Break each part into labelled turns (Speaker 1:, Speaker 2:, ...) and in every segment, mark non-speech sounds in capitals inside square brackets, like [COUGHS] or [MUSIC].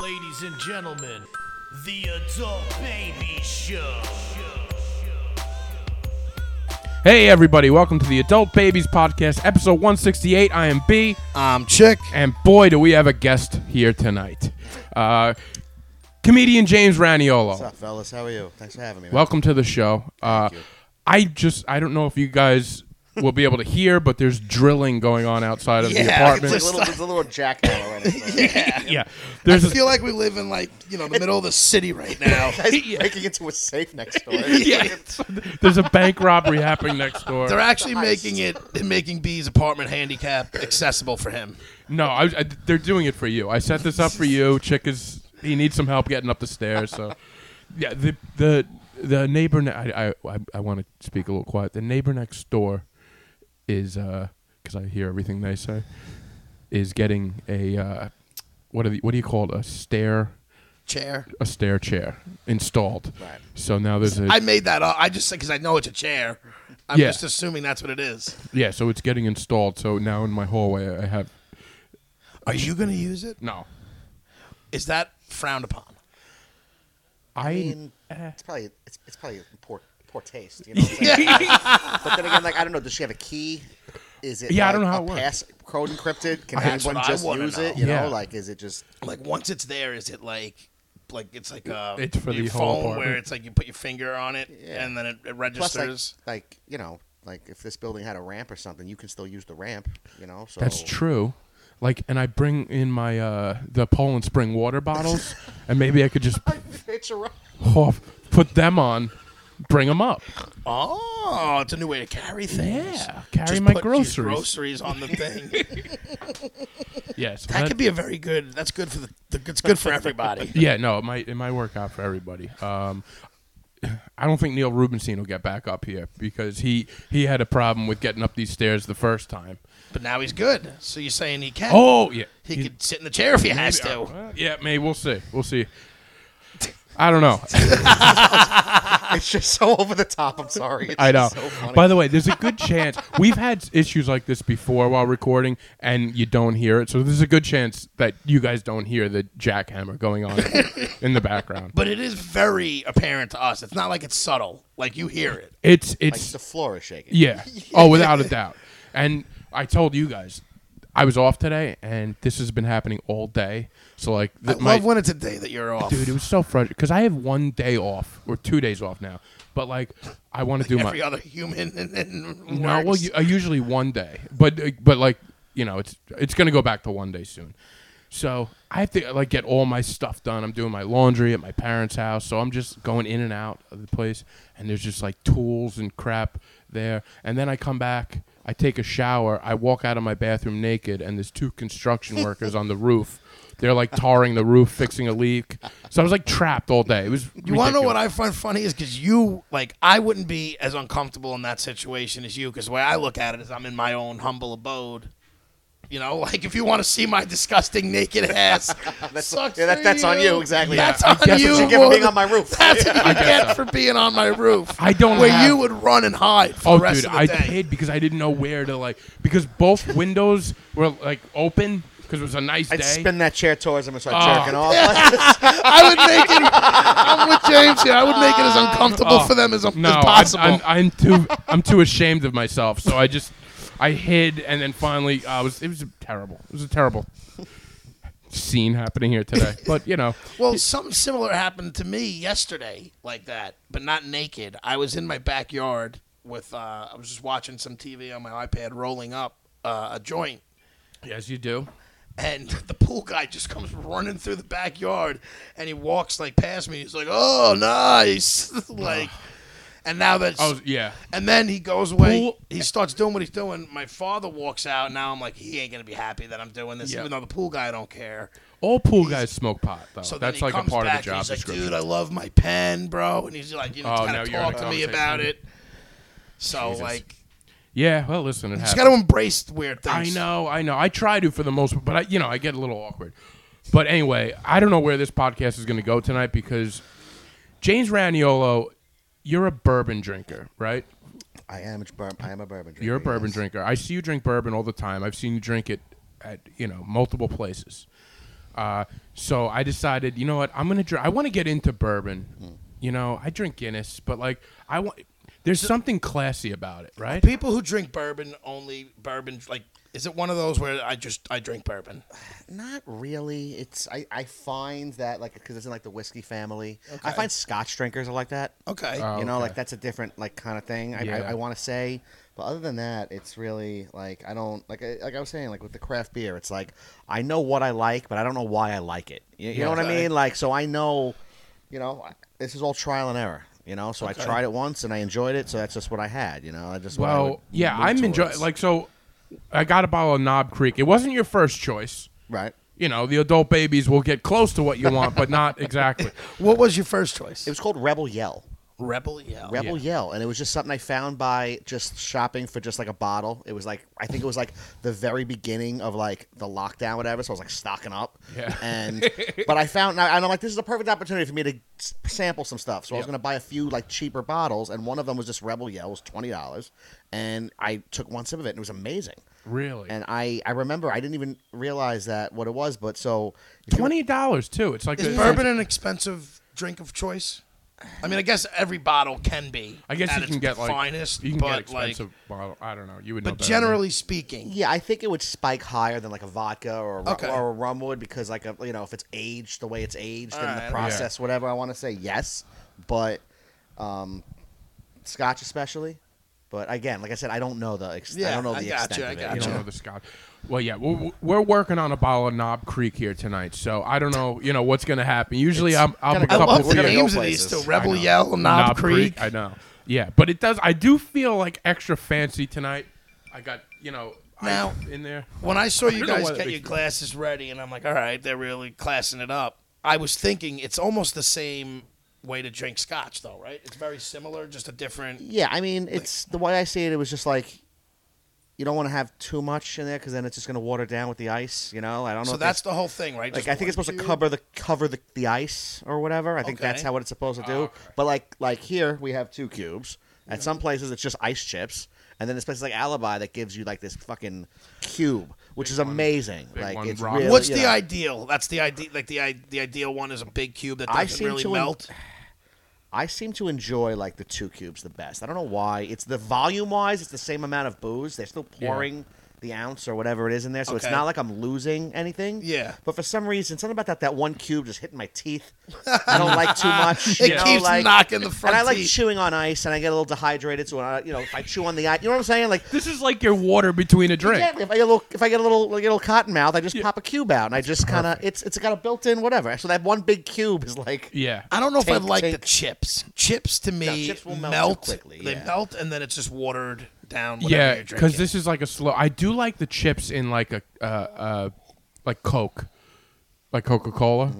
Speaker 1: Ladies and gentlemen, the Adult Baby Show.
Speaker 2: Hey, everybody, welcome to the Adult Babies Podcast, episode 168. I am B,
Speaker 3: I'm Chick.
Speaker 2: and boy, do we have a guest here tonight. Uh, comedian James
Speaker 3: What's
Speaker 2: Raniolo.
Speaker 3: up, fellas? How are you? Thanks for having me. man.
Speaker 2: Welcome to the show. Uh,
Speaker 3: Thank you.
Speaker 2: I just, I don't know if you guys will be able to hear, but there's drilling going on outside of
Speaker 3: Yeah, [LAUGHS]
Speaker 2: the
Speaker 3: it's
Speaker 2: apartment.
Speaker 3: It's a little, it's a little jackhammer right [LAUGHS]
Speaker 2: [LAUGHS]
Speaker 3: now.
Speaker 2: yeah, there's
Speaker 4: [LAUGHS] I
Speaker 2: a,
Speaker 4: feel like we live in like you know the middle of the city
Speaker 3: [LAUGHS]
Speaker 4: right now.
Speaker 3: Guys breaking into a safe
Speaker 2: [LAUGHS]
Speaker 3: next door.
Speaker 2: there's a bank robbery happening next door.
Speaker 4: They're actually making it they're making B's apartment handicap accessible for him.
Speaker 2: No, I, I- they're doing it for you. I set this up for you. Chick is he needs some help getting up the stairs. So, yeah, the the the neighbor. Ne- I I- I, I want to speak a little quiet. The neighbor next door is because I hear everything they say is getting a uh, what are the, what do you call it a stair
Speaker 4: Chair.
Speaker 2: a stair chair installed.
Speaker 3: Right.
Speaker 2: So now there's a
Speaker 4: I made that up. I just because I know it's a chair. I'm
Speaker 2: Yeah.
Speaker 4: just assuming that's what it is.
Speaker 2: yeah. So it's getting installed. So now in my hallway I have
Speaker 4: Are you gonna use it?
Speaker 2: no.
Speaker 4: Is that frowned upon?
Speaker 2: I
Speaker 3: I mean,
Speaker 2: Uh-huh.
Speaker 3: it's probably it's, it's probably poor poor taste. You know. What
Speaker 2: [LAUGHS]
Speaker 3: I'm saying? But then again, like I don't know. Does she have a key? Is it?
Speaker 2: Yeah, I
Speaker 3: like,
Speaker 2: don't know how
Speaker 3: a
Speaker 2: it works.
Speaker 3: Pass code encrypted. Can
Speaker 4: That's
Speaker 3: anyone
Speaker 4: what I
Speaker 3: just
Speaker 4: wanna
Speaker 3: use
Speaker 4: know.
Speaker 3: it? You
Speaker 2: Yeah.
Speaker 3: know, like is it just?
Speaker 4: Like once it's there, is it like like it's like uh
Speaker 2: It's for
Speaker 4: your
Speaker 2: the whole
Speaker 4: phone where
Speaker 2: apartment.
Speaker 4: it's like you put your finger on it
Speaker 3: Yeah.
Speaker 4: and then it, it
Speaker 3: Plus, like,
Speaker 4: registers.
Speaker 3: like you know, like if this building had a ramp or something, you can still use the ramp. You know, so
Speaker 2: That's true. Like, and I bring in my uh the Poland Spring water bottles, and maybe I could [LAUGHS] just
Speaker 3: [LAUGHS] It's a ra-
Speaker 2: oh, put them on, bring them up.
Speaker 4: oh, it's a new way to carry things.
Speaker 2: Yeah, carry
Speaker 4: Just
Speaker 2: my
Speaker 4: put your
Speaker 2: groceries.
Speaker 4: groceries on
Speaker 2: [LAUGHS]
Speaker 4: the thing.
Speaker 2: Yes,
Speaker 4: That could be a very good. That's good for the. the it's good
Speaker 2: [LAUGHS]
Speaker 4: for everybody.
Speaker 2: Yeah, no, it might it might work out for everybody. Um, I don't think Neil Rubenstein will get back up here because he he had a problem with getting up these stairs the first time.
Speaker 4: but now he's good. So you're saying he can?
Speaker 2: Oh yeah,
Speaker 4: he, could sit in the chair if he has
Speaker 2: Maybe-
Speaker 4: to.
Speaker 2: uh, yeah, maybe we'll see. We'll see. I don't know. [LAUGHS]
Speaker 3: It's just so over the top. I'm sorry. It's
Speaker 2: I know.
Speaker 3: just So funny.
Speaker 2: By the way, there's a good [LAUGHS] chance we've had issues like this before while recording, and you don't hear it. So there's a good chance that you guys don't hear the jackhammer going on in the background.
Speaker 4: But it is very apparent to us. It's not like it's subtle. Like you hear it.
Speaker 2: It's
Speaker 3: like
Speaker 2: it's
Speaker 3: the floor is shaking.
Speaker 2: yeah. Oh, without a doubt. And I told you guys, I was off today, and this has been happening all day. So like,
Speaker 4: I
Speaker 2: th- my-
Speaker 4: love when it's a day that you're off.
Speaker 2: dude, it was so frustrating because I have one day off or two days off now. But like, I want to do my
Speaker 4: Every other human and, and
Speaker 2: No, well,
Speaker 4: works.
Speaker 2: you, uh, usually one day, but uh, but like you know, it's it's gonna go back to one day soon. So I have to like get all my stuff done. I'm doing my laundry at my parents' house, so I'm just going in and out of the place, and there's just like tools and crap there. And then I come back, I take a shower, I walk out of my bathroom naked, and there's two construction workers on the roof. They're like tarring the roof, fixing a leak. So I was like trapped all day. It was.
Speaker 4: You want to know what I find funny is because you like I wouldn't be as uncomfortable in that situation as you because the way I look at it is I'm in my own humble abode. You know, [LAUGHS] like if you want to see my disgusting naked ass, that's, sucks
Speaker 3: yeah, that-
Speaker 4: for
Speaker 3: [LAUGHS] that's on you, exactly.
Speaker 4: That's
Speaker 3: Yeah,
Speaker 2: I
Speaker 4: on
Speaker 2: guess
Speaker 4: you.
Speaker 2: what
Speaker 3: you get for
Speaker 4: more
Speaker 3: being
Speaker 4: than-
Speaker 3: on my roof.
Speaker 4: [LAUGHS] That's what you get for being on my roof.
Speaker 2: I don't
Speaker 4: Where
Speaker 2: have-
Speaker 4: you would run and hide for
Speaker 2: Oh,
Speaker 4: the rest
Speaker 2: dude,
Speaker 4: of the
Speaker 2: I
Speaker 4: day.
Speaker 2: did because I didn't know where to like because
Speaker 4: [LAUGHS]
Speaker 2: both windows were like open because it was a nice
Speaker 3: I'd
Speaker 2: day.
Speaker 3: spin that chair towards him and start
Speaker 2: Oh.
Speaker 3: jerking off.
Speaker 4: I would make it. I'm with James here. I would make it
Speaker 3: [LAUGHS]
Speaker 4: as uncomfortable for them as,
Speaker 2: Oh, no,
Speaker 4: as possible.
Speaker 2: I'm, I'm, I'm
Speaker 4: [LAUGHS]
Speaker 2: too I'm too ashamed of myself, so I just I hid and then finally I was it was terrible. It was a terrible scene happening here
Speaker 4: [LAUGHS]
Speaker 2: today. But you know,
Speaker 4: Well, something similar happened to me yesterday, like that, but not naked. I was in my backyard with, uh, I was just watching some TV on my iPad, rolling up uh, a joint,
Speaker 2: yes, you do.
Speaker 4: and [LAUGHS] the pool guy just comes running through the backyard, and he walks like past me. He's like, "Oh, nice!" [LAUGHS] like, and now that's.
Speaker 2: I was yeah.
Speaker 4: and then he goes away.
Speaker 2: Oh. Pool-
Speaker 4: He starts doing what he's doing. My father walks out. Now I'm like, he ain't gonna be happy that I'm doing this,
Speaker 2: Yeah.
Speaker 4: even though the pool guy don't care.
Speaker 2: All pool guys smoke pot though.
Speaker 4: So
Speaker 2: That's
Speaker 4: then
Speaker 2: like
Speaker 4: he
Speaker 2: a
Speaker 4: comes
Speaker 2: part
Speaker 4: back
Speaker 2: of the job
Speaker 4: and he's like,
Speaker 2: description.
Speaker 4: Dude, I love my pen, bro. And he's like, you know,
Speaker 2: Oh,
Speaker 4: kind
Speaker 2: now
Speaker 4: of
Speaker 2: you're in
Speaker 4: talk
Speaker 2: a
Speaker 4: to me
Speaker 2: conversation.
Speaker 4: about it. So
Speaker 2: Jesus.
Speaker 4: like,
Speaker 2: yeah, well, listen, it
Speaker 4: you just
Speaker 2: happens.
Speaker 4: got to embrace weird
Speaker 2: I
Speaker 4: things.
Speaker 2: know, I know. I try to for the most, but I, you know, I get a little awkward. But anyway, I don't know where this podcast is going to go tonight because James Raniolo, you're a bourbon drinker, right?
Speaker 3: I am a bourbon. I am a bourbon drinker.
Speaker 2: You're a bourbon
Speaker 3: yes.
Speaker 2: drinker. I see you drink bourbon all the time. I've seen you drink it at you know multiple places. Uh, so I decided, you know what? I'm gonna drink. I want to get into bourbon. You know, I drink Guinness, but like I want. There's something classy about it, right?
Speaker 4: People who drink bourbon only bourbon like is it one of those where I just I drink bourbon?
Speaker 3: Not really. It's I, I find that like because it's in like the whiskey family. I find Scotch drinkers are like that.
Speaker 4: Okay.
Speaker 2: Oh,
Speaker 3: you know, like
Speaker 2: okay.
Speaker 3: that's a different like kind of thing. I,
Speaker 2: Yeah.
Speaker 3: I, I want to say, but other than that, it's really like I don't like I, like I was saying like with the craft beer. It's like I know what I like, but I don't know why I like it. You, you know what I
Speaker 4: Okay.
Speaker 3: mean? Like so I know, you know, I- this is all trial and error. You know, so I tried it once and I enjoyed it, so that's just what I had. You know, I just what I would
Speaker 2: Well, yeah,
Speaker 3: move
Speaker 2: I'm enjoying.
Speaker 3: towards.
Speaker 2: Like, so I got a bottle of Knob Creek. It wasn't your first choice.
Speaker 3: right.
Speaker 2: You know, the adult babies will get close to what you want, but
Speaker 3: [LAUGHS]
Speaker 2: not exactly.
Speaker 4: What was your first choice?
Speaker 3: It was called Rebel Yell.
Speaker 4: Rebel E Yell.
Speaker 3: Rebel Yell, and it was just something I found by just shopping for just like a bottle. It was like I think it was like the very beginning of like the lockdown, whatever. So I was like stocking up,
Speaker 2: Yeah. [LAUGHS]
Speaker 3: And but I found and I'm like, this is a perfect opportunity for me to s- sample some stuff. So I was going to buy a few like cheaper bottles, and one of them was just Rebel Yell, it was twenty dollars, and I took one sip of it, and it was amazing.
Speaker 2: Really?
Speaker 3: And I I remember I didn't even realize that what it was, but so if you-
Speaker 2: $20, too. It's like
Speaker 4: Is
Speaker 2: a-
Speaker 4: bourbon an expensive drink of choice? I mean, I guess every bottle can be.
Speaker 2: I guess
Speaker 4: at
Speaker 2: you can
Speaker 4: its
Speaker 2: get like
Speaker 4: finest,
Speaker 2: you can
Speaker 4: but
Speaker 2: get
Speaker 4: like-
Speaker 2: expensive bottle. I don't know. You would know
Speaker 4: but
Speaker 2: better than
Speaker 4: generally speaking,
Speaker 3: Yeah, I think it would spike higher than like a vodka or a, ru-
Speaker 4: Okay.
Speaker 3: or a rum would because like a, you know if it's aged the way it's aged and
Speaker 4: Alright,
Speaker 3: the process whatever I want to say yes, but um, Scotch especially. But again, like I said, I don't know the ex- I
Speaker 4: Yeah,
Speaker 3: don't know
Speaker 4: I
Speaker 3: the
Speaker 4: gotcha,
Speaker 3: extent
Speaker 4: I
Speaker 3: of it.
Speaker 2: me. You
Speaker 4: gotcha.
Speaker 2: don't know the Scott. Well, yeah, we're, we're working on a bottle of Knob Creek here tonight, so I don't know, you know, what's going to happen. Usually, I'm, I'll
Speaker 3: gotta
Speaker 2: be
Speaker 4: I
Speaker 3: go
Speaker 2: couple
Speaker 4: love
Speaker 3: we're
Speaker 4: the
Speaker 3: gonna
Speaker 2: beers.
Speaker 3: go
Speaker 4: names of these.
Speaker 3: places.
Speaker 4: Still,
Speaker 3: I
Speaker 4: Rebel Yell, Knob, Creek.
Speaker 2: I know. Yeah, but it does. I do feel like extra fancy tonight. I got you know ice
Speaker 4: Now-
Speaker 2: in there.
Speaker 4: When I saw
Speaker 2: don't
Speaker 4: you
Speaker 2: know
Speaker 4: guys
Speaker 2: why that
Speaker 4: get
Speaker 2: makes
Speaker 4: your
Speaker 2: me-
Speaker 4: glasses ready, and I'm like, all right, they're really classing it up. I was thinking it's almost the same way to drink scotch, though, right? It's very similar, just a different.
Speaker 3: Yeah, I mean it's the way I see it. It was just like you don't want to have too much in there because then it's just going to water down with the ice. You know, I don't know.
Speaker 4: So
Speaker 3: if it's-
Speaker 4: that's the whole thing, right?
Speaker 3: like
Speaker 4: Just
Speaker 3: I think it's
Speaker 4: one
Speaker 3: supposed to
Speaker 4: cube?
Speaker 3: cover the cover the, the ice or whatever. I think that's
Speaker 4: Okay.
Speaker 3: how what it's supposed to do.
Speaker 2: Oh, okay.
Speaker 3: But like like here we have two cubes. At some places it's just ice chips, and then there's places like Alibi that gives you like this fucking cube, which is amazing.
Speaker 2: big
Speaker 3: like
Speaker 2: one
Speaker 3: it's
Speaker 2: rock.
Speaker 3: really,
Speaker 4: What's
Speaker 3: you
Speaker 4: the
Speaker 3: know.
Speaker 4: ideal? That's the idea. Like the i- the ideal one is a big cube that
Speaker 3: I
Speaker 4: doesn't
Speaker 3: seem
Speaker 4: really
Speaker 3: to en- [LAUGHS]
Speaker 4: melt.
Speaker 3: I seem to enjoy like the two cubes the best. I don't know why. It's the volume wise, it's the same amount of booze. They're still pouring the ounce or whatever it is in there, so it's
Speaker 4: Okay.
Speaker 3: not like I'm losing anything.
Speaker 4: Yeah.
Speaker 3: But for some reason, something about that that one cube just hitting my teeth. I don't like
Speaker 4: [LAUGHS]
Speaker 3: too much.
Speaker 4: It
Speaker 3: you know,
Speaker 4: keeps
Speaker 3: like-
Speaker 4: knocking the front
Speaker 3: And I like
Speaker 4: teeth.
Speaker 3: chewing on ice, and I get a little dehydrated. So when I, you know, if I chew on the ice, you know what I'm saying? Like
Speaker 2: This is like your water between a drink.
Speaker 3: Exactly. If I get a little, if I get a little, like, a little cotton mouth, I just pop a cube out, and I just kind of, it's, it's got a built-in whatever. So that one big cube is like,
Speaker 2: Yeah.
Speaker 4: I don't know if I
Speaker 3: Take-
Speaker 4: like the
Speaker 3: take-
Speaker 4: chips. Chips to me
Speaker 3: chips will melt
Speaker 4: melt.
Speaker 3: too quickly,
Speaker 4: They
Speaker 3: yeah.
Speaker 4: melt and then it's just watered down. Whatever
Speaker 2: yeah,
Speaker 4: you're
Speaker 2: because
Speaker 4: drinking.
Speaker 2: this is like a slow. I do like the chips in like a uh, uh like Coke, like Coca Cola.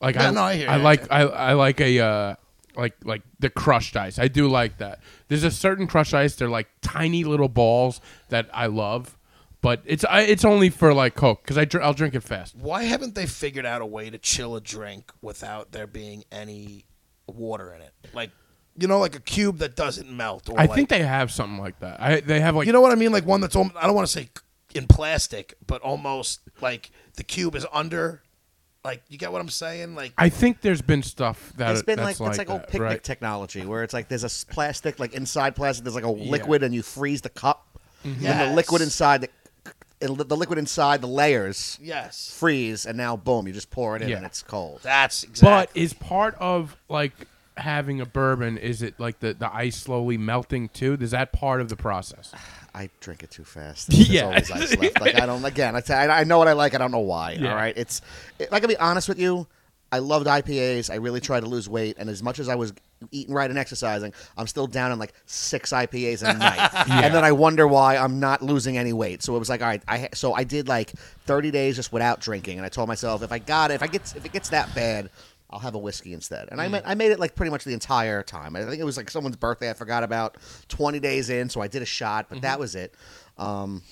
Speaker 2: Like
Speaker 4: Yeah,
Speaker 2: I,
Speaker 4: no, I hear you.
Speaker 2: like I, I like a uh like like the crushed ice. I do like that. There's a certain crushed ice. They're like tiny little balls that I love, but it's I, it's only for like Coke because I dr- I'll drink it fast.
Speaker 4: Why haven't they figured out a way to chill a drink without there being any water in it? Like, you know, like a cube that doesn't melt. Or
Speaker 2: I
Speaker 4: like-
Speaker 2: think they have something like that. I they have like
Speaker 4: You know what I mean? Like one that's almost, I don't want to say in plastic, but almost like the cube is under. Like, you get what I'm saying? Like,
Speaker 2: I think there's been stuff that
Speaker 3: it's been like,
Speaker 2: that's
Speaker 3: it's like old
Speaker 2: that,
Speaker 3: picnic
Speaker 2: right?
Speaker 3: technology where it's like there's a s- plastic, like inside plastic, there's like a liquid, and you freeze the cup, and the
Speaker 4: Mm-hmm. Yes.
Speaker 3: liquid inside the, and the liquid inside the layers
Speaker 4: yes,
Speaker 3: freeze, and now boom, you just pour it in,
Speaker 2: Yeah.
Speaker 3: and it's cold.
Speaker 4: that's
Speaker 2: But
Speaker 4: exactly.
Speaker 2: is part of like having a bourbon? Is it like the the ice slowly melting too? Is that part of the process?
Speaker 3: I drink it
Speaker 2: [LAUGHS]
Speaker 3: too fast. There's
Speaker 2: Yeah.
Speaker 3: always ice left. Like I don't. Again, I, t- I know what I like. I don't know why.
Speaker 2: Yeah.
Speaker 3: All right. It's. If I can be honest with you, I loved IPAs. I really tried to lose weight, and as much as I was eating right and exercising, I'm still down on like six IPAs
Speaker 2: [LAUGHS]
Speaker 3: a night. And then I wonder why I'm not losing any weight. So it was like, all right. I ha- so I did like 30 days just without drinking, and I told myself if I got it, if I get, if it gets that bad. I'll have a whiskey instead,
Speaker 2: Mm.
Speaker 3: and I made, I made it like pretty much the entire time. I think it was like someone's birthday. I forgot about twenty days in, so I did a shot,
Speaker 2: Mm-hmm.
Speaker 3: but that was it. Um,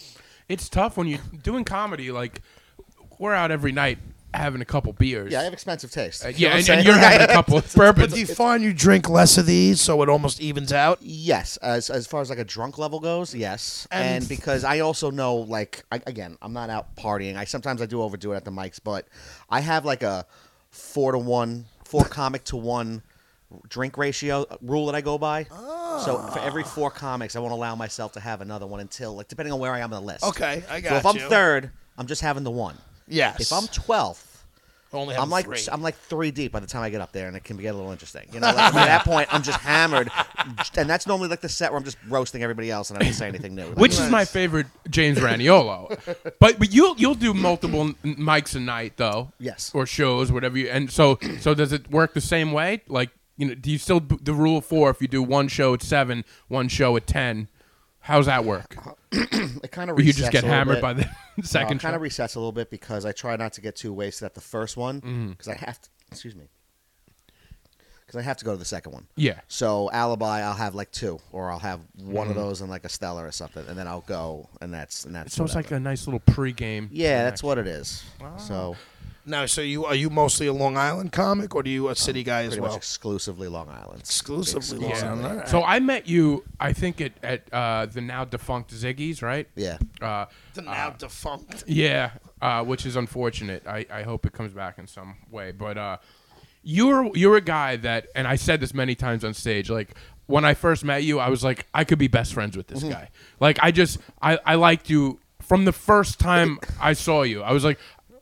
Speaker 2: It's tough when you're doing comedy. Like we're out every night having a couple beers.
Speaker 3: Yeah, I have expensive taste.
Speaker 2: Uh,
Speaker 3: You know
Speaker 2: yeah,
Speaker 3: what I'm
Speaker 2: and,
Speaker 3: saying?
Speaker 2: and you're having a
Speaker 3: [LAUGHS]
Speaker 2: couple of
Speaker 4: But
Speaker 2: bourbons.
Speaker 4: do you find you drink less of these, so it almost evens out?
Speaker 3: Yes, as as far as like a drunk level goes, yes, and,
Speaker 4: And-
Speaker 3: because I also know like I, again, I'm not out partying. I sometimes I do overdo it at the mics, but I have like a four to one, four comic to one drink ratio uh, rule that I go by. So for
Speaker 4: Ah.
Speaker 3: every four comics, I won't allow myself to have another one until like depending on where I am on the list.
Speaker 4: Okay, I
Speaker 3: So if
Speaker 4: got
Speaker 3: I'm
Speaker 4: you.
Speaker 3: third, I'm just having the one.
Speaker 4: Yes.
Speaker 3: If I'm twelfth,
Speaker 4: only
Speaker 3: I'm like
Speaker 4: three.
Speaker 3: I'm like three deep by the time I get up there, and it can get a little interesting. You know, like, by that point, I'm just hammered, and that's normally like the set where I'm just roasting everybody else, and I don't say anything new. Like,
Speaker 2: which is my favorite James Raniolo. but but you'll you'll do multiple n- mics a night though.
Speaker 3: Yes.
Speaker 2: Or shows, whatever you. And so so does it work the same way? Like you know, do you still b- the rule of four? If you do one show at seven, one show at ten, how's that work?
Speaker 3: it kind of
Speaker 2: Or you just get hammered by the [LAUGHS] second
Speaker 3: kind
Speaker 2: show.
Speaker 3: of resets a little bit because I try not to get too wasted at the first one
Speaker 2: Mm-hmm.
Speaker 3: because I have to. Excuse me. Because I have to go to the second one.
Speaker 2: Yeah.
Speaker 3: So alibi, I'll have like two, or I'll have one of those and like a Stella or something, and then I'll go, and that's and that's.
Speaker 2: so Mm-hmm. it's like
Speaker 3: whatever.
Speaker 2: a nice little pregame.
Speaker 3: yeah, that's what it is. So
Speaker 4: now, so you are you mostly a Long Island comic, or do you a city guy as
Speaker 3: pretty
Speaker 4: well?
Speaker 3: much exclusively Long Island.
Speaker 4: Exclusively Long
Speaker 2: Yeah.
Speaker 4: Island. all right.
Speaker 2: So I met you, I think at at uh, the now defunct Ziggy's, right?
Speaker 3: Yeah.
Speaker 2: Uh,
Speaker 4: The now defunct.
Speaker 2: Yeah, uh, which is unfortunate. I, I hope it comes back in some way. But uh, you're you're a guy that, and I said this many times on stage. Like when I first met you, I was like, I could be best friends with this
Speaker 3: Mm-hmm.
Speaker 2: guy. Like I just I, I liked you from the first time I saw you. I was like,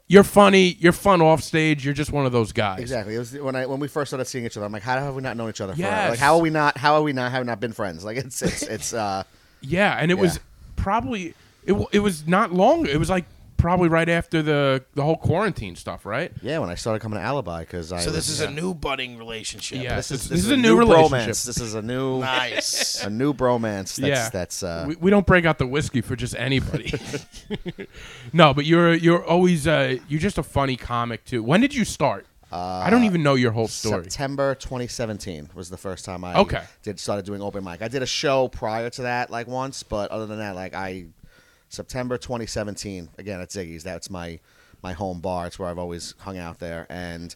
Speaker 2: you're funny. You're fun off stage. You're just one of those guys.
Speaker 3: Exactly. It was when I when we first started seeing each other. I'm like, how have we not known each other? Forever?
Speaker 2: Yes.
Speaker 3: Like, how are we not? How are we not? Have not been friends? Like, it's it's it's. uh
Speaker 2: Yeah, and it was probably it. wa- It was not long. It was like probably right after the the whole quarantine stuff, right?
Speaker 3: [LAUGHS] Yeah, when I started coming to Alibi, because I.
Speaker 4: So this is
Speaker 3: was-
Speaker 4: a new budding relationship.
Speaker 2: Yeah.
Speaker 3: This is,
Speaker 2: This-
Speaker 3: this is a new, bromance. This is a new
Speaker 4: Nice.
Speaker 3: a new bromance. That's, That's uh.
Speaker 2: we, we don't break out the whiskey for just
Speaker 3: [LAUGHS]
Speaker 2: anybody. no, but you're you're always uh, you're just a funny comic too. When did you start?
Speaker 3: Uh,
Speaker 2: I don't even know your whole story.
Speaker 3: September 2017 was the first time I
Speaker 2: Okay.
Speaker 3: did started doing open mic. I did a show prior to that, like once, but other than that, like I September 2017 again at Ziggy's. That's my my home bar. It's where I've always hung out there, and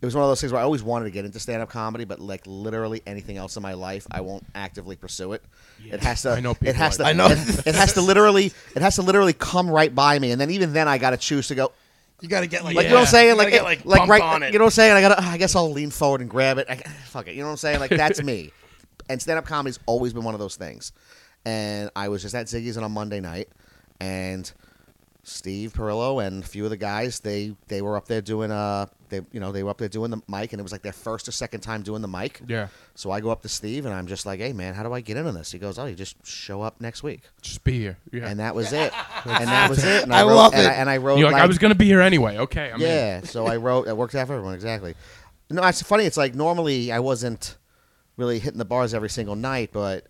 Speaker 3: it was one of those things where I always wanted to get into stand up comedy, but like literally anything else in my life, I won't actively pursue it. It has to.
Speaker 2: I know people
Speaker 3: it has
Speaker 2: like
Speaker 3: to.
Speaker 2: that.
Speaker 4: I know.
Speaker 3: It, it has to literally. It has to literally come right by me, and then even then, I got to choose to go.
Speaker 4: You got to get like,
Speaker 3: Like you know what I'm saying? Like
Speaker 4: you
Speaker 3: it,
Speaker 4: gotta
Speaker 3: like,
Speaker 4: get, like, bumped
Speaker 3: right
Speaker 4: on it.
Speaker 3: You know what I'm saying? I gotta. "Ah, I guess I'll lean forward and grab it. I, [LAUGHS] fuck it. You know what I'm saying? Like
Speaker 4: [LAUGHS]
Speaker 3: that's me. And stand up comedy's always been one of those things. And I was just at Ziggy's on a Monday night, and Steve Perillo and a few of the guys they they were up there doing uh they you know they were up there doing the mic and it was like their first or second time doing the mic.
Speaker 2: Yeah.
Speaker 3: So I go up to Steve and I'm just like, hey man, how do I get into this? He goes, oh, you just show up next week.
Speaker 2: just be here. Yeah.
Speaker 3: And that was
Speaker 4: [LAUGHS]
Speaker 3: it. and that was it. And I,
Speaker 4: I
Speaker 3: wrote,
Speaker 4: love
Speaker 3: and
Speaker 4: it.
Speaker 3: I, and I wrote
Speaker 2: you're like, I
Speaker 3: like-
Speaker 2: was gonna be here anyway. Okay. I'm in."
Speaker 3: yeah, so I wrote. It worked out for everyone exactly. No, it's funny. It's like normally I wasn't really hitting the bars every single night, but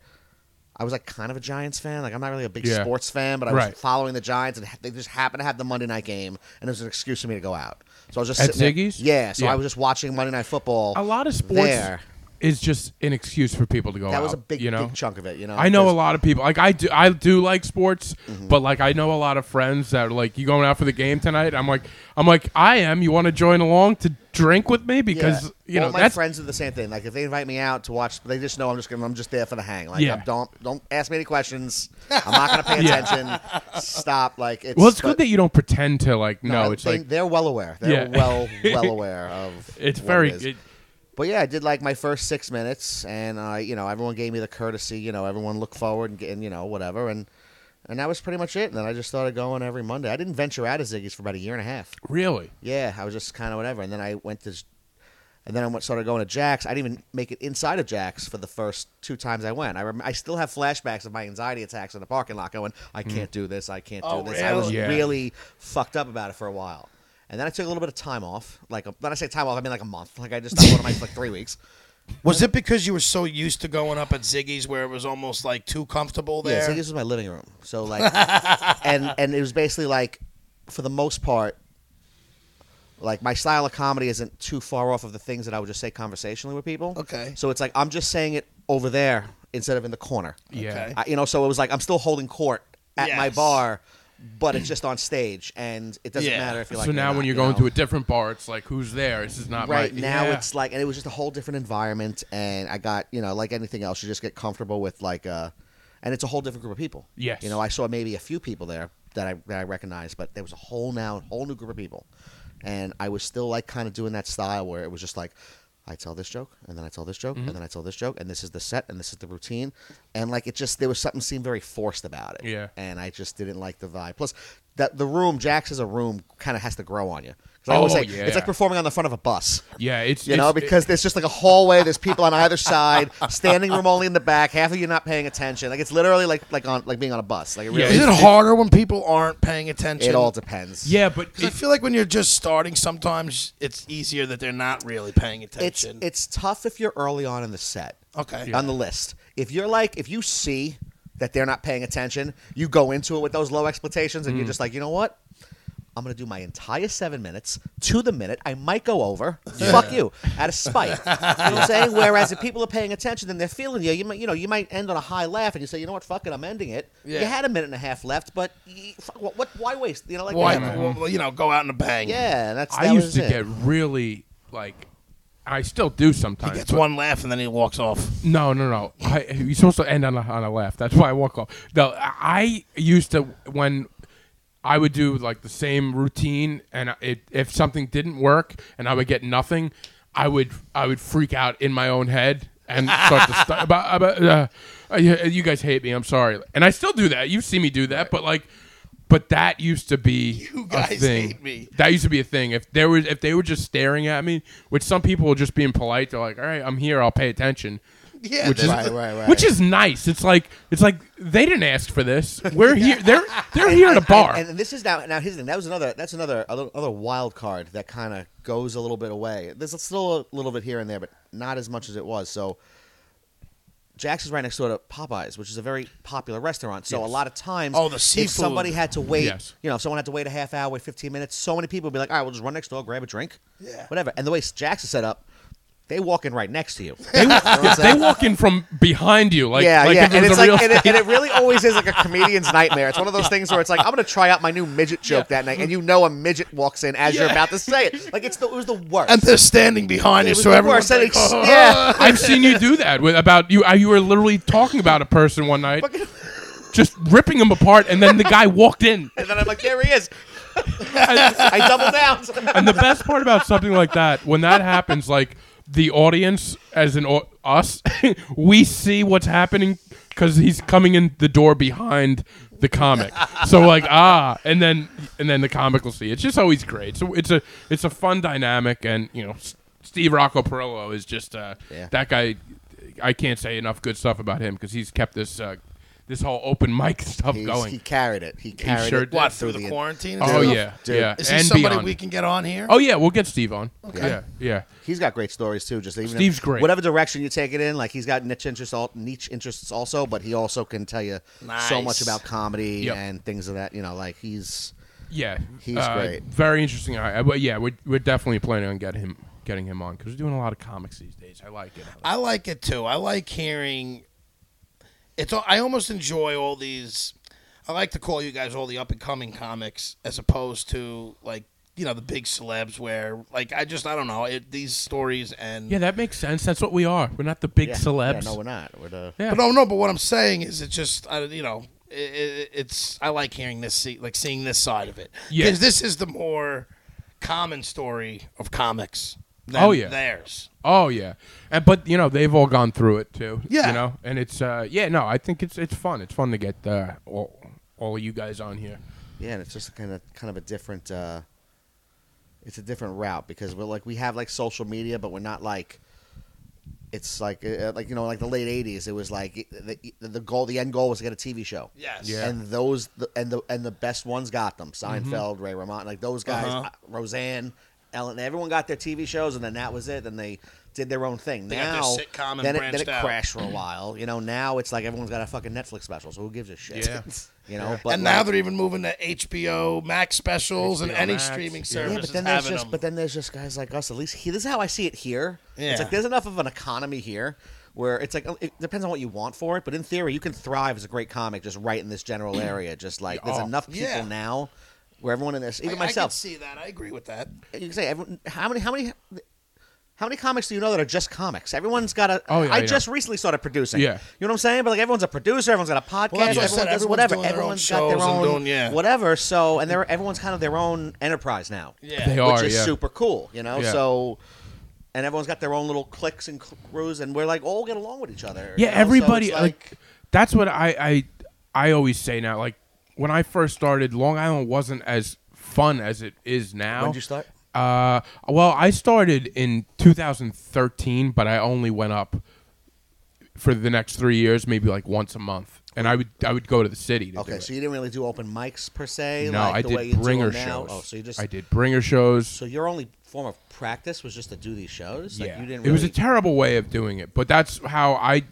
Speaker 3: I was like kind of a Giants fan. Like I'm not really a big
Speaker 2: Yeah.
Speaker 3: sports fan, but I
Speaker 2: Right.
Speaker 3: was following the Giants, and they just happened to have the Monday night game, and it was an excuse for me to go out. So I was just
Speaker 2: At
Speaker 3: sitting there-
Speaker 2: Ziggy's?
Speaker 3: Yeah, so
Speaker 2: Yeah.
Speaker 3: I was just watching Monday night football.
Speaker 2: A lot of sports
Speaker 3: there.
Speaker 2: is just an excuse for people to go out.
Speaker 3: That was a big,
Speaker 2: you know?
Speaker 3: big chunk of it. You know,
Speaker 2: I know a
Speaker 3: because- Mm-hmm.
Speaker 2: lot of people. Like I do, I do like sports, but like I know a lot of friends that are like, "You going out for the game tonight?" I'm like, I'm like, I am. You want to join along to drink with me because
Speaker 3: Yeah.
Speaker 2: you know
Speaker 3: All my
Speaker 2: that's
Speaker 3: friends do the same thing. Like if they invite me out to watch, they just know I'm just gonna, I'm just there for the hang. Like
Speaker 2: Yeah.
Speaker 3: I'm- don't don't ask me any questions. I'm not gonna
Speaker 2: [LAUGHS]
Speaker 3: pay
Speaker 2: Yeah.
Speaker 3: attention. Stop. Like it's
Speaker 2: Well, it's
Speaker 3: but-
Speaker 2: good that you don't pretend to like. No,
Speaker 3: I
Speaker 2: it's
Speaker 3: think
Speaker 2: like
Speaker 3: they're well aware.
Speaker 2: Yeah.
Speaker 3: They're
Speaker 2: [LAUGHS]
Speaker 3: well well aware of.
Speaker 2: it's
Speaker 3: what
Speaker 2: very.
Speaker 3: it is.
Speaker 2: It,
Speaker 3: But yeah, I did like my first six minutes, and I, you know, everyone gave me the courtesy. You know, everyone looked forward and, and you know whatever, and and that was pretty much it. And then I just started going every Monday. I didn't venture out of Ziggy's for about a year and a half.
Speaker 2: really,
Speaker 3: Yeah, I was just kind of whatever. And then I went to, and then I went, started going to Jack's. I didn't even make it inside of Jack's for the first two times I went. I rem- I still have flashbacks of my anxiety attacks in the parking lot going, I can't do this, I can't do
Speaker 4: Oh,
Speaker 3: this. I was
Speaker 2: really? Yeah.
Speaker 3: really fucked up about it for a while. And then I took a little bit of time off. Like, a, when I say time off, I mean like a month. Like, I just stopped going to my for like three weeks.
Speaker 4: Was it because you were so used to going up at Ziggy's where it was almost like too comfortable there?
Speaker 3: Yeah, so this was my living room.
Speaker 2: [LAUGHS]
Speaker 3: So like, and and it was basically like, for the most part, like my style of comedy isn't too far off of the things that I would just say conversationally with people.
Speaker 4: Okay.
Speaker 3: So it's like I'm just saying it over there instead of in the corner.
Speaker 2: yeah.
Speaker 4: Okay.
Speaker 3: I, you know, so it was like I'm still holding court at my
Speaker 4: Yes.
Speaker 3: bar but it's just on stage, and it doesn't
Speaker 4: Yeah.
Speaker 3: matter if you like.
Speaker 2: so
Speaker 3: it or
Speaker 2: now
Speaker 3: not,
Speaker 2: when you're
Speaker 3: you
Speaker 2: going
Speaker 3: know?
Speaker 2: to a different bar, it's like who's there? This is not
Speaker 3: right
Speaker 2: my,
Speaker 3: now
Speaker 2: Yeah.
Speaker 3: it's like and it was just a whole different environment and i got you know like anything else you just get comfortable with like uh and it's a whole different group of people
Speaker 2: Yes.
Speaker 3: you know i saw maybe a few people there that i that i recognized but there was a whole now whole new group of people and i was still like kind of doing that style where it was just like I tell this joke, and then I tell this joke,
Speaker 2: Mm-hmm.
Speaker 3: and then I tell this joke, and this is the set, and this is the routine, and like it just there was something seemed very forced about it
Speaker 2: Yeah.
Speaker 3: and I just didn't like the vibe. Plus, that the room, Jax as a room, kind of has to grow on you. 'Cause I always
Speaker 2: Oh,
Speaker 3: say it's
Speaker 2: yeah.
Speaker 3: like performing on the front of a bus.
Speaker 2: yeah, it's
Speaker 3: You know,
Speaker 2: it's-
Speaker 3: because there's just like a hallway. There's people on either side, standing room only in the back. Half of you not paying attention. Like it's literally like like on like being on a bus. Like it
Speaker 2: Yeah,
Speaker 3: really,
Speaker 4: Is it harder when people aren't paying attention?
Speaker 3: it all depends.
Speaker 2: yeah, but
Speaker 4: 'Cause I
Speaker 2: it-
Speaker 4: feel like when you're just starting, sometimes it's easier that they're not really paying
Speaker 3: it's
Speaker 4: attention.
Speaker 3: it's tough if you're early on in the set.
Speaker 4: okay.
Speaker 3: on the list. If you're like, if you see that they're not paying attention, you go into it with those low expectations,
Speaker 4: Mm.
Speaker 3: and you're just like, you know what? I'm gonna do my entire seven minutes to the minute. I might go over. Fuck you, out of
Speaker 4: [LAUGHS]
Speaker 3: spite. you know what I'm saying? Whereas if people are paying attention and they're feeling you, you might, you know, you might end on a high laugh, and you say, you know what? Fuck it, I'm ending it. You
Speaker 4: Yeah.
Speaker 3: had a minute and a half left, but y fuck, what, what? Why waste? You know, like
Speaker 4: Why?
Speaker 3: Yeah,
Speaker 4: Well, you know, go out in a bang.
Speaker 3: yeah that's.
Speaker 2: I
Speaker 3: that
Speaker 2: used
Speaker 3: was
Speaker 2: to
Speaker 3: it.
Speaker 2: get really like I still do
Speaker 4: He
Speaker 2: sometimes.
Speaker 4: gets
Speaker 2: but-
Speaker 4: one laugh and then he walks off.
Speaker 2: No, no, no. I, you're supposed to end on a, on a laugh. That's why I walk off. No, I I used to when I would do like the same routine, and it, if something didn't work and I would get nothing, I would I would freak out in my own head and start
Speaker 4: [LAUGHS]
Speaker 2: to stu- about, about uh, uh, you you guys hate me. I'm sorry, and I still do that. You see me do that, but like. But that used to be
Speaker 4: You
Speaker 2: a
Speaker 4: guys
Speaker 2: thing.
Speaker 4: hate me.
Speaker 2: That used to be a thing. If there was, if they were just staring at me, which some people were just being polite, they're like, "All right, I'm here. I'll pay attention."
Speaker 4: Yeah,
Speaker 2: which is
Speaker 4: that's-
Speaker 3: right, right.
Speaker 2: which is nice. It's like it's like they didn't ask for this. We're
Speaker 3: [LAUGHS]
Speaker 2: here. They're they're here at a bar.
Speaker 3: And, and this is now now here's the thing. That was another that's another another wild card that kind of goes a little bit away. There's still a little bit here and there, but not as much as it was. So Jackson's right next door to Popeyes, which is a very popular restaurant. So a lot of times,
Speaker 4: Oh, the
Speaker 3: if somebody
Speaker 4: seafood.
Speaker 3: had to wait,
Speaker 2: Yes.
Speaker 3: you know, if someone had to wait a half hour, wait 15 minutes, so many people would be like, all right, we'll just run next door, grab a drink,
Speaker 4: Yeah.
Speaker 3: whatever. And the way Jackson's set up, they walk in right next to you. [LAUGHS] They, walk
Speaker 2: they walk in from behind you, like
Speaker 3: yeah,
Speaker 2: like
Speaker 3: yeah,
Speaker 2: if it
Speaker 3: and
Speaker 2: was
Speaker 3: it's
Speaker 2: a
Speaker 3: like,
Speaker 2: real
Speaker 3: and it, and it really always is like a comedian's nightmare. It's one of those things where it's like, I'm gonna try out my new midget joke that night, and you know a midget walks in as you're
Speaker 2: Yeah.
Speaker 3: about to say it. Like it's the, it was the worst.
Speaker 4: And they're standing behind you,
Speaker 3: it was
Speaker 4: so
Speaker 3: the
Speaker 4: everyone's
Speaker 3: worst. And
Speaker 4: like, [LAUGHS] "Oh,
Speaker 3: it's-
Speaker 2: "Oh."
Speaker 3: yeah,
Speaker 2: [LAUGHS] I've seen you do that with about you. uh, You were literally talking about a person one night, just ripping him apart, and then the guy walked in.
Speaker 3: and then I'm like, there he
Speaker 2: [LAUGHS]
Speaker 3: is.
Speaker 2: And-
Speaker 3: I double
Speaker 2: [LAUGHS]
Speaker 3: down.
Speaker 2: and the best part about something like that, when that happens, like the audience, as in au- us, [LAUGHS] we see what's happening because he's coming in the door behind the comic. So like ah, and then and then the comic will see. It's just always great. So it's a it's a fun dynamic, and you know, S- Steve Rocco Perillo is just uh,
Speaker 3: Yeah.
Speaker 2: that guy. I can't say enough good stuff about him because he's kept this uh, this whole open mic stuff
Speaker 3: He's-
Speaker 2: going.
Speaker 3: he carried it. He carried
Speaker 2: sure
Speaker 3: it.
Speaker 2: did.
Speaker 4: what through the quarantine? and
Speaker 2: oh
Speaker 4: stuff?
Speaker 2: yeah,
Speaker 3: Dude.
Speaker 2: yeah,
Speaker 4: Is he
Speaker 2: and
Speaker 4: somebody
Speaker 2: beyond.
Speaker 4: we can get on here?
Speaker 2: Oh yeah, we'll get Steve on. Yeah, yeah.
Speaker 3: He's got great stories too. Just even
Speaker 2: Steve's
Speaker 3: in
Speaker 2: great.
Speaker 3: Whatever direction you take it in, like he's got niche interests, all, niche interests also, but he also can tell you so
Speaker 4: Nice.
Speaker 3: much about comedy
Speaker 2: Yep.
Speaker 3: and things of that. You know, like he's
Speaker 2: Yeah, uh,
Speaker 3: He's great.
Speaker 2: Very interesting. I, I, well, yeah, we're, we're definitely planning on getting him getting him on because we're doing a lot of comics these days. I like it.
Speaker 4: I like it too. I like hearing. It's. all- I almost enjoy all these. I like to call you guys all the up and coming comics, as opposed to like you know the big celebs, where like I just I don't know it, these stories and
Speaker 2: yeah, that makes sense. That's what we are. We're not the big
Speaker 3: yeah,
Speaker 2: celebs.
Speaker 3: Yeah, no, we're not. We're the
Speaker 2: Yeah.
Speaker 4: But oh, no, no. But what I'm saying is, it just I, you know, i i it's I like hearing this, see, like seeing this side of it,
Speaker 2: Yeah.
Speaker 4: because this is the more common story of comics. Than
Speaker 2: Oh, yeah.
Speaker 4: theirs.
Speaker 2: Oh yeah, and but you know they've all gone through it too.
Speaker 4: Yeah.
Speaker 2: you know, and it's uh yeah no, I think it's it's fun. It's fun to get uh, all all of you guys on here.
Speaker 3: Yeah, and it's just kind of kind of a different. Uh, it's a different route because we're like we have like social media, but we're not like. It's like uh, like you know like the late '80s. It was like the, e, the- the goal, the end goal was to get a TV show.
Speaker 4: Yes.
Speaker 2: Yeah.
Speaker 3: And those the, and the and the best ones got them. Seinfeld, Ray Romano, like those guys,
Speaker 4: Uh-huh.
Speaker 3: uh, Roseanne, Ellen. Everyone got their TV shows, and then that was it. And they did their own thing.
Speaker 4: They got their
Speaker 3: now
Speaker 4: sitcom and
Speaker 3: then it, then
Speaker 4: branched
Speaker 3: it
Speaker 4: out.
Speaker 3: crashed for a while. You know, now it's like everyone's got a fucking Netflix special. So who gives a shit?
Speaker 2: Yeah.
Speaker 3: [LAUGHS] you know. But
Speaker 4: and
Speaker 3: like-
Speaker 4: now they're even moving to HBO Max specials and
Speaker 2: HBO
Speaker 4: any
Speaker 2: Max,
Speaker 4: streaming
Speaker 2: yeah.
Speaker 4: service.
Speaker 3: Yeah, but then
Speaker 4: is
Speaker 3: there's
Speaker 4: having
Speaker 3: just
Speaker 4: them.
Speaker 3: but then there's just guys like us. At least he, this is how I see it here.
Speaker 4: Yeah.
Speaker 3: It's like there's enough of an economy here where it's like oh, it depends on what you want for it, but in theory, you can thrive as a great comic just right in
Speaker 4: [CLEARS THROAT]
Speaker 3: this general area. Just like there's
Speaker 4: Oh,
Speaker 3: enough people
Speaker 4: yeah.
Speaker 3: now where everyone in this, even
Speaker 4: I, I can
Speaker 3: myself,
Speaker 4: see that. I agree with that.
Speaker 3: you can say everyone, how many how many how many comics do you know that are just comics? Everyone's got a.
Speaker 2: Oh, yeah,
Speaker 3: I
Speaker 2: yeah.
Speaker 3: just recently started producing.
Speaker 2: Yeah.
Speaker 3: you know what I'm saying? But like everyone's a producer, everyone's got a podcast,
Speaker 4: Well, that's what I
Speaker 3: everyone
Speaker 4: said, everyone's
Speaker 3: does whatever.
Speaker 4: doing their own
Speaker 3: Everyone's got their
Speaker 4: shows and
Speaker 3: own
Speaker 4: doing- yeah.
Speaker 3: whatever. So and they're everyone's kind of their own enterprise now.
Speaker 4: Yeah.
Speaker 2: They are,
Speaker 3: which is
Speaker 2: yeah.
Speaker 3: super cool. You know,
Speaker 2: Yeah.
Speaker 3: so and everyone's got their own little cliques and crews, and we're like all get along with each other.
Speaker 2: Yeah,
Speaker 3: you know? So
Speaker 2: everybody
Speaker 3: it's
Speaker 2: like, that's what I, I I always say now. Like when I first started, Long Island wasn't as fun as it is now.
Speaker 3: When'd you start?
Speaker 2: Uh, well, I started in 2013, but I only went up for the next three years, maybe like once a month, and I would I would go to the city. To do
Speaker 3: okay,
Speaker 2: it.
Speaker 3: so you didn't really do open mics per se.
Speaker 2: no,
Speaker 3: like
Speaker 2: I
Speaker 3: the way you
Speaker 2: did
Speaker 3: do
Speaker 2: bringer
Speaker 3: them now?
Speaker 2: shows.
Speaker 3: Oh, so you just
Speaker 2: I did bringer shows.
Speaker 3: So your only form of practice was just to do these shows. Like,
Speaker 2: yeah,
Speaker 3: you didn't.
Speaker 2: it was a
Speaker 3: really-
Speaker 2: terrible way of doing it, but that's how I.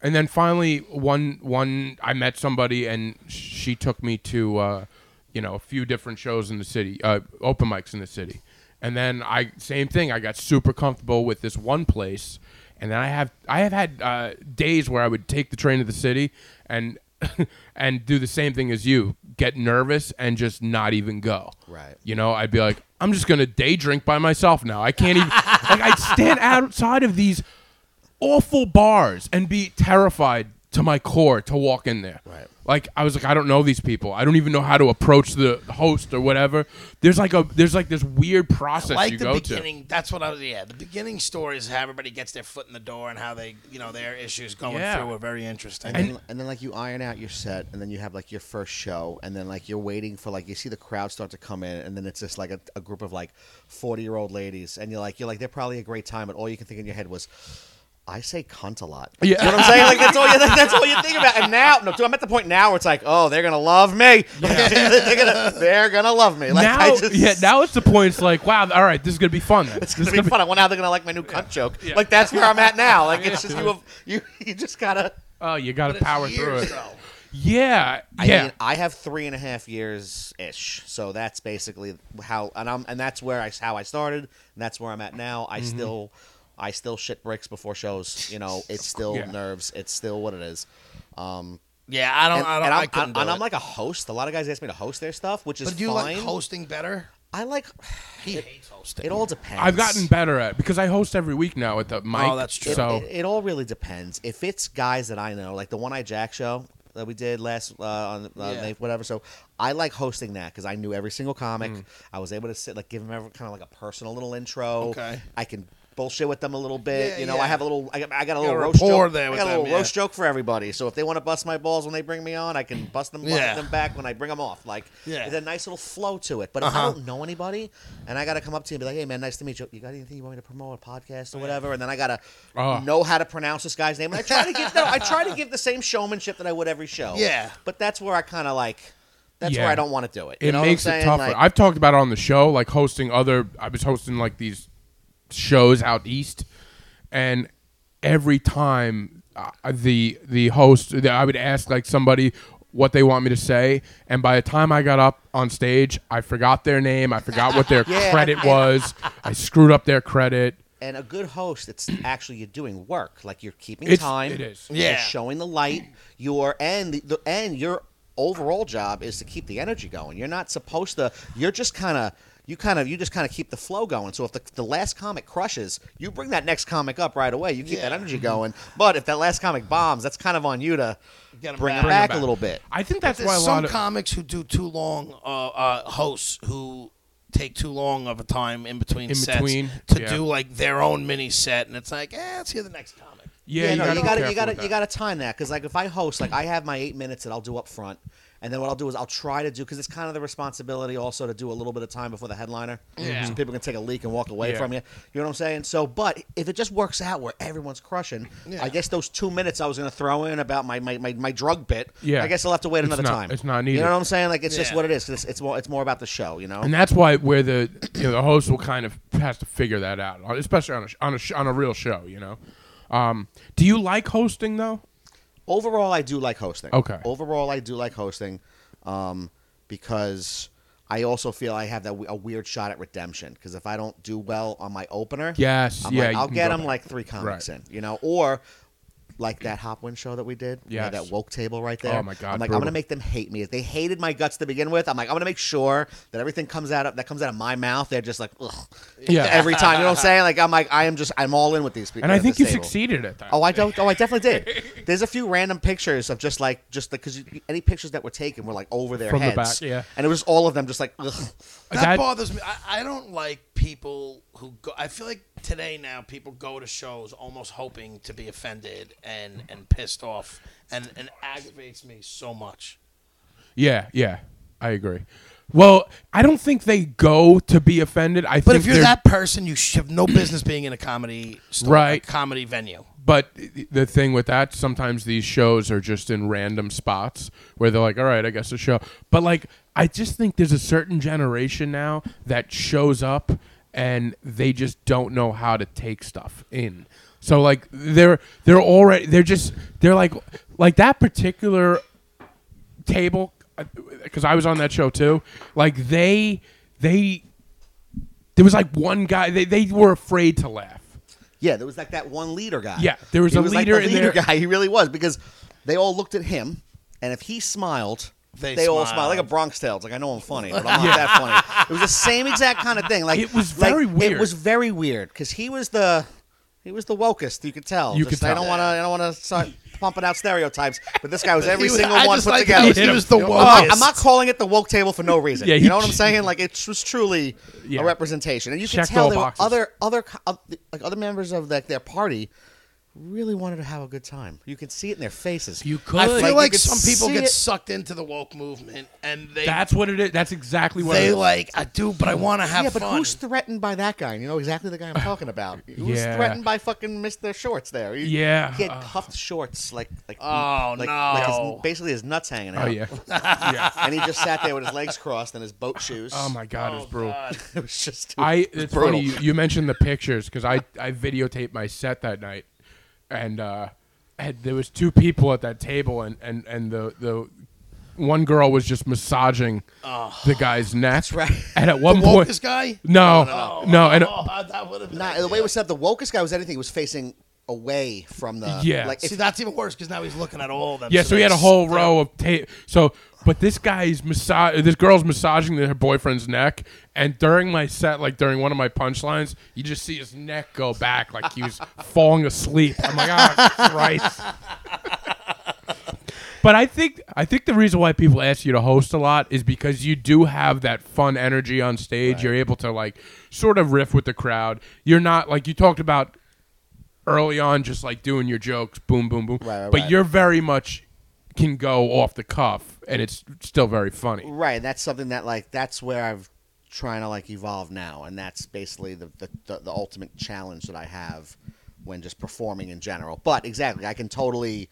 Speaker 2: And then finally, one one I met somebody, and she took me to, uh, you know, a few different shows in the city, uh, open mics in the city, and then I same thing. I got super comfortable with this one place, and then I have I have had uh, days where I would take the train to the city and [LAUGHS] and do the same thing as you, get nervous and just not even go.
Speaker 3: Right.
Speaker 2: You know, I'd be like, I'm just gonna day drink by myself now. I can't even like I'd stand outside of these awful bars and be terrified to my core to walk in there.
Speaker 3: Right.
Speaker 2: Like I was like, I don't know these people. I don't even know how to approach the host or whatever. There's like a there's like this weird process
Speaker 4: like
Speaker 2: you
Speaker 4: the
Speaker 2: go
Speaker 4: beginning. That's what I was. Yeah, the beginning story is how everybody gets their foot in the door and how they, you know, their issues going
Speaker 2: Yeah.
Speaker 4: through are very interesting.
Speaker 3: And, then- and then like you iron out your set, and then you have like your first show, and then like you're waiting for like you see the crowd start to come in, and then it's just like a, a group of like forty year old ladies, and you're like you're like they're probably a great time, but all you can think in your head was. I say cunt a lot.
Speaker 2: Yeah.
Speaker 3: You know what I'm saying? Like that's all you [LAUGHS] that's all you think about. And now, no, dude, I'm at the point now where it's like, oh, they're gonna love me. [LAUGHS] they're, gonna, they're gonna love me.
Speaker 2: to.
Speaker 3: Like I
Speaker 2: now,
Speaker 3: just,
Speaker 2: yeah, now it's the point. It's like, wow, all right, this is gonna be fun. Then.
Speaker 3: [LAUGHS] It's gonna be fun. I wonder how they're gonna like my new cunt joke. Like that's where I'm at now. Like it's just you, have, you, you just gotta.
Speaker 2: Oh, you got to
Speaker 4: But it's
Speaker 2: power through
Speaker 4: years,
Speaker 2: it.
Speaker 4: though.
Speaker 2: Yeah,
Speaker 3: I
Speaker 2: yeah.
Speaker 3: mean, I have three and a half years ish, so that's basically how, and I'm, and that's where I how I started, and that's where I'm at now.
Speaker 4: Mm-hmm.
Speaker 3: I still, I still shit bricks before shows. You
Speaker 4: [LAUGHS]
Speaker 3: know, it's still
Speaker 2: Yeah.
Speaker 3: nerves. It's still what it is. Um,
Speaker 4: Yeah, I don't.
Speaker 3: and,
Speaker 4: I don't.
Speaker 3: and
Speaker 4: I
Speaker 3: I'm,
Speaker 4: couldn't do
Speaker 3: and I'm
Speaker 4: it.
Speaker 3: like a host. A lot of guys ask me to host their stuff, which is
Speaker 4: but do you like
Speaker 3: fine.
Speaker 4: hosting better?
Speaker 3: I like.
Speaker 4: He hates hosting.
Speaker 3: [SIGHS] It all depends.
Speaker 2: I've gotten better at because I host every week now at the mic.
Speaker 4: that's true.
Speaker 2: So
Speaker 3: Oh, it, it all really depends. If it's guys that I know, like the One Eye Jack show that we did last uh, on uh,
Speaker 4: Yeah.
Speaker 3: May- whatever. So I like hosting that because I knew every single comic.
Speaker 4: Hmm.
Speaker 3: I was able to sit like give them every, kind of like a personal little intro.
Speaker 4: Okay.
Speaker 3: I can bullshit with them a little bit.
Speaker 4: Yeah,
Speaker 3: you know,
Speaker 4: yeah.
Speaker 3: I have a little. I got, I got a
Speaker 4: Got a
Speaker 3: little roast
Speaker 4: rapport
Speaker 3: joke.
Speaker 4: there
Speaker 3: I
Speaker 4: with
Speaker 3: got a little
Speaker 4: them, yeah.
Speaker 3: roast joke for everybody. So if they want to bust my balls when they bring me on, I can bust them, bust
Speaker 4: Yeah.
Speaker 3: them back when I bring them off. Like
Speaker 4: Yeah.
Speaker 3: there's a nice little flow to it. But if
Speaker 2: Uh-huh.
Speaker 3: I don't know anybody and I got to come up to you and be like, hey man, nice to meet you. You got anything you want me to promote a podcast or whatever? And then I got to
Speaker 2: Oh.
Speaker 3: know how to pronounce this guy's name. And I try to give no, I try to give the same showmanship that I would every show.
Speaker 4: Yeah.
Speaker 3: But that's where I kind of like. That's
Speaker 2: Yeah.
Speaker 3: where I don't want to do it. You
Speaker 2: it
Speaker 3: know what I'm
Speaker 2: makes it
Speaker 3: saying?
Speaker 2: tougher.
Speaker 3: Like-
Speaker 2: I've talked about it on the show, like hosting other. I was hosting like these shows out east, and every time uh, the the host, the- I would ask like somebody what they want me to say, and by the time I got up on stage, I forgot their name, I forgot what their
Speaker 3: [LAUGHS] Yeah.
Speaker 2: credit was, I screwed up their credit.
Speaker 3: and a good host, it's [CLEARS THROAT] actually you're doing work. Like you're keeping
Speaker 2: It's-
Speaker 3: time.
Speaker 2: it is.
Speaker 4: Yeah.
Speaker 3: You're showing the light. Your and the, the and your overall job is to keep the energy going. You're not supposed to. You're just kind of. You kind of you just kind of keep the flow going. So if the, the last comic crushes, you bring that next comic up right away. You keep that
Speaker 4: Yeah.
Speaker 3: energy going. But if that last comic bombs, that's kind of on you to
Speaker 4: Get 'em back.
Speaker 3: bring it
Speaker 4: Bring 'em
Speaker 3: back,
Speaker 2: back.
Speaker 3: a little bit.
Speaker 2: I think that's
Speaker 4: There's
Speaker 2: why a
Speaker 4: some
Speaker 2: lot of
Speaker 4: comics who do too long uh, uh, hosts who take too long of a time in between
Speaker 2: In
Speaker 4: sets
Speaker 2: between,
Speaker 4: to
Speaker 2: yeah.
Speaker 4: do like their own mini set, and it's like, eh, let's hear the next comic.
Speaker 2: yeah,
Speaker 3: no,
Speaker 2: you
Speaker 3: you
Speaker 2: got to
Speaker 3: gotta you gotta you gotta time that because like if I host, like I have my eight minutes that I'll do up front, and then what I'll do is I'll try to do because it's kind of the responsibility also to do a little bit of time before the headliner,
Speaker 4: Yeah.
Speaker 3: so people can take a leak and walk away
Speaker 2: Yeah.
Speaker 3: from you. You know what I'm saying? So, but if it just works out where everyone's crushing, I guess those two minutes I was gonna throw in about my my, my, my drug bit,
Speaker 2: Yeah.
Speaker 3: I guess I'll have to wait
Speaker 2: It's
Speaker 3: another
Speaker 2: not-
Speaker 3: time.
Speaker 2: it's not
Speaker 3: You
Speaker 2: needed.
Speaker 3: know what I'm saying? Like it's just
Speaker 4: Yeah.
Speaker 3: what it is. 'cause it's it's more it's more about the show. You know?
Speaker 2: and that's why where the you know, the host will kind of has to figure that out, uh, especially on a sh- on a sh- on a real show. You know, um, do you like hosting though?
Speaker 3: overall i do like hosting
Speaker 2: Okay.
Speaker 3: overall i do like hosting um, because I also feel I have that w- a weird shot at redemption because if I don't do well on my opener,
Speaker 2: Yes,
Speaker 3: I'm
Speaker 2: yeah,
Speaker 3: like,
Speaker 2: you
Speaker 3: I'll
Speaker 2: can
Speaker 3: get
Speaker 2: go
Speaker 3: them
Speaker 2: back.
Speaker 3: like three comics
Speaker 2: Right.
Speaker 3: in, you know, or like that Hopwin show that we did, yeah,
Speaker 2: Yes.
Speaker 3: that woke table right there.
Speaker 2: Oh, my God,
Speaker 3: I'm like, I'm
Speaker 2: brutal.
Speaker 3: gonna make them hate me. If they hated my guts to begin with, I'm like, I'm gonna make sure that everything comes out of that comes out of my mouth. They're just like, ugh,
Speaker 2: Yeah.
Speaker 3: every time. You know what I'm saying? Like, I'm like, I am just, I'm all in with these people.
Speaker 2: And I
Speaker 3: at
Speaker 2: think you
Speaker 3: this table.
Speaker 2: succeeded at that.
Speaker 3: Oh, I don't. Oh, I definitely
Speaker 2: [LAUGHS]
Speaker 3: did. There's a few random pictures of just like just because any pictures that were taken were like over their
Speaker 2: From the
Speaker 3: heads.
Speaker 2: back, yeah.
Speaker 3: And it was all of them just like. Ugh.
Speaker 4: That,
Speaker 2: That-
Speaker 4: bothers me. I, I don't like people who go. I feel like today now people go to shows almost hoping to be offended and and pissed off, and and aggravates me so much.
Speaker 2: Yeah, yeah, I agree. Well, I don't think they go to be offended. I
Speaker 4: But
Speaker 2: think
Speaker 4: if you're
Speaker 2: they're-
Speaker 4: that person, you should have no business being in a comedy store,
Speaker 2: Right.
Speaker 4: a comedy venue.
Speaker 2: But the thing with that, sometimes these shows are just in random spots where they're like, all right, I guess a show. But like, I just think there's a certain generation now that shows up and they just don't know how to take stuff in. So like, they're they're already they're just they're like like that particular table because I was on that show too. Like they they there was like one guy they they were afraid to laugh.
Speaker 3: Yeah, there was like that one leader guy.
Speaker 2: Yeah, there was
Speaker 3: He
Speaker 2: a
Speaker 3: like,
Speaker 2: leader
Speaker 3: the
Speaker 2: in
Speaker 3: leader
Speaker 2: there.
Speaker 3: guy. He really was because they all looked at him, and if he smiled. They,
Speaker 4: They
Speaker 3: all
Speaker 4: smiled.
Speaker 3: smiled like a Bronx Tale. It's like I know I'm funny,
Speaker 2: [LAUGHS]
Speaker 3: but I'm not that funny. It was the same exact kind of thing. Like
Speaker 2: It was
Speaker 3: like,
Speaker 2: very
Speaker 3: It
Speaker 2: weird.
Speaker 3: was very weird because he was the he was the wokest. You could tell.
Speaker 2: You
Speaker 3: Just,
Speaker 2: could
Speaker 3: I
Speaker 2: tell.
Speaker 3: don't want to. I don't want to
Speaker 2: [LAUGHS]
Speaker 3: start pumping out stereotypes. But this guy was every
Speaker 4: He was-
Speaker 3: single
Speaker 4: I
Speaker 3: one
Speaker 4: just
Speaker 3: put
Speaker 4: like
Speaker 3: together.
Speaker 4: how He was the
Speaker 3: Well, I'm,
Speaker 4: one.
Speaker 3: not, I'm not calling it the woke table for no reason.
Speaker 2: Yeah,
Speaker 3: you
Speaker 2: he-
Speaker 3: know what I'm saying? Like it was truly
Speaker 2: Yeah.
Speaker 3: a representation, and you could
Speaker 2: Checked
Speaker 3: tell
Speaker 2: all
Speaker 3: there were
Speaker 2: boxes.
Speaker 3: other other co- of the- like other members of like their party really wanted to have a good time. You could see it in their faces.
Speaker 2: You could.
Speaker 4: I feel
Speaker 3: Like, you
Speaker 4: like,
Speaker 3: could
Speaker 4: some people
Speaker 3: see
Speaker 4: get
Speaker 3: it.
Speaker 4: sucked into the woke movement, and they
Speaker 2: That's what it is. That's exactly what it
Speaker 4: they
Speaker 2: is.
Speaker 4: like. I do, but I want to have
Speaker 3: yeah, but
Speaker 4: fun.
Speaker 3: who's threatened by that guy? And you know exactly the guy
Speaker 2: [LAUGHS]
Speaker 3: I'm talking about. Who's
Speaker 2: Yeah.
Speaker 3: threatened by fucking Mister Shorts? There, he,
Speaker 2: Yeah.
Speaker 3: he had cuffed shorts like like
Speaker 4: Oh,
Speaker 3: like, like
Speaker 4: no.
Speaker 3: his, basically his nuts hanging out.
Speaker 2: Oh yeah, yeah.
Speaker 3: and he just sat there with
Speaker 2: [LAUGHS]
Speaker 3: his legs crossed and his boat shoes.
Speaker 2: Oh my god, it was brutal.
Speaker 3: [LAUGHS] it was just
Speaker 2: I
Speaker 3: it was
Speaker 2: it's
Speaker 3: brutal.
Speaker 2: funny you, you mentioned the pictures because I I videotaped my set that night, and uh, had, there was two people at that table, and and and the the one girl was just massaging the guy's neck. That's
Speaker 3: right.
Speaker 2: And at one point,
Speaker 4: Wokest guy?
Speaker 2: no,
Speaker 4: Oh,
Speaker 2: no, and
Speaker 4: oh, that would have been.
Speaker 3: Nah, the way it was set up, the wokest guy was anything. He was facing away from the.
Speaker 2: Yeah.
Speaker 3: Like,
Speaker 4: See,
Speaker 3: if,
Speaker 4: that's even worse because now he's looking at all of them.
Speaker 2: Yeah, so he had a
Speaker 4: that's-
Speaker 2: whole row of tape. So, but this guy's massage, this girl's massaging her boyfriend's neck, and during my set, like during one of my punchlines, you just see his neck go back, like he
Speaker 3: [LAUGHS]
Speaker 2: was falling asleep. I'm like, oh Christ. But I think I think the reason why people ask you to host a lot is because you do have that fun energy on stage. You're able to like sort of riff with the crowd. You're not like you talked about early on, just like doing your jokes, boom, boom, boom.
Speaker 3: Right, right,
Speaker 2: but
Speaker 3: right.
Speaker 2: you're very much can go off the cuff, and it's still very funny.
Speaker 3: right, and that's something that like that's where I've trying to like evolve now, and that's basically the the, the the ultimate challenge that I have when just performing in general. But exactly, I can totally.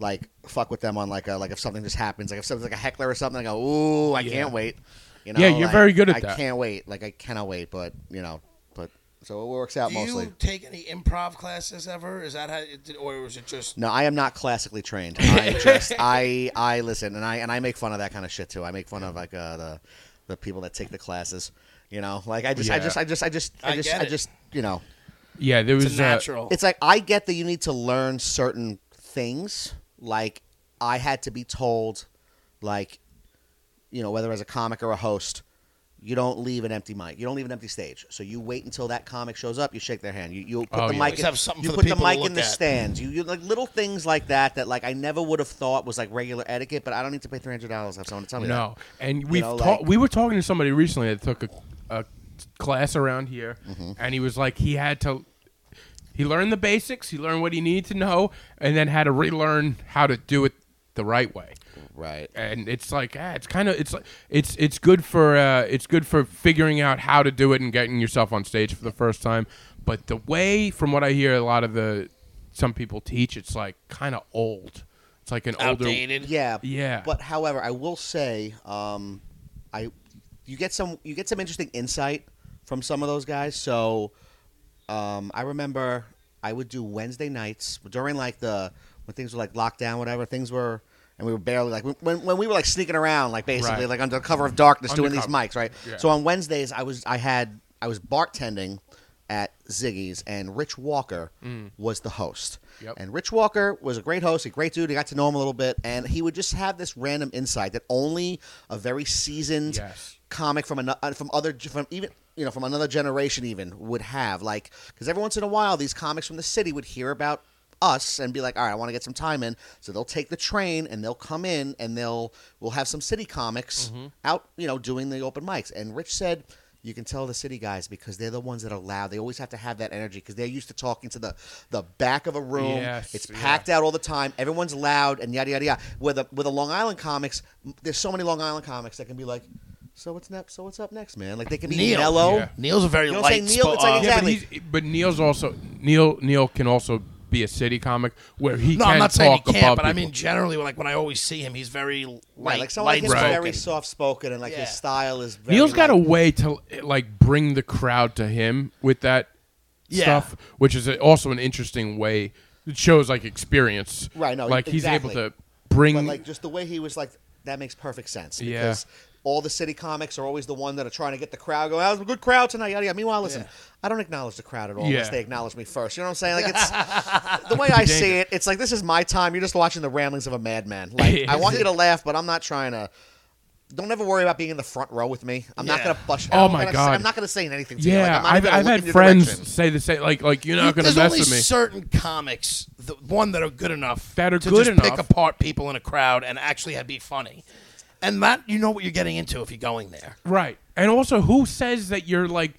Speaker 3: Like fuck with them on like a like if something just happens like if something's like a heckler or something I go ooh I can't wait you know
Speaker 2: Yeah, you're
Speaker 3: like,
Speaker 2: very good at
Speaker 3: I
Speaker 2: that.
Speaker 3: can't wait like I cannot wait but you know but so it works out
Speaker 4: Do
Speaker 3: mostly
Speaker 4: you take any improv classes ever? Is that how, it did, or was it just?
Speaker 3: No, I am not classically trained. I just I I listen and I and I make fun of that kind of shit too. I make fun of like uh, the the people that take the classes. You know, like I just I
Speaker 2: Yeah.
Speaker 3: just I just I just I
Speaker 4: I
Speaker 3: just
Speaker 4: get
Speaker 3: I
Speaker 4: it.
Speaker 3: just you know,
Speaker 2: Yeah, there
Speaker 4: It's
Speaker 2: was uh,
Speaker 4: a natural.
Speaker 3: it's like I get that you need to learn certain things. Like I had to be told, like you know, whether as a comic or a host, you don't leave an empty mic. You don't leave an empty stage. So you wait until that comic shows up. You shake their hand. You you put
Speaker 2: Oh,
Speaker 3: the
Speaker 2: yeah.
Speaker 3: mic.
Speaker 4: Always have something
Speaker 3: you
Speaker 4: for the
Speaker 3: put the
Speaker 4: people to
Speaker 3: mic in
Speaker 4: look
Speaker 3: the
Speaker 4: at.
Speaker 3: stands. You, you like little things like that that like I never would have thought was like regular etiquette. But I don't need to pay three hundred dollars to have someone to tell me
Speaker 2: No,
Speaker 3: that.
Speaker 2: and we
Speaker 3: know,
Speaker 2: have
Speaker 3: like-
Speaker 2: we were talking to somebody recently that took a, a class around here,
Speaker 4: Mm-hmm.
Speaker 2: and he was like he had to he learned the basics, he learned what he needed to know, and then had to relearn how to do it the right way.
Speaker 3: Right.
Speaker 2: And it's like ah, it's kind of it's like it's it's good for uh, it's good for figuring out how to do it and getting yourself on stage for the first time. But the way, from what I hear, a lot of the some people teach, it's like kind of old. It's like an older.
Speaker 4: outdated.
Speaker 3: Yeah.
Speaker 2: Yeah.
Speaker 3: But however, I will say, um, I you get some you get some interesting insight from some of those guys. So um, I remember I would do Wednesday nights during like the when things were like lockdown, whatever things were. and we were barely like when, when we were like sneaking around like basically
Speaker 2: Right.
Speaker 3: like under cover of darkness doing these
Speaker 2: Undercover.
Speaker 3: mics right
Speaker 2: Yeah.
Speaker 3: so on wednesdays i was i had i was bartending at ziggy's and rich walker
Speaker 2: Mm.
Speaker 3: was the host
Speaker 2: Yep.
Speaker 3: and rich walker was a great host a great dude i got to know him a little bit and he would just have this random insight that only a very seasoned
Speaker 2: Yes.
Speaker 3: comic from another from other from even you know from another generation even would have like because every once in a while these comics from the city would hear about us and be like all right i want to get some time in so they'll take the train and they'll come in and they'll we'll have some city comics
Speaker 2: Mm-hmm.
Speaker 3: out you know doing the open mics and rich said you can tell the city guys because they're the ones that are loud they always have to have that energy because they're used to talking to the the back of a room
Speaker 2: Yes,
Speaker 3: it's
Speaker 2: yeah.
Speaker 3: packed out all the time. Everyone's loud and yada yada yada. With the with the Long Island comics, m- there's so many Long Island comics that can be like, so what's next? So what's up next, man? Like they can be
Speaker 4: Neil.
Speaker 3: mellow.
Speaker 2: Yeah.
Speaker 4: Neil's a very
Speaker 3: You know what I'm
Speaker 4: light.
Speaker 3: saying? Neil, it's like
Speaker 4: spot-
Speaker 3: exact-
Speaker 2: Yeah, but,
Speaker 3: Exactly.
Speaker 2: he's, but Neil's also Neil. Neil can also be a city comic where he
Speaker 4: no,
Speaker 2: can
Speaker 4: I'm not
Speaker 2: talk
Speaker 4: saying he
Speaker 2: above
Speaker 4: can't, but I
Speaker 2: people.
Speaker 4: mean generally, like when I always see him, he's very light.
Speaker 3: Right, like someone
Speaker 4: light
Speaker 3: like him's
Speaker 2: spoken.
Speaker 3: very soft spoken and like
Speaker 4: Yeah.
Speaker 3: his style is. very
Speaker 2: Neil's got a
Speaker 3: like-
Speaker 2: way to like bring the crowd to him with that
Speaker 4: Yeah.
Speaker 2: stuff, which is also an interesting way. It shows like experience,
Speaker 3: Right, no,
Speaker 2: like he's able
Speaker 3: exactly.
Speaker 2: to bring
Speaker 3: but like just the way he was like that makes perfect sense.
Speaker 2: Mm-hmm. Yeah.
Speaker 3: Because all the city comics are always the one that are trying to get the crowd going. That was a good crowd tonight. Yada yada. Meanwhile, listen,
Speaker 4: Yeah.
Speaker 3: I don't acknowledge the crowd at all
Speaker 2: Yeah.
Speaker 3: unless they acknowledge me first. You know what I'm saying? Like
Speaker 2: [LAUGHS]
Speaker 3: it's the way I see it. It's like this is my time. You're just watching the ramblings of a madman.
Speaker 2: [LAUGHS]
Speaker 3: Like I want you to laugh, but I'm not trying to. Don't ever worry about being in the front row with me. I'm not
Speaker 4: Yeah.
Speaker 3: going to bush.
Speaker 2: Oh
Speaker 3: I'm
Speaker 2: my
Speaker 3: gonna
Speaker 2: God.
Speaker 3: Say, I'm not going to say anything to you. Like,
Speaker 2: yeah.
Speaker 3: I'm not even
Speaker 2: I've,
Speaker 3: gonna
Speaker 2: I've
Speaker 3: look
Speaker 2: had
Speaker 3: in your
Speaker 2: friends
Speaker 3: direction.
Speaker 2: say the same, like like you're not gonna
Speaker 4: There's
Speaker 2: mess
Speaker 4: only
Speaker 2: with me.
Speaker 4: certain comics, the one that are good enough
Speaker 2: That are
Speaker 4: to
Speaker 2: good
Speaker 4: just
Speaker 2: enough.
Speaker 4: pick apart people in a crowd and actually have be funny, and that you know what you're getting into if you're going there.
Speaker 2: right, and also who says that you're like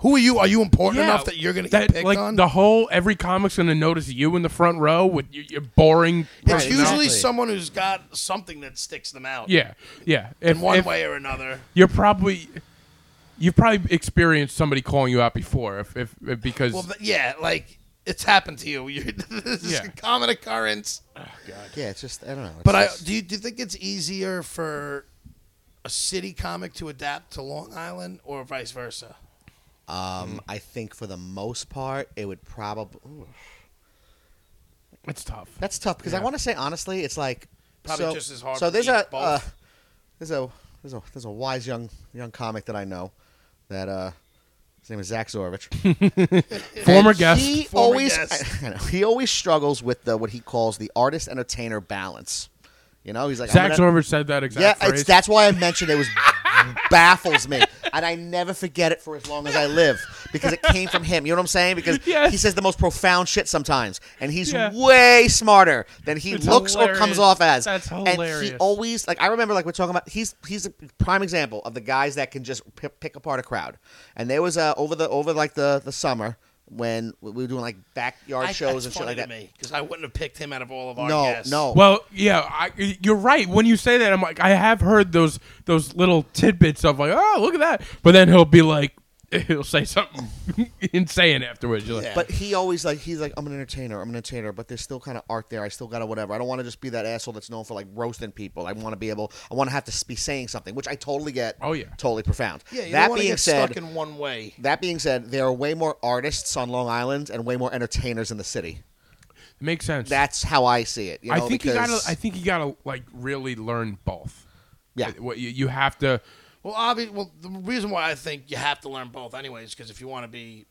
Speaker 4: Who are you? Are you important
Speaker 2: yeah,
Speaker 4: enough that you're going to get picked
Speaker 2: like
Speaker 4: on?
Speaker 2: the whole every comic's gonna notice you in the front row with your, your boring.
Speaker 4: it's
Speaker 2: personality.
Speaker 4: usually
Speaker 3: exactly.
Speaker 4: someone who's got something that sticks them out.
Speaker 2: yeah, yeah.
Speaker 4: in
Speaker 2: If-
Speaker 4: one
Speaker 2: if-
Speaker 4: way or another.
Speaker 2: you're probably you've probably experienced somebody calling you out before if, if, if because
Speaker 4: Well, th- yeah, like it's happened to you. [LAUGHS] You're, this is
Speaker 2: Yeah.
Speaker 4: a common occurrence.
Speaker 3: Yeah, it's just I don't know. It's
Speaker 4: But I
Speaker 3: just-
Speaker 4: do you, do you think it's easier for a city comic to adapt to Long Island or vice versa?
Speaker 3: um, I think for the most part, it would probably.
Speaker 2: it's tough.
Speaker 3: That's tough because I
Speaker 2: Yeah.
Speaker 3: want to say honestly, it's like
Speaker 4: Probably
Speaker 3: so-
Speaker 4: just as hard
Speaker 3: So
Speaker 4: to
Speaker 3: there's
Speaker 4: eat
Speaker 3: a
Speaker 4: both.
Speaker 3: uh, there's a there's a there's a wise young young comic that I know that uh his name is Zach Zorovich.
Speaker 2: [LAUGHS] Former
Speaker 3: And
Speaker 2: guest.
Speaker 3: He
Speaker 4: Former
Speaker 3: always
Speaker 4: guest.
Speaker 3: I- I know, he always struggles with the what he calls the artist entertainer balance. You know, he's like I'm
Speaker 2: Zach
Speaker 3: gonna-
Speaker 2: Zorber said that exact
Speaker 3: Yeah,
Speaker 2: phrase.
Speaker 3: it's, that's why I
Speaker 2: [LAUGHS]
Speaker 3: mentioned it was baffles me, and I never forget it for as long as I live because it came from him. You know what I'm saying? Because
Speaker 2: Yes.
Speaker 3: he says the most profound shit sometimes, and he's
Speaker 2: Yeah.
Speaker 3: way smarter than he
Speaker 2: It's
Speaker 3: looks or
Speaker 2: hilarious.
Speaker 3: comes off as.
Speaker 2: That's
Speaker 3: And he
Speaker 2: hilarious.
Speaker 3: always like I remember like we're talking about. He's he's a prime example of the guys that can just p- pick apart a crowd. And there was uh, over the over like the the summer when we were doing like backyard
Speaker 4: I-
Speaker 3: shows
Speaker 4: that's
Speaker 3: and shit
Speaker 4: funny
Speaker 3: like
Speaker 4: to
Speaker 3: that.
Speaker 4: me because I wouldn't have picked him out of all of our
Speaker 3: No,
Speaker 4: guests.
Speaker 3: no.
Speaker 2: well, yeah, I, you're right. When you say that, I'm like, I have heard those those little tidbits of like, oh, look at that. But then he'll be like, [LAUGHS] he'll say something [LAUGHS] insane afterwards. You're like,
Speaker 3: But he always like he's like I'm an entertainer, I'm an entertainer, but there's still kind of art there. I still got to whatever. I don't want to just be that asshole that's known for like roasting people. I want to be able, I want to have to s- be saying something, which I totally get.
Speaker 2: Oh, yeah.
Speaker 3: totally profound.
Speaker 4: Yeah, you
Speaker 3: that
Speaker 4: don't want to
Speaker 3: being
Speaker 4: get
Speaker 3: said,
Speaker 4: stuck in one way.
Speaker 3: that being said, there are way more artists on Long Island and way more entertainers in the city.
Speaker 2: it makes sense.
Speaker 3: That's how I see it. You know,
Speaker 2: I think
Speaker 3: because
Speaker 2: you gotta. I think you gotta like really learn both.
Speaker 3: Yeah.
Speaker 2: What you, you have to.
Speaker 4: Well, obvi- well, the reason why I think you have to learn both, anyways, because if you want to be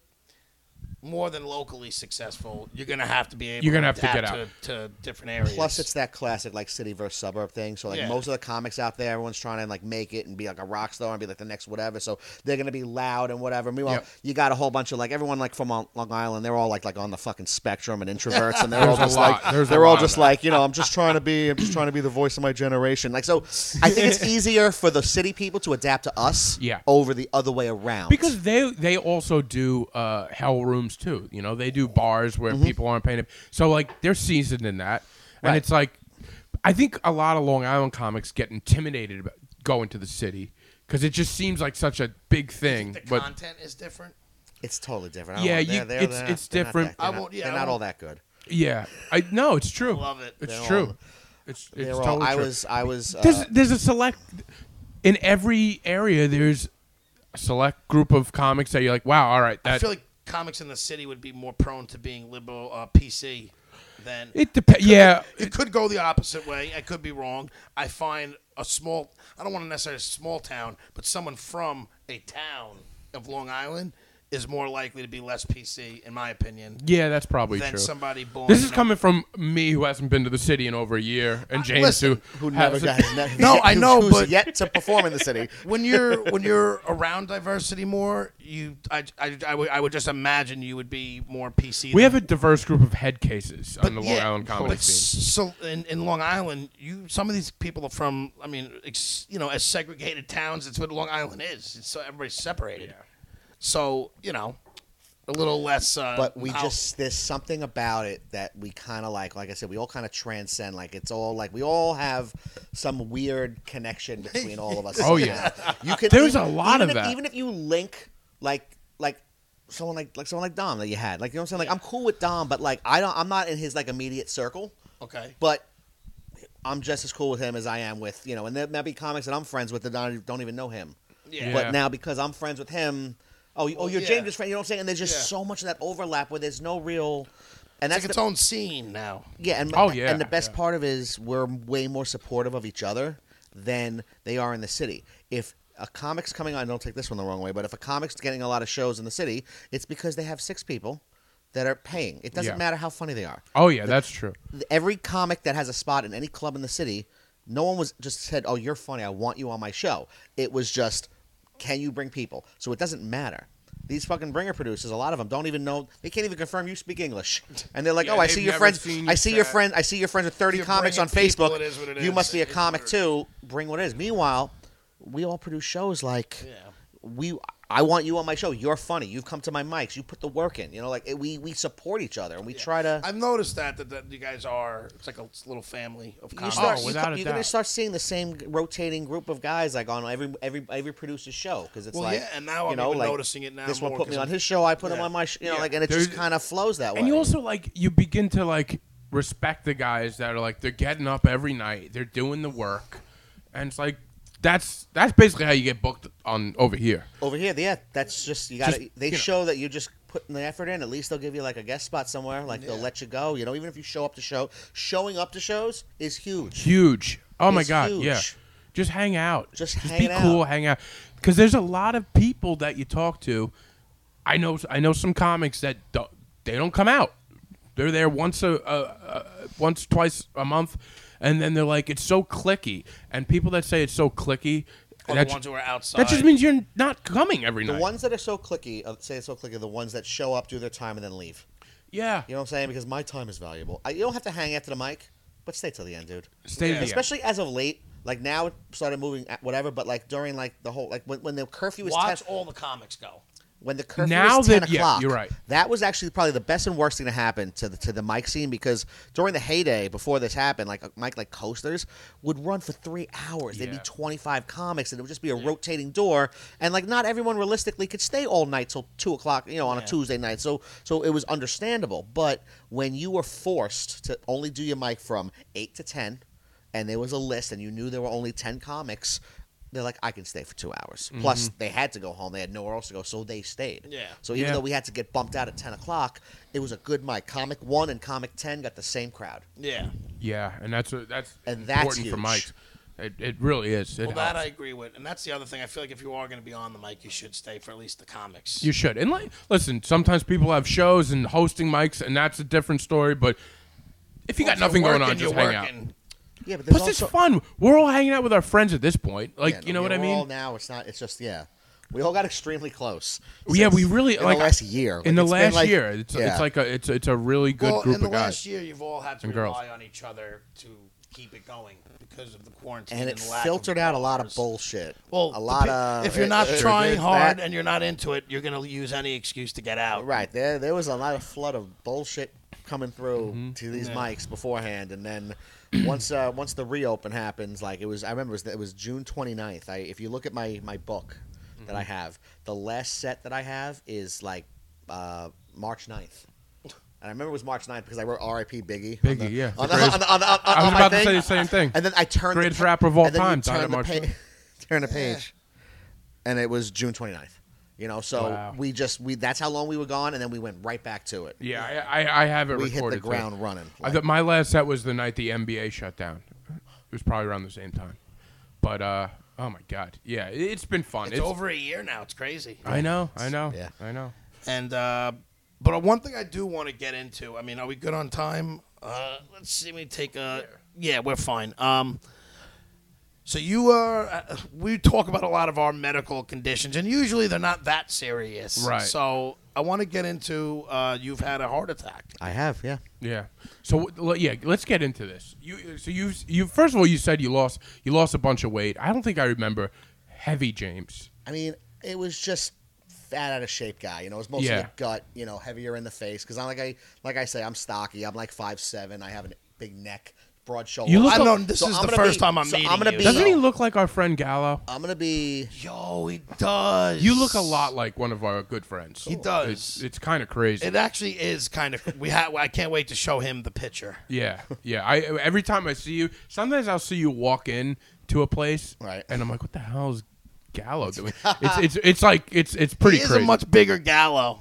Speaker 4: more than locally successful, you're gonna have to be able.
Speaker 2: You're gonna
Speaker 4: to
Speaker 2: have to get
Speaker 4: adapt
Speaker 2: out.
Speaker 4: to, to different areas.
Speaker 3: Plus, it's that classic like city versus suburb thing. So like
Speaker 4: Yeah.
Speaker 3: most of the comics out there, everyone's trying to like make it and be like a rock star and be like the next whatever. So they're gonna be loud and whatever. Meanwhile,
Speaker 2: Yep.
Speaker 3: you got a whole bunch of like everyone like from on- Long Island. They're all like like on the fucking spectrum and introverts, and they're all
Speaker 2: There's a
Speaker 3: just
Speaker 2: lot.
Speaker 3: like
Speaker 2: There's a
Speaker 3: they're all
Speaker 2: lot of
Speaker 3: just
Speaker 2: that.
Speaker 3: like you know I'm just trying to be I'm just trying to be the voice of my generation. Like so, I
Speaker 2: [LAUGHS]
Speaker 3: think it's easier for the city people to adapt to us
Speaker 2: Yeah.
Speaker 3: over the other way around
Speaker 2: because they they also do uh, hell rooms too. You know, they do bars where people aren't paying. So like they're seasoned in that, and
Speaker 3: Mm-hmm. Right.
Speaker 2: it's like I think a lot of Long Island comics get intimidated about going to the city because it just seems like such a big thing.
Speaker 4: the
Speaker 2: but
Speaker 4: content is different.
Speaker 3: it's totally different. I don't
Speaker 2: Yeah,
Speaker 3: know.
Speaker 2: you-
Speaker 3: They're- they're-
Speaker 2: it's-
Speaker 3: they're not-
Speaker 2: it's
Speaker 3: they're not
Speaker 2: different.
Speaker 3: that- they're
Speaker 4: I
Speaker 3: not-
Speaker 4: won't- yeah,
Speaker 3: they're
Speaker 4: I
Speaker 3: not all
Speaker 4: won't-
Speaker 3: that good.
Speaker 2: yeah, I no, it's true.
Speaker 4: Love it.
Speaker 2: It's
Speaker 3: They're
Speaker 2: true.
Speaker 3: all-
Speaker 2: it's it's
Speaker 3: They're
Speaker 2: totally
Speaker 3: all, I
Speaker 2: true.
Speaker 3: was I was.
Speaker 2: there's
Speaker 3: uh,
Speaker 2: there's a select in every area. There's a select group of comics that you're like, wow, all right,
Speaker 4: I
Speaker 2: that
Speaker 4: feel like comics in the city would be more prone to being liberal uh, PC then
Speaker 2: It depends. Yeah,
Speaker 4: it could go the opposite way. I could be wrong. I find a small, I don't want to necessarily say small town, but someone from a town of Long Island is more likely to be less PC, in my opinion,
Speaker 2: yeah, that's probably
Speaker 4: than
Speaker 2: true.
Speaker 4: somebody born.
Speaker 2: This is
Speaker 4: in a-
Speaker 2: coming from me who hasn't been to the city in over a year, and James
Speaker 4: listen,
Speaker 2: who,
Speaker 3: Who never
Speaker 2: hasn't-
Speaker 3: got
Speaker 4: [LAUGHS]
Speaker 3: his
Speaker 2: [LAUGHS]
Speaker 3: neck. [LAUGHS]
Speaker 4: No, I know,
Speaker 3: who's
Speaker 4: but-
Speaker 3: yet to perform in the
Speaker 4: [LAUGHS]
Speaker 3: city.
Speaker 4: When you're when you're around diversity more, you I, I, I, would, I would just imagine you would be more PC.
Speaker 2: We
Speaker 4: than-
Speaker 2: have a diverse group of head cases on the Long
Speaker 4: yeah,
Speaker 2: Island comedy
Speaker 4: but
Speaker 2: scene.
Speaker 4: s- So in, in Long Island, you some of these people are from. I mean, ex, you know, as segregated towns, it's what Long Island is. It's so everybody's separated. So you know, a little less. Uh,
Speaker 3: But we
Speaker 4: out-
Speaker 3: just there's something about it that we kind of like. Like I said, we all kind of transcend. Like it's all like we all have some weird connection between all of us.
Speaker 2: [LAUGHS] Oh, yeah.
Speaker 3: you can.
Speaker 2: There's
Speaker 3: even-
Speaker 2: a lot
Speaker 3: even
Speaker 2: of
Speaker 3: if-
Speaker 2: that.
Speaker 3: Even if you link like like someone like like someone like Dom that you had, like you know what I'm saying. Like I'm cool with Dom, but like I don't. I'm not in his like immediate circle.
Speaker 4: okay.
Speaker 3: but I'm just as cool with him as I am with you know, and there may be comics that I'm friends with that I don't even know him.
Speaker 4: Yeah.
Speaker 2: Yeah.
Speaker 3: But now because I'm friends with him, oh, you- oh,
Speaker 4: Well,
Speaker 3: you're
Speaker 4: yeah.
Speaker 3: James' friend. You know what I'm saying? And there's just
Speaker 4: Yeah.
Speaker 3: so much of that overlap where there's no real. And
Speaker 4: It's
Speaker 3: that's
Speaker 4: like its
Speaker 3: the,
Speaker 4: own scene now.
Speaker 3: yeah, and
Speaker 2: Oh, yeah,
Speaker 3: and the best
Speaker 2: yeah.
Speaker 3: part of it is we're way more supportive of each other than they are in the city. If a comic's coming on, don't take this one the wrong way, but if a comic's getting a lot of shows in the city, it's because they have six people that are paying. It doesn't
Speaker 2: Yeah.
Speaker 3: matter how funny they are
Speaker 2: Oh yeah, that's true.
Speaker 3: every comic that has a spot in any club in the city, no one was just said, "Oh, you're funny. I want you on my show." It was just, "Can you bring people?" So it doesn't matter. These fucking bringer producers, a lot of them don't even know. They can't even confirm you speak English, and they're like,
Speaker 2: Yeah,
Speaker 3: "Oh, I
Speaker 2: they've
Speaker 3: see your
Speaker 2: never
Speaker 3: friends.
Speaker 2: seen
Speaker 3: I
Speaker 2: you
Speaker 3: see your
Speaker 2: try.
Speaker 3: friend. I see your friends with 30
Speaker 4: you're
Speaker 3: comics on
Speaker 4: bringing people,
Speaker 3: Facebook.
Speaker 4: it is what it
Speaker 3: You
Speaker 4: is.
Speaker 3: must be a
Speaker 4: It's
Speaker 3: comic
Speaker 4: whatever.
Speaker 3: too. Bring what it is." Meanwhile, we all produce shows like
Speaker 4: Yeah.
Speaker 3: we. I want you on my show. You're funny. You've come to my mics. You put the work in. You know, like it, we we support each other and we try to.
Speaker 4: I've noticed that, that that you guys are. It's like a little family of
Speaker 3: you
Speaker 4: comics.
Speaker 3: start,
Speaker 2: Oh,
Speaker 3: you
Speaker 2: without
Speaker 3: co-
Speaker 2: a
Speaker 3: you're gonna
Speaker 2: doubt.
Speaker 3: start seeing the same rotating group of guys like on every every every producer's show because it's
Speaker 4: Well,
Speaker 3: like
Speaker 4: yeah, and now
Speaker 3: you
Speaker 4: I'm
Speaker 3: know
Speaker 4: even
Speaker 3: like
Speaker 4: noticing it now
Speaker 3: This one
Speaker 4: more
Speaker 3: put me
Speaker 4: 'cause
Speaker 3: on
Speaker 4: of-
Speaker 3: his show, I put him
Speaker 4: Yeah.
Speaker 3: on my sh- you know
Speaker 4: Yeah.
Speaker 3: like and it
Speaker 2: There's-
Speaker 3: just kind of flows that way.
Speaker 2: And you also like you begin to like respect the guys that are like they're getting up every night, they're doing the work, and it's like that's that's basically how you get booked on over here.
Speaker 3: over here, yeah, that's just you gotta.
Speaker 2: Just,
Speaker 3: they
Speaker 2: you know.
Speaker 3: show that you're just putting the effort in. At least they'll give you like a guest spot somewhere. Like they'll let you go. You know, even if you show up to show, showing up to shows is huge.
Speaker 2: Huge. Oh my
Speaker 3: It's
Speaker 2: god,
Speaker 3: huge.
Speaker 2: yeah. Just hang out.
Speaker 3: Just
Speaker 2: be
Speaker 3: hang out.
Speaker 2: cool, hang out. Cuz there's a lot of people that you talk to. I know I know some comics that don't, they don't come out. They're there once a, a, a once twice a month and then they're like it's so clicky and people that say it's so clicky
Speaker 4: Or
Speaker 2: that
Speaker 4: the
Speaker 2: ju-
Speaker 4: ones who are outside.
Speaker 2: that just means you're not coming every
Speaker 3: The
Speaker 2: night.
Speaker 3: ones that are so clicky, uh, say it's so clicky, are the ones that show up, do their time, and then leave.
Speaker 2: yeah.
Speaker 3: You know what I'm saying? Because my time is valuable. I, you don't have to hang after the mic, but stay till the end, dude.
Speaker 2: Stay to the
Speaker 3: Especially as of late, like now it started moving, at whatever. But like during like the whole like when, when the curfew was
Speaker 4: watch
Speaker 3: ten,
Speaker 4: all the comics go.
Speaker 3: when the curfew
Speaker 2: Now
Speaker 3: was ten
Speaker 2: that- yeah,
Speaker 3: o'clock.
Speaker 2: you're right.
Speaker 3: That was actually probably the best and worst thing that happened to the to the mic scene because during the heyday before this happened, like uh, mic like coasters would run for three hours. There'd
Speaker 2: Yeah.
Speaker 3: be twenty five comics, and it would just be a rotating door. And like not everyone realistically could stay all night till two o'clock, you know, on a Tuesday night. So so it was understandable. But when you were forced to only do your mic from eight to ten, and there was a list, and you knew there were only ten comics. They're like, I can stay for two hours. Plus, they had to go home. They had nowhere else to go, so they stayed.
Speaker 4: Yeah.
Speaker 3: So even
Speaker 2: Yeah.
Speaker 3: though we had to get bumped out at 10 o'clock, it was a good mic. Comic 1 and Comic 10 got the same crowd.
Speaker 4: Yeah.
Speaker 2: Yeah, and that's a, that's
Speaker 3: And that's
Speaker 2: important for
Speaker 3: huge.
Speaker 2: mics. It, it really is. It
Speaker 4: Well, that
Speaker 2: helps.
Speaker 4: I agree with, and that's the other thing. I feel like if you are going to be on the mic, you should stay for at least the comics.
Speaker 2: You should. And like, listen, sometimes people have shows and hosting mics, and that's a different story. But if you got nothing going on, just hang out.
Speaker 3: Yeah, but there's
Speaker 2: Plus, it's
Speaker 3: also
Speaker 2: fun. We're all hanging out with our friends at this point. Like,
Speaker 3: Yeah,
Speaker 2: you know what I
Speaker 3: we're
Speaker 2: mean?
Speaker 3: All now it's not it's just yeah. We all got extremely close.
Speaker 2: yeah,
Speaker 3: since-
Speaker 2: we really
Speaker 3: in
Speaker 2: like
Speaker 3: the last year.
Speaker 2: in the
Speaker 3: Like,
Speaker 2: last
Speaker 3: it's been like-
Speaker 2: year, it's,
Speaker 3: yeah.
Speaker 2: it's like a it's it's a really good
Speaker 4: well,
Speaker 2: group
Speaker 4: in the
Speaker 2: of
Speaker 4: last
Speaker 2: guys.
Speaker 4: year, you've all had to
Speaker 2: And
Speaker 4: rely
Speaker 2: girls.
Speaker 4: on each other to keep it going because of the quarantine
Speaker 3: and it
Speaker 4: lack of
Speaker 3: filtered out a lot of
Speaker 4: hours.
Speaker 3: bullshit.
Speaker 4: Well,
Speaker 3: a
Speaker 4: the
Speaker 3: lot
Speaker 4: pe-
Speaker 3: of
Speaker 4: if you're not
Speaker 3: uh, uh,
Speaker 4: trying
Speaker 3: that-
Speaker 4: hard and you're not into it, you're going to use any excuse to get out.
Speaker 3: right there, there was a lot of flood of bullshit coming through
Speaker 2: Mm-hmm.
Speaker 3: to these mics beforehand, and
Speaker 2: [CLEARS THROAT]
Speaker 3: then once uh, once the reopen happens, like it was, I remember it was, it was June 29th. I, if you look at my my book that I
Speaker 2: Mm-hmm.
Speaker 3: have, the last set that I have is like uh, March 9th. And I remember it was March 9th because I wrote R.I.P. Biggie. on
Speaker 2: Biggie,
Speaker 3: the-
Speaker 2: yeah.
Speaker 3: On the, on the, on the, on,
Speaker 2: I was
Speaker 3: on my
Speaker 2: about to
Speaker 3: thing.
Speaker 2: say the same thing.
Speaker 3: And then I turned
Speaker 2: Greatest
Speaker 3: the, pa-
Speaker 2: rapper of all
Speaker 3: and then you
Speaker 2: time,
Speaker 3: [LAUGHS]
Speaker 2: died
Speaker 3: turn
Speaker 2: at
Speaker 3: the
Speaker 2: March
Speaker 3: pa-
Speaker 2: 9th.
Speaker 3: turn the page, and it was June 29th. You know, so
Speaker 2: Wow.
Speaker 3: we just we that's how long we were gone, and then we went right back to it.
Speaker 2: Yeah, I, I, I have it
Speaker 3: We hit the
Speaker 2: recorded. too.
Speaker 3: ground running,
Speaker 2: I thought my last set was the night the NBA shut down. It was probably around the same time. But uh, oh my god, yeah, it- it's been fun.
Speaker 4: It's, over a year now. It's crazy.
Speaker 2: I know, I know,
Speaker 3: Yeah.
Speaker 2: I know.
Speaker 4: And uh, but one thing I do want to get into. I mean, are we good on time? Uh, let's see. Let me take a. Yeah, we're fine. Um, so you are. Uh, we talk about a lot of our medical conditions, and usually they're not that serious.
Speaker 2: Right.
Speaker 4: So I want to get into. Uh, you've had a heart attack.
Speaker 3: I have, yeah.
Speaker 2: Yeah. So l- yeah, let's get into this. You so you you first of all you said you lost you lost a bunch of weight. I don't think I remember heavy James.
Speaker 3: I mean, it was just fat out of shape guy. You know, it was mostly
Speaker 2: Yeah.
Speaker 3: the gut. You know, heavier in the face because I'm like I like I say I'm stocky. I'm like five seven. I have a big neck, broad shoulders.
Speaker 2: You look
Speaker 4: I
Speaker 2: a-
Speaker 4: know this
Speaker 3: So
Speaker 4: is
Speaker 3: I'm
Speaker 4: the
Speaker 3: gonna
Speaker 4: first
Speaker 3: be-
Speaker 4: time I'm
Speaker 3: so I'm
Speaker 4: meeting
Speaker 3: gonna
Speaker 4: you.
Speaker 3: be-
Speaker 2: Doesn't
Speaker 3: So-
Speaker 2: he look like our friend Gallo?
Speaker 3: I'm gonna be
Speaker 4: Yo, he does.
Speaker 2: You look a lot like one of our good friends.
Speaker 4: He does.
Speaker 2: It's, it's kind of crazy.
Speaker 4: It actually is kind of. We ha- I can't wait to show him the picture.
Speaker 2: Yeah, yeah. I every time I see you, sometimes I'll see you walk in to a place,
Speaker 3: Right.
Speaker 2: And I'm like, what the hell is Gallo doing? it's it's it's like it's it's pretty
Speaker 4: he is
Speaker 2: crazy.
Speaker 4: a much bigger Gallo.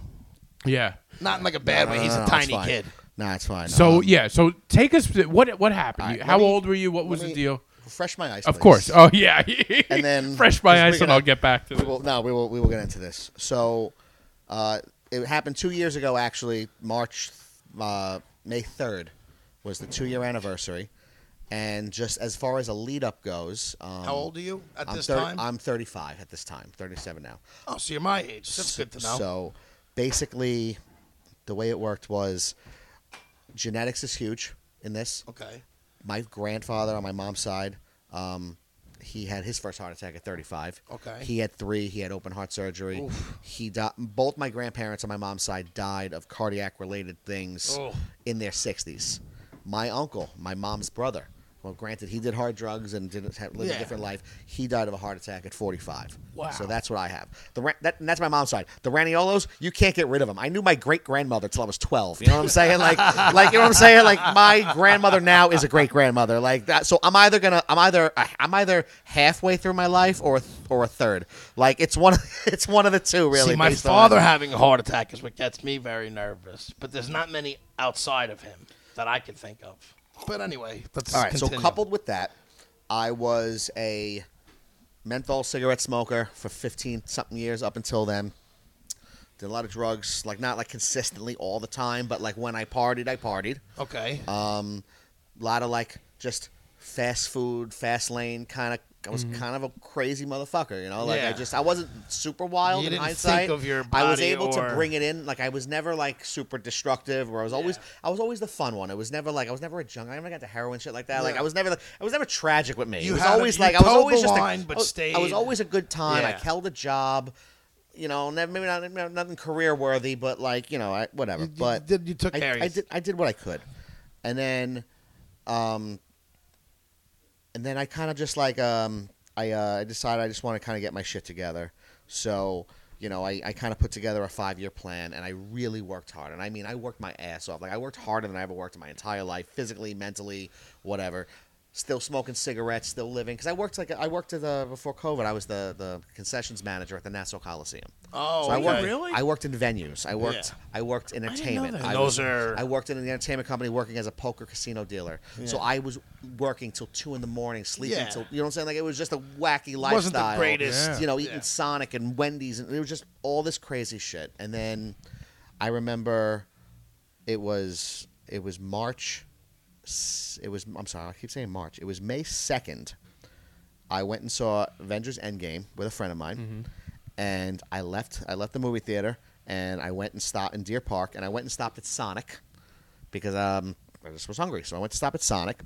Speaker 2: yeah.
Speaker 4: Not in like a bad way. He's
Speaker 3: No,
Speaker 4: a
Speaker 3: no, it's
Speaker 4: tiny
Speaker 3: Uh, fine.
Speaker 4: kid.
Speaker 3: No, it's fine.
Speaker 2: So
Speaker 3: Um,
Speaker 2: yeah. So take us. What what happened?
Speaker 3: right,
Speaker 2: You- How
Speaker 3: let me-
Speaker 2: old were you? What was
Speaker 3: let
Speaker 2: the
Speaker 3: me
Speaker 2: deal?
Speaker 3: refresh my eyes.
Speaker 2: Of
Speaker 3: please.
Speaker 2: course. Oh yeah. [LAUGHS]
Speaker 3: And then-
Speaker 2: fresh my
Speaker 3: 'cause we're
Speaker 2: eyes, and
Speaker 3: gonna-
Speaker 2: I'll get back to
Speaker 3: We
Speaker 2: this.
Speaker 3: will, no, we will we will get into this. So uh, it happened two years ago, actually. March uh, May third was the two year anniversary, and just as far as a lead up goes, um,
Speaker 4: How old are you at
Speaker 3: I'm
Speaker 4: this
Speaker 3: 30
Speaker 4: time?
Speaker 3: I'm 35 at this time, 37 now.
Speaker 4: oh, so you're my age. That's good to know.
Speaker 3: So basically, the way it worked was genetics is huge in this.
Speaker 4: okay.
Speaker 3: My grandfather on my mom's side, um, he had his first heart attack at 35.
Speaker 4: Okay.
Speaker 3: He had three. He had open heart surgery. He di- both my grandparents on my mom's side died of cardiac related things
Speaker 4: Oh.
Speaker 3: in their 60s. My uncle, my mom's brother, well, granted, he did hard drugs and didn't have, live
Speaker 4: Yeah.
Speaker 3: a different life. He died of a heart attack at 45.
Speaker 4: Wow.
Speaker 3: So that's what I have. The Ra- that, and that's my mom's side. The Raniolos, you can't get rid of them. I knew my great grandmother till I was 12. You know what I'm
Speaker 4: [LAUGHS]
Speaker 3: saying? Like, like you know what I'm saying? Like my grandmother now is a great grandmother. Like that. So I'm either gonna, I'm either, I'm either halfway through my life or a th- or a third. Like it's one, [LAUGHS] it's one of the two. Really.
Speaker 4: See, my
Speaker 3: based on-
Speaker 4: father having a heart attack is what gets me very nervous. But there's not many outside of him that I can think of. But anyway, let's
Speaker 3: All right.
Speaker 4: continue.
Speaker 3: So coupled with that, I was a menthol cigarette smoker for 15 something years up until then. Did a lot of drugs, like not like consistently all the time, but like when I partied, I partied.
Speaker 4: Okay.
Speaker 3: Um, a lot of like just fast food, fast lane kind of. I was kind of a crazy motherfucker, you know. Like
Speaker 4: Mm-hmm. Yeah.
Speaker 3: I just, I wasn't super wild
Speaker 4: You
Speaker 3: in
Speaker 4: didn't think
Speaker 3: hindsight.
Speaker 4: of your
Speaker 3: I was
Speaker 4: body
Speaker 3: able
Speaker 4: or-
Speaker 3: to bring it in. Like I was never like super destructive, or I was always, I was always the fun one. It was never like I was never a junk. I never got to heroin shit like that. Like
Speaker 4: Yeah.
Speaker 3: I was never, like, I was never tragic with me.
Speaker 4: You
Speaker 3: it was
Speaker 4: had a-
Speaker 3: always
Speaker 4: you
Speaker 3: like I was
Speaker 4: toed the
Speaker 3: always just
Speaker 4: line,
Speaker 3: a, oh,
Speaker 4: but
Speaker 3: I was- I
Speaker 4: stayed.
Speaker 3: was always a good time. I
Speaker 4: Yeah.
Speaker 3: held a job. You know, never, maybe not, maybe not- nothing career worthy, but like you know, I, whatever.
Speaker 4: you
Speaker 3: but
Speaker 4: did- you took
Speaker 3: I,
Speaker 4: care of
Speaker 3: I
Speaker 4: yours.
Speaker 3: did. I did what I could, and then, um, and then I kind of just like um, I uh, I decided I just want to kind of get my shit together. So you know, I, I kind of put together a five year plan, and I really worked hard. And I mean, I worked my ass off. Like I worked harder than I ever worked in my entire life, physically, mentally, whatever. Still smoking cigarettes, still living. Because I worked like I worked at the before COVID. I was the the concessions manager at the Nassau Coliseum.
Speaker 4: oh,
Speaker 3: So I
Speaker 4: okay.
Speaker 3: worked.
Speaker 2: really?
Speaker 3: I worked in venues. I worked.
Speaker 4: Yeah.
Speaker 3: I worked in entertainment.
Speaker 2: that.
Speaker 3: I
Speaker 4: Those
Speaker 3: was-
Speaker 4: are-
Speaker 3: I worked in an entertainment company, working as a poker casino dealer. So I was working till two in the morning, sleeping
Speaker 4: Yeah.
Speaker 3: till you know what I'm saying. Like it was just a wacky lifestyle.
Speaker 4: Wasn't the greatest.
Speaker 2: Yeah.
Speaker 3: You know, eating
Speaker 4: Yeah.
Speaker 3: Sonic and Wendy's, and it was just all this crazy shit. And then I remember it was it was March. s- It was I'm sorry, I keep saying March. It was May second. I went and saw Avengers Endgame with a friend of mine,
Speaker 2: Mm-hmm.
Speaker 3: and I left. I left the movie theater, and I went and stopped in Deer Park, and I went and stopped at Sonic because um, I just was hungry. So I went to stop at Sonic,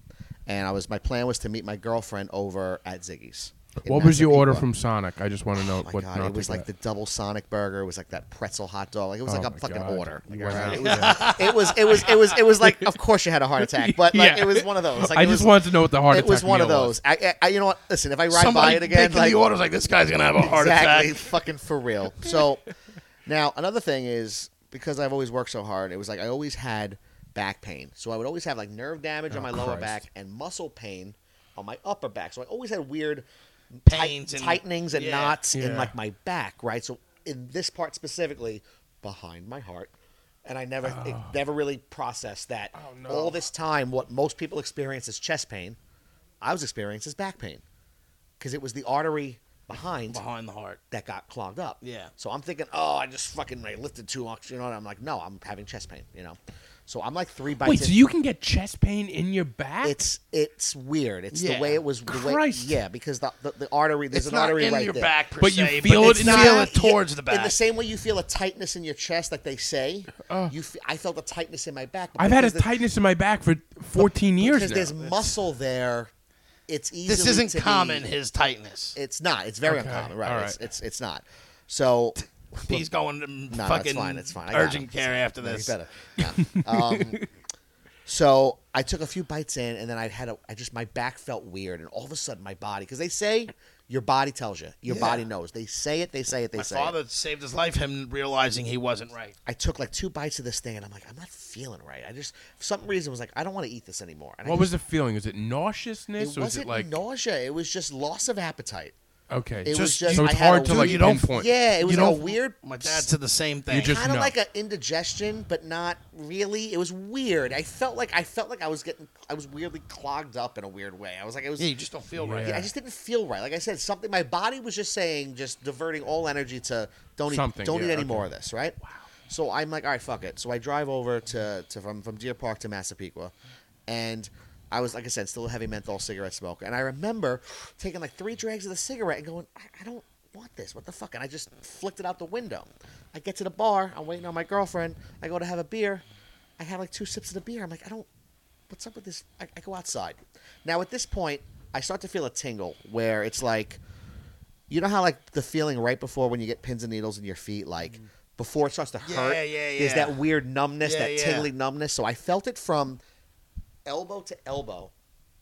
Speaker 3: and I was my plan was to meet my girlfriend over at Ziggy's. in
Speaker 2: What was your order
Speaker 3: Massapequa.
Speaker 2: from Sonic? I just want to know
Speaker 3: Oh my
Speaker 2: what.
Speaker 3: god!
Speaker 2: not
Speaker 3: It
Speaker 2: to
Speaker 3: was like the
Speaker 2: get.
Speaker 3: double Sonic burger. It was like that pretzel hot dog. Like it was
Speaker 2: Oh
Speaker 3: like a
Speaker 2: my
Speaker 3: fucking
Speaker 2: God.
Speaker 3: order. Like,
Speaker 2: You went out,
Speaker 3: it, was, it was it was it was it was like of course you had a heart attack, but like
Speaker 2: Yeah.
Speaker 3: it was one of those. Like,
Speaker 2: I
Speaker 3: it
Speaker 2: just
Speaker 3: was,
Speaker 2: wanted to know what the heart
Speaker 3: It was
Speaker 2: attack
Speaker 3: one of
Speaker 2: meal
Speaker 3: those. I, I- I you know what? Listen, if I ride
Speaker 4: Somebody
Speaker 3: by it again,
Speaker 4: taking
Speaker 3: like
Speaker 4: the orders like this guy's gonna have a heart
Speaker 3: exactly,
Speaker 4: attack.
Speaker 3: fucking for real. So now another thing is because I've always worked so hard, it was like I always had back pain. So I would always have like nerve damage on my
Speaker 2: Oh,
Speaker 3: lower
Speaker 2: Christ.
Speaker 3: back and muscle pain on my upper back. So I always had weird
Speaker 4: Pains
Speaker 3: tight-
Speaker 4: and-
Speaker 3: tightenings and
Speaker 4: yeah.
Speaker 3: knots
Speaker 2: Yeah.
Speaker 3: in like my back, right? So in this part specifically behind my heart. And I never, it
Speaker 2: Ah.
Speaker 3: never really processed that.
Speaker 4: Oh,
Speaker 3: All this time, what most people experience as chest pain, I was experiencing as back pain, because it was the artery behind
Speaker 4: behind the heart.
Speaker 3: that got clogged up.
Speaker 4: Yeah.
Speaker 3: So I'm thinking, oh, I just fucking I lifted too much, you know. And I'm like, no, I'm having chest pain, you know. So I'm like three bites.
Speaker 2: Wait,
Speaker 3: in-
Speaker 2: so you can get chest pain in your back?
Speaker 3: It's it's weird. It's
Speaker 4: Yeah.
Speaker 3: the way it was. The way,
Speaker 2: Christ.
Speaker 3: yeah, because the the, the artery there's
Speaker 4: It's
Speaker 3: an
Speaker 4: not
Speaker 3: artery
Speaker 4: in
Speaker 3: right
Speaker 4: your
Speaker 3: there.
Speaker 4: back, per
Speaker 2: But you
Speaker 4: se,
Speaker 2: feel
Speaker 4: it's
Speaker 2: it in
Speaker 4: not-
Speaker 2: the-
Speaker 4: feel it towards the
Speaker 3: In
Speaker 4: back. Oh.
Speaker 3: the same way you feel a tightness in your chest, like they say, you fe- I felt a tightness in my back. but
Speaker 2: I've had a
Speaker 3: because the-
Speaker 2: tightness in my back for 14 years
Speaker 3: because
Speaker 2: now.
Speaker 3: there's muscle there. It's easy.
Speaker 4: this isn't common.
Speaker 3: Be,
Speaker 4: His
Speaker 3: [LAUGHS]
Speaker 4: tightness.
Speaker 3: it's not. It's very uncommon, right?
Speaker 2: all
Speaker 3: It's,
Speaker 2: right.
Speaker 3: it's it's not.
Speaker 4: [LAUGHS]
Speaker 3: So
Speaker 4: He's going to
Speaker 3: No, no,
Speaker 4: fucking
Speaker 3: it's fine. It's fine. I got
Speaker 4: urgent
Speaker 3: it.
Speaker 4: care after
Speaker 3: No,
Speaker 4: this. [LAUGHS]
Speaker 3: you better. No. Um, so I took a few bites in, and then I had a. I just my back felt weird, and all of a sudden my body, because they say your body tells you, your body knows. They say it. They say it. They
Speaker 4: My
Speaker 3: say
Speaker 4: father
Speaker 3: it.
Speaker 4: saved his life. Him realizing he wasn't right.
Speaker 3: I took like two bites of this thing, and I'm like, I'm not feeling right. I just for some reason was like, I don't want to eat this anymore. And I
Speaker 2: what
Speaker 3: just-
Speaker 2: was the feeling? Was it nauseousness?
Speaker 3: It
Speaker 2: or was
Speaker 3: wasn't
Speaker 2: it like
Speaker 3: nausea. It was just loss of appetite.
Speaker 2: okay?
Speaker 3: It was
Speaker 4: Just-
Speaker 3: just.
Speaker 2: so
Speaker 3: I
Speaker 2: it's
Speaker 3: had
Speaker 2: hard
Speaker 3: a
Speaker 2: to
Speaker 4: dude,
Speaker 2: like
Speaker 4: you don't-
Speaker 2: pinpoint.
Speaker 3: Yeah, it was
Speaker 4: You
Speaker 3: like a
Speaker 4: know,
Speaker 3: weird.
Speaker 4: My dad said the same thing.
Speaker 2: just-
Speaker 3: kind of
Speaker 2: No.
Speaker 3: like an indigestion, but not really. It was weird. I felt like I felt like I was getting, I was weirdly clogged up in a weird way. I was like, I was,
Speaker 4: yeah, you just don't feel right.
Speaker 2: Yeah.
Speaker 3: I just didn't feel right. Like I said, something. My body was just saying, just diverting all energy to don't
Speaker 2: Something,
Speaker 3: eat, don't
Speaker 2: yeah,
Speaker 3: eat any
Speaker 2: okay.
Speaker 3: more of this, right? Wow. So I'm like, all right, fuck it. So I drive over to, to from from Deer Park to Massapequa, and I was like I said, still a heavy menthol cigarette smoker, and I remember taking like three drags of the cigarette and going, I, I don't want this. What the fuck? And I just flicked it out the window. I get to the bar. I'm waiting on my girlfriend. I go to have a beer. I have like two sips of the beer. I'm like, I don't what's up with this? I, I go outside. Now at this point, I start to feel a tingle where it's like, you know how like the feeling right before when you get pins and needles in your feet, like before it starts to
Speaker 4: Mm. Yeah,
Speaker 3: hurt.
Speaker 4: yeah,
Speaker 3: There's
Speaker 4: yeah.
Speaker 3: that weird numbness,
Speaker 4: Yeah,
Speaker 3: that
Speaker 4: yeah.
Speaker 3: tingly numbness. So I felt it from elbow to elbow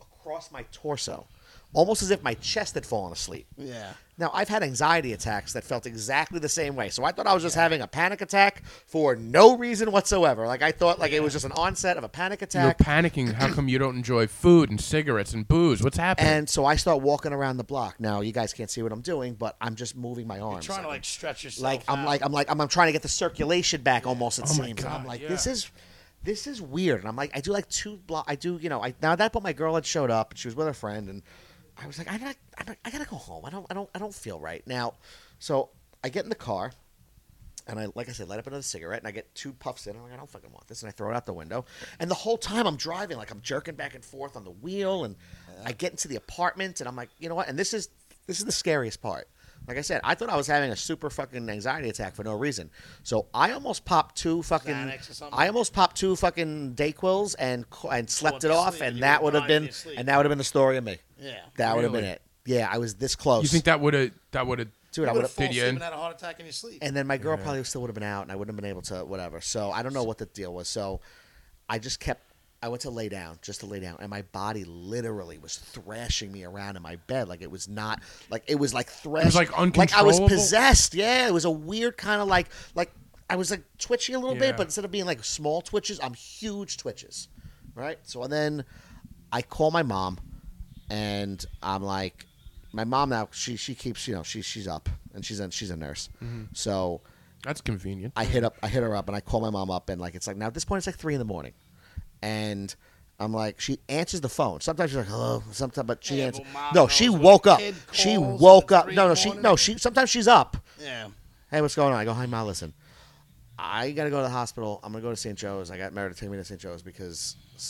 Speaker 3: across my torso, almost as if my chest had fallen asleep.
Speaker 4: Yeah.
Speaker 3: Now I've had anxiety attacks that felt exactly the same way. So I thought I was just having a panic attack for no reason whatsoever. Like I thought like it was just an onset of a panic
Speaker 2: You're
Speaker 3: attack.
Speaker 2: panicking.
Speaker 3: [LAUGHS]
Speaker 2: How come you don't enjoy food and cigarettes and booze? What's happening?
Speaker 3: And so I start walking around the block. Now you guys can't see what I'm doing, but I'm just moving my arms.
Speaker 4: Trying to like stretch yourself.
Speaker 3: like I'm
Speaker 4: out.
Speaker 3: like I'm like I'm, I'm trying to get the circulation back almost. It
Speaker 2: Oh my
Speaker 3: seems. And I'm
Speaker 2: God,
Speaker 3: like
Speaker 2: yeah.
Speaker 3: this is this is weird. And I'm like I do like two block. I do you know I now at that point my girl had showed up and she was with her friend and I was like I'm not, I'm not I gotta go home. I don't I don't I don't feel right now. So I get in the car and I, like I said, light up another cigarette, and I get two puffs in. I'm like, I don't fucking want this, and I throw it out the window. And the whole time I'm driving, like I'm jerking back and forth on the wheel, and I get into the apartment, and I'm like, you know what? And this is this is the scariest part. Like I said, I thought I was having a super fucking anxiety attack for no reason. So I almost popped two fucking,
Speaker 4: Xanax or something?
Speaker 3: I almost popped two fucking Dayquil's and co- and slept
Speaker 4: to
Speaker 3: it off,
Speaker 4: sleep,
Speaker 3: and
Speaker 4: you
Speaker 3: that
Speaker 4: were
Speaker 3: would have
Speaker 4: nodding in
Speaker 3: been
Speaker 4: your sleep.
Speaker 3: and that would have been the story of me.
Speaker 4: Yeah.
Speaker 3: that would have been
Speaker 2: Really?
Speaker 3: it. Yeah, I was this close.
Speaker 2: you think that would have that would have
Speaker 3: Dude, I
Speaker 4: would
Speaker 3: would've-
Speaker 4: have fallen
Speaker 2: did you
Speaker 4: asleep
Speaker 2: in?
Speaker 4: and had a heart attack in your sleep.
Speaker 3: and then my girl probably still would have been out, and I wouldn't have been able to whatever. So I don't know what the deal was. So I just kept. I went to lay down, just to lay down, and my body literally was thrashing me around in my bed, like it was not, like it was like thrashing,
Speaker 2: like,
Speaker 3: like I was
Speaker 2: uncontrollable?
Speaker 3: possessed. Yeah, it was a weird kind of like, like I was like twitchy a little
Speaker 2: Yeah.
Speaker 3: bit, but instead of being like small twitches, I'm huge twitches, right? So and then I call my mom, and I'm like, my mom now she she keeps you know she she's up and she's a, she's a nurse,
Speaker 4: Mm-hmm.
Speaker 3: so
Speaker 2: That's convenient.
Speaker 3: I hit up, I hit her up, and I call my mom up, and like it's like now at this point it's like three in the morning, and I'm like she answers the phone. Sometimes she's like hello, sometimes but she
Speaker 4: Yeah,
Speaker 3: answers.
Speaker 4: but mom
Speaker 3: No, she
Speaker 4: knows when
Speaker 3: woke
Speaker 4: the
Speaker 3: up.
Speaker 4: kid
Speaker 3: She
Speaker 4: calls
Speaker 3: woke
Speaker 4: at
Speaker 3: up.
Speaker 4: three
Speaker 3: No,
Speaker 4: in
Speaker 3: no,
Speaker 4: the
Speaker 3: she
Speaker 4: morning.
Speaker 3: no she. Sometimes she's up.
Speaker 4: yeah.
Speaker 3: Hey, what's going on? I go, hi, mom. Listen, I gotta go to the hospital. I'm gonna go to St. Joe's. I got Mary to take me to St. Joe's because s-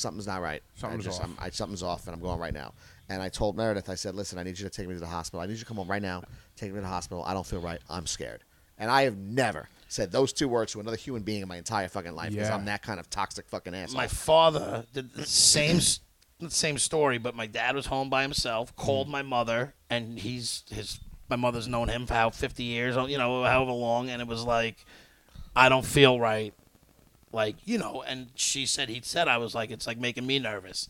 Speaker 3: something's not right. I
Speaker 2: Something's
Speaker 3: just-
Speaker 2: off.
Speaker 3: I'm- I, something's off, and I'm going right now. And I told Meredith, I said, listen, I need you to take me to the hospital. I need you to come home right now. Take me to the hospital. I don't feel right. I'm scared. And I have never said those two words to another human being in my entire fucking life because
Speaker 2: Yeah.
Speaker 3: I'm that kind of toxic fucking asshole.
Speaker 4: my father did the same s- not the same story, but my dad was home by himself,
Speaker 3: Mm-hmm.
Speaker 4: called my mother, and he's his my mother's known him for how fifty years, you know, however long, and it was like, I don't feel right, like you know, and she said he said I was like it's like making me nervous.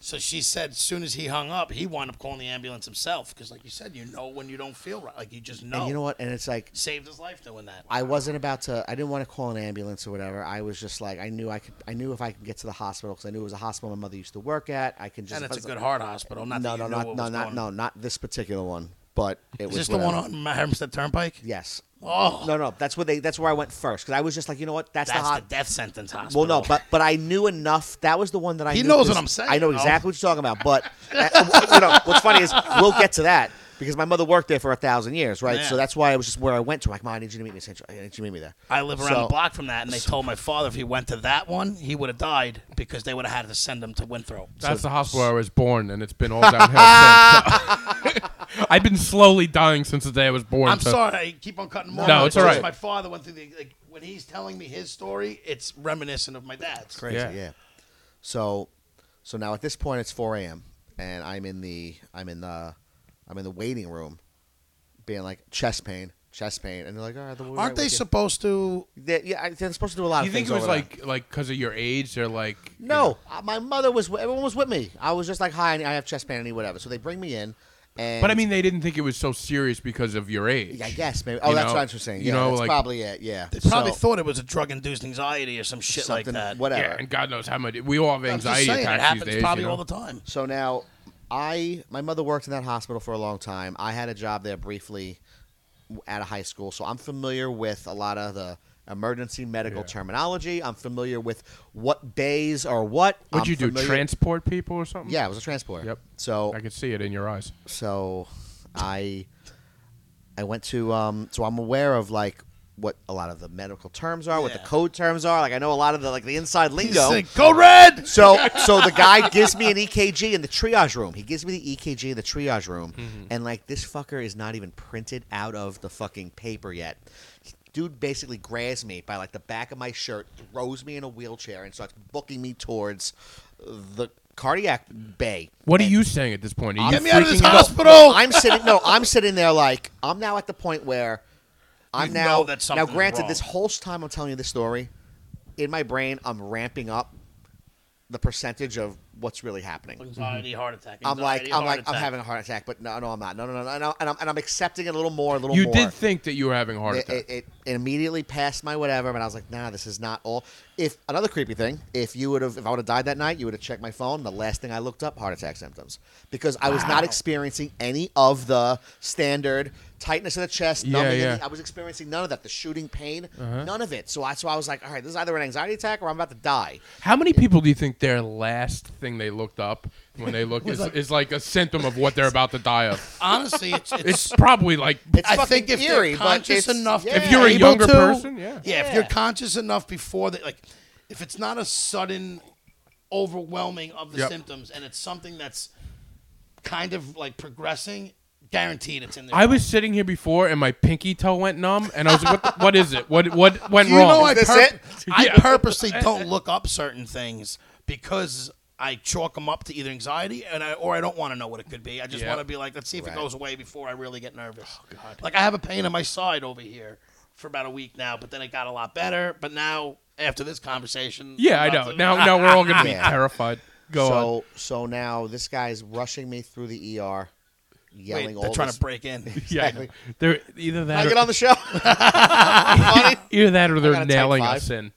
Speaker 4: So she said, as soon as he hung up, he wound up calling the ambulance himself because, like you said, you know when you don't feel right, like you just know.
Speaker 3: and you know what? And it's like
Speaker 4: Saved his life doing that.
Speaker 3: I wasn't about to. I didn't want to call an ambulance or whatever. I was just like, I knew I could. I knew if I could get to the hospital because I knew it was a hospital my mother used to work at. I can just.
Speaker 4: and
Speaker 3: if
Speaker 4: it's
Speaker 3: I
Speaker 4: a
Speaker 3: was-
Speaker 4: good heart hospital. Not
Speaker 3: no,
Speaker 4: that
Speaker 3: no,
Speaker 4: you knew
Speaker 3: not,
Speaker 4: what
Speaker 3: no,
Speaker 4: was
Speaker 3: not,
Speaker 4: going-
Speaker 3: no, not this particular one. But it was
Speaker 4: Is this the
Speaker 3: whatever.
Speaker 4: one on Hempstead Turnpike?
Speaker 3: Yes.
Speaker 4: Oh,
Speaker 3: No, no, that's where they. That's where I went first because I was just like, you know what? That's,
Speaker 4: that's
Speaker 3: the hot.
Speaker 4: the death sentence hospital.
Speaker 3: well, no, but but I knew enough. That was the one that I.
Speaker 4: He
Speaker 3: knew
Speaker 4: knows what
Speaker 3: 'cause
Speaker 4: I'm saying,
Speaker 3: I know
Speaker 4: though.
Speaker 3: exactly what you're talking about. But [LAUGHS] uh, you know, what's funny is we'll get to that because my mother worked there for a thousand years, right?
Speaker 4: Yeah.
Speaker 3: So that's why I was just where I went to. Like, mom, I need you to meet me. in Central- I need you to meet me there.
Speaker 4: I live around
Speaker 3: So-
Speaker 4: the block from that, and they told my father if he went to that one, he would have died because they would have had to send him to Winthrop.
Speaker 2: That's the hospital I was born, and it's been all downhill since. [LAUGHS] I've been slowly dying since the day I was born.
Speaker 4: I'm
Speaker 2: so-
Speaker 4: sorry, I keep on cutting more.
Speaker 2: No,
Speaker 4: but
Speaker 2: it's all
Speaker 4: just
Speaker 2: right.
Speaker 4: My father went through the like when he's telling me his story, it's reminiscent of my dad's.
Speaker 3: Crazy,
Speaker 2: Yeah.
Speaker 3: yeah. So, so now at this point it's 4 a.m. and I'm in the I'm in the I'm in the waiting room, being like chest pain, chest pain, and they're like, all right, we'll be right
Speaker 4: Aren't they
Speaker 3: with you."
Speaker 4: supposed to?
Speaker 3: They- yeah, I- they're supposed to do a lot
Speaker 2: You
Speaker 3: of
Speaker 2: think
Speaker 3: things.
Speaker 2: it was
Speaker 3: over there.
Speaker 2: like like because of your age? They're like you
Speaker 3: No,
Speaker 2: know,
Speaker 3: uh, my mother was. wi- Everyone was with me. I was just like, "Hi, I need- I have chest pain, I need whatever." So they bring me in, and
Speaker 2: But I mean, they didn't think it was so serious because of your age.
Speaker 3: I guess maybe. Oh,
Speaker 2: You
Speaker 3: that's
Speaker 2: know,
Speaker 3: what I was saying.
Speaker 2: you
Speaker 3: Yeah,
Speaker 2: know,
Speaker 3: that's
Speaker 2: like-
Speaker 3: probably it. Yeah,
Speaker 4: They probably
Speaker 3: So,
Speaker 4: thought it was a drug-induced anxiety or some shit like
Speaker 3: something,
Speaker 4: that.
Speaker 3: Whatever.
Speaker 2: Yeah, and God knows how much we all have
Speaker 4: I'm just
Speaker 2: anxiety
Speaker 4: saying, it
Speaker 2: attacks
Speaker 4: happens
Speaker 2: these days.
Speaker 4: probably
Speaker 2: you know?
Speaker 4: all the time.
Speaker 3: So now, I my mother worked in that hospital for a long time. I had a job there briefly w- at a high school, so I'm familiar with a lot of the emergency medical
Speaker 2: Yeah.
Speaker 3: terminology. I'm familiar with what bays are what.
Speaker 2: What'd
Speaker 3: I'm
Speaker 2: you do?
Speaker 3: familiar-
Speaker 2: Transport people or something?
Speaker 3: Yeah, it was a transport.
Speaker 2: Yep.
Speaker 3: So
Speaker 2: I could see it in your eyes.
Speaker 3: so I I went to um so I'm aware of like what a lot of the medical terms are, what the
Speaker 4: Yeah.
Speaker 3: code terms are. Like I know a lot of the like the inside
Speaker 4: He's
Speaker 3: lingo.
Speaker 4: saying, "Go red."
Speaker 3: So so the guy gives me an EKG in the triage room. He gives me the EKG in the triage room,
Speaker 2: Mm-hmm.
Speaker 3: and like this fucker is not even printed out of the fucking paper yet. Dude basically grabs me by like the back of my shirt, throws me in a wheelchair, and starts booking me towards the cardiac bay.
Speaker 2: What are you saying at this point? Are you
Speaker 4: Get me out of this
Speaker 2: freaking out?
Speaker 4: hospital.
Speaker 3: I'm sitting. No, I'm sitting there like I'm now at the point where I'm
Speaker 4: You
Speaker 3: now.
Speaker 4: know that
Speaker 3: now,
Speaker 4: something's
Speaker 3: granted,
Speaker 4: wrong.
Speaker 3: this whole time I'm telling you this story, in my brain I'm ramping up the percentage of what's really happening.
Speaker 4: Anxiety, heart attack.
Speaker 3: Mm-hmm. I'm like,
Speaker 4: anxiety,
Speaker 3: I'm
Speaker 4: heart
Speaker 3: like, I'm
Speaker 4: attack.
Speaker 3: having a heart attack, but no, no, I'm not. No, no, no, no, no. And I'm, and I'm accepting it a little more, a little
Speaker 2: You
Speaker 3: more.
Speaker 2: did think that you were having a heart
Speaker 3: It,
Speaker 2: attack.
Speaker 3: it, it, it immediately passed my whatever, and I was like, nah, this is not all. If another creepy thing, if you would have, if I would have died that night, you would have checked my phone. The last thing I looked up, heart attack symptoms, because I was not experiencing any of the standard tightness of the chest.
Speaker 2: Yeah,
Speaker 3: numbing in
Speaker 2: yeah.
Speaker 3: the- I was experiencing none of that. The shooting pain,
Speaker 4: Uh-huh.
Speaker 3: none of it. So I, so I was like, all right, this is either an anxiety attack or I'm about to die.
Speaker 2: How many people do you think their last thing they looked up when they
Speaker 4: [LAUGHS]
Speaker 2: look is, is like a symptom of what they're about to die of?
Speaker 4: [LAUGHS] Honestly, it's, it's,
Speaker 2: It's probably like
Speaker 3: It's
Speaker 4: I
Speaker 3: fucking
Speaker 4: think if
Speaker 3: eerie,
Speaker 4: you're
Speaker 3: but
Speaker 4: conscious
Speaker 3: it's-
Speaker 4: enough,
Speaker 3: yeah.
Speaker 2: If you're a
Speaker 4: able
Speaker 2: younger
Speaker 4: to-
Speaker 2: person, yeah.
Speaker 4: if you're
Speaker 3: Yeah.
Speaker 4: conscious enough before that, like, if it's not a sudden overwhelming of the
Speaker 2: Yep.
Speaker 4: symptoms, and it's something that's kind of like progressing, guaranteed it's in there.
Speaker 2: I was sitting here before and my pinky toe went numb, and I was like, what, the, what is it? What what went
Speaker 4: you
Speaker 2: wrong?
Speaker 4: know, I,
Speaker 3: Is this
Speaker 4: purp-
Speaker 3: it?
Speaker 2: [LAUGHS]
Speaker 4: I
Speaker 2: Yeah.
Speaker 3: [LAUGHS]
Speaker 4: purposely don't look up certain things because I chalk them up to either anxiety and I, or I don't want to know what it could be. I just
Speaker 2: Yeah.
Speaker 4: want to be like, let's see if it
Speaker 3: Right. Oh,
Speaker 4: goes away before I really get nervous. Like I have a pain in my side over here for about a week now, but then it got a lot better. But now after this conversation,
Speaker 2: yeah, I
Speaker 4: I'm
Speaker 2: know.
Speaker 4: about to-
Speaker 2: Now now we're all gonna be
Speaker 3: Yeah.
Speaker 2: terrified. Go
Speaker 3: so so now this guy's rushing me through the ER,
Speaker 4: Wait,
Speaker 3: yelling
Speaker 4: they're
Speaker 3: all
Speaker 4: trying
Speaker 3: this-
Speaker 4: to break
Speaker 3: [LAUGHS]
Speaker 4: in.
Speaker 2: on. Yeah, I know. they're either
Speaker 3: Can I
Speaker 2: that
Speaker 3: get
Speaker 2: or,
Speaker 3: on the show? Funny?
Speaker 2: [LAUGHS] either that or
Speaker 3: got
Speaker 2: they're
Speaker 3: a type
Speaker 2: nailing
Speaker 3: five.
Speaker 2: us in.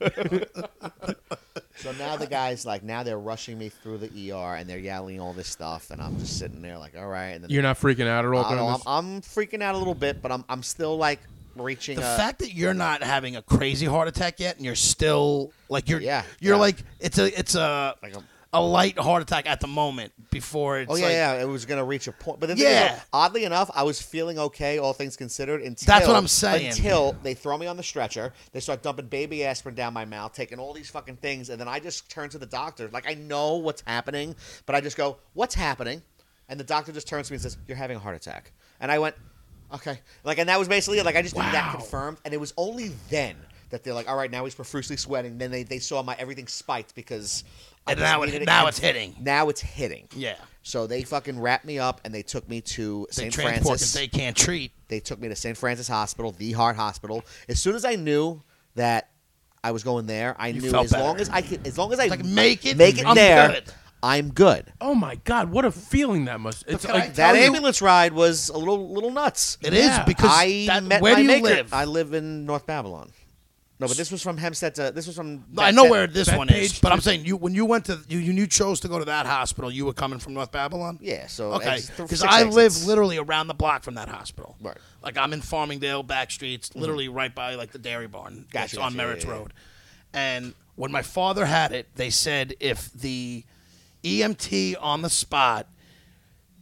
Speaker 3: So now the guy's like, now they're rushing me through the ER and they're yelling all this stuff, and I'm just sitting there like, all right. And then
Speaker 2: You're not freaking out at all.
Speaker 3: I don't know,
Speaker 2: during
Speaker 3: I'm,
Speaker 2: this?
Speaker 3: I'm freaking out a little bit, but I'm I'm still like reaching.
Speaker 4: The
Speaker 3: a,
Speaker 4: fact that you're not having a crazy heart attack yet, and you're still like you're
Speaker 3: Yeah,
Speaker 4: you're
Speaker 3: yeah.
Speaker 4: like it's a it's a
Speaker 3: Like a-
Speaker 4: a light heart attack at the moment before it's
Speaker 3: oh yeah,
Speaker 4: like,
Speaker 3: yeah, it was gonna reach a point, but the thing is,
Speaker 4: Yeah.
Speaker 3: like, oddly enough, I was feeling okay, all things considered. Until
Speaker 4: That's what I'm saying.
Speaker 3: Until they throw me on the stretcher, they start dumping baby aspirin down my mouth, taking all these fucking things, and then I just turn to the doctor, like I know what's happening, but I just go, "What's happening?" And the doctor just turns to me and says, "You're having a heart attack," and I went, "Okay," like, and that was basically it. Like I just needed that
Speaker 4: Wow.
Speaker 3: confirmed, and it was only then. That they're like, all right, now he's profusely sweating. Then they, they saw my everything spiked because I
Speaker 4: And
Speaker 3: just
Speaker 4: now it-
Speaker 3: needed
Speaker 4: now
Speaker 3: conf-
Speaker 4: it's hitting.
Speaker 3: Now it's hitting.
Speaker 4: yeah.
Speaker 3: So they fucking wrapped me up and they took me to
Speaker 4: They
Speaker 3: St.
Speaker 4: transport 'cause
Speaker 3: Francis.
Speaker 4: they can't treat.
Speaker 3: They took me to St. Francis Hospital, the heart hospital. As soon as I knew that I was going there, I knew
Speaker 4: felt
Speaker 3: as long
Speaker 4: better.
Speaker 3: as I could, as long as I
Speaker 4: Like, make it,
Speaker 3: make it
Speaker 4: I'm
Speaker 3: there,
Speaker 4: good.
Speaker 3: I'm good.
Speaker 2: Oh my god, what a feeling that must. It's
Speaker 4: can I
Speaker 2: like
Speaker 4: tell
Speaker 3: That
Speaker 4: you-
Speaker 3: ambulance ride was a little little nuts.
Speaker 4: It is
Speaker 2: Yeah.
Speaker 4: because
Speaker 3: I
Speaker 4: that-
Speaker 3: met
Speaker 4: where
Speaker 3: my
Speaker 4: do you
Speaker 3: maker.
Speaker 4: live?
Speaker 3: I live in North Babylon. No, but this was from Hempstead to this was from.
Speaker 4: I know where this one is,
Speaker 2: page
Speaker 4: but I'm saying you when you went to you you chose to go to that hospital, you were coming from North Babylon.
Speaker 3: Yeah, so
Speaker 4: Okay,
Speaker 3: it's th-
Speaker 4: because
Speaker 3: six
Speaker 4: I live
Speaker 3: exits.
Speaker 4: literally around the block from that hospital.
Speaker 3: Right. Mm-hmm.
Speaker 4: Like I'm in Farmingdale back streets, literally right by like the dairy barn.
Speaker 3: Gotcha,
Speaker 4: It's on
Speaker 3: gotcha, yeah,
Speaker 4: Merritt's
Speaker 3: yeah, yeah.
Speaker 4: Road. And when my father had it, they said if the EMT on the spot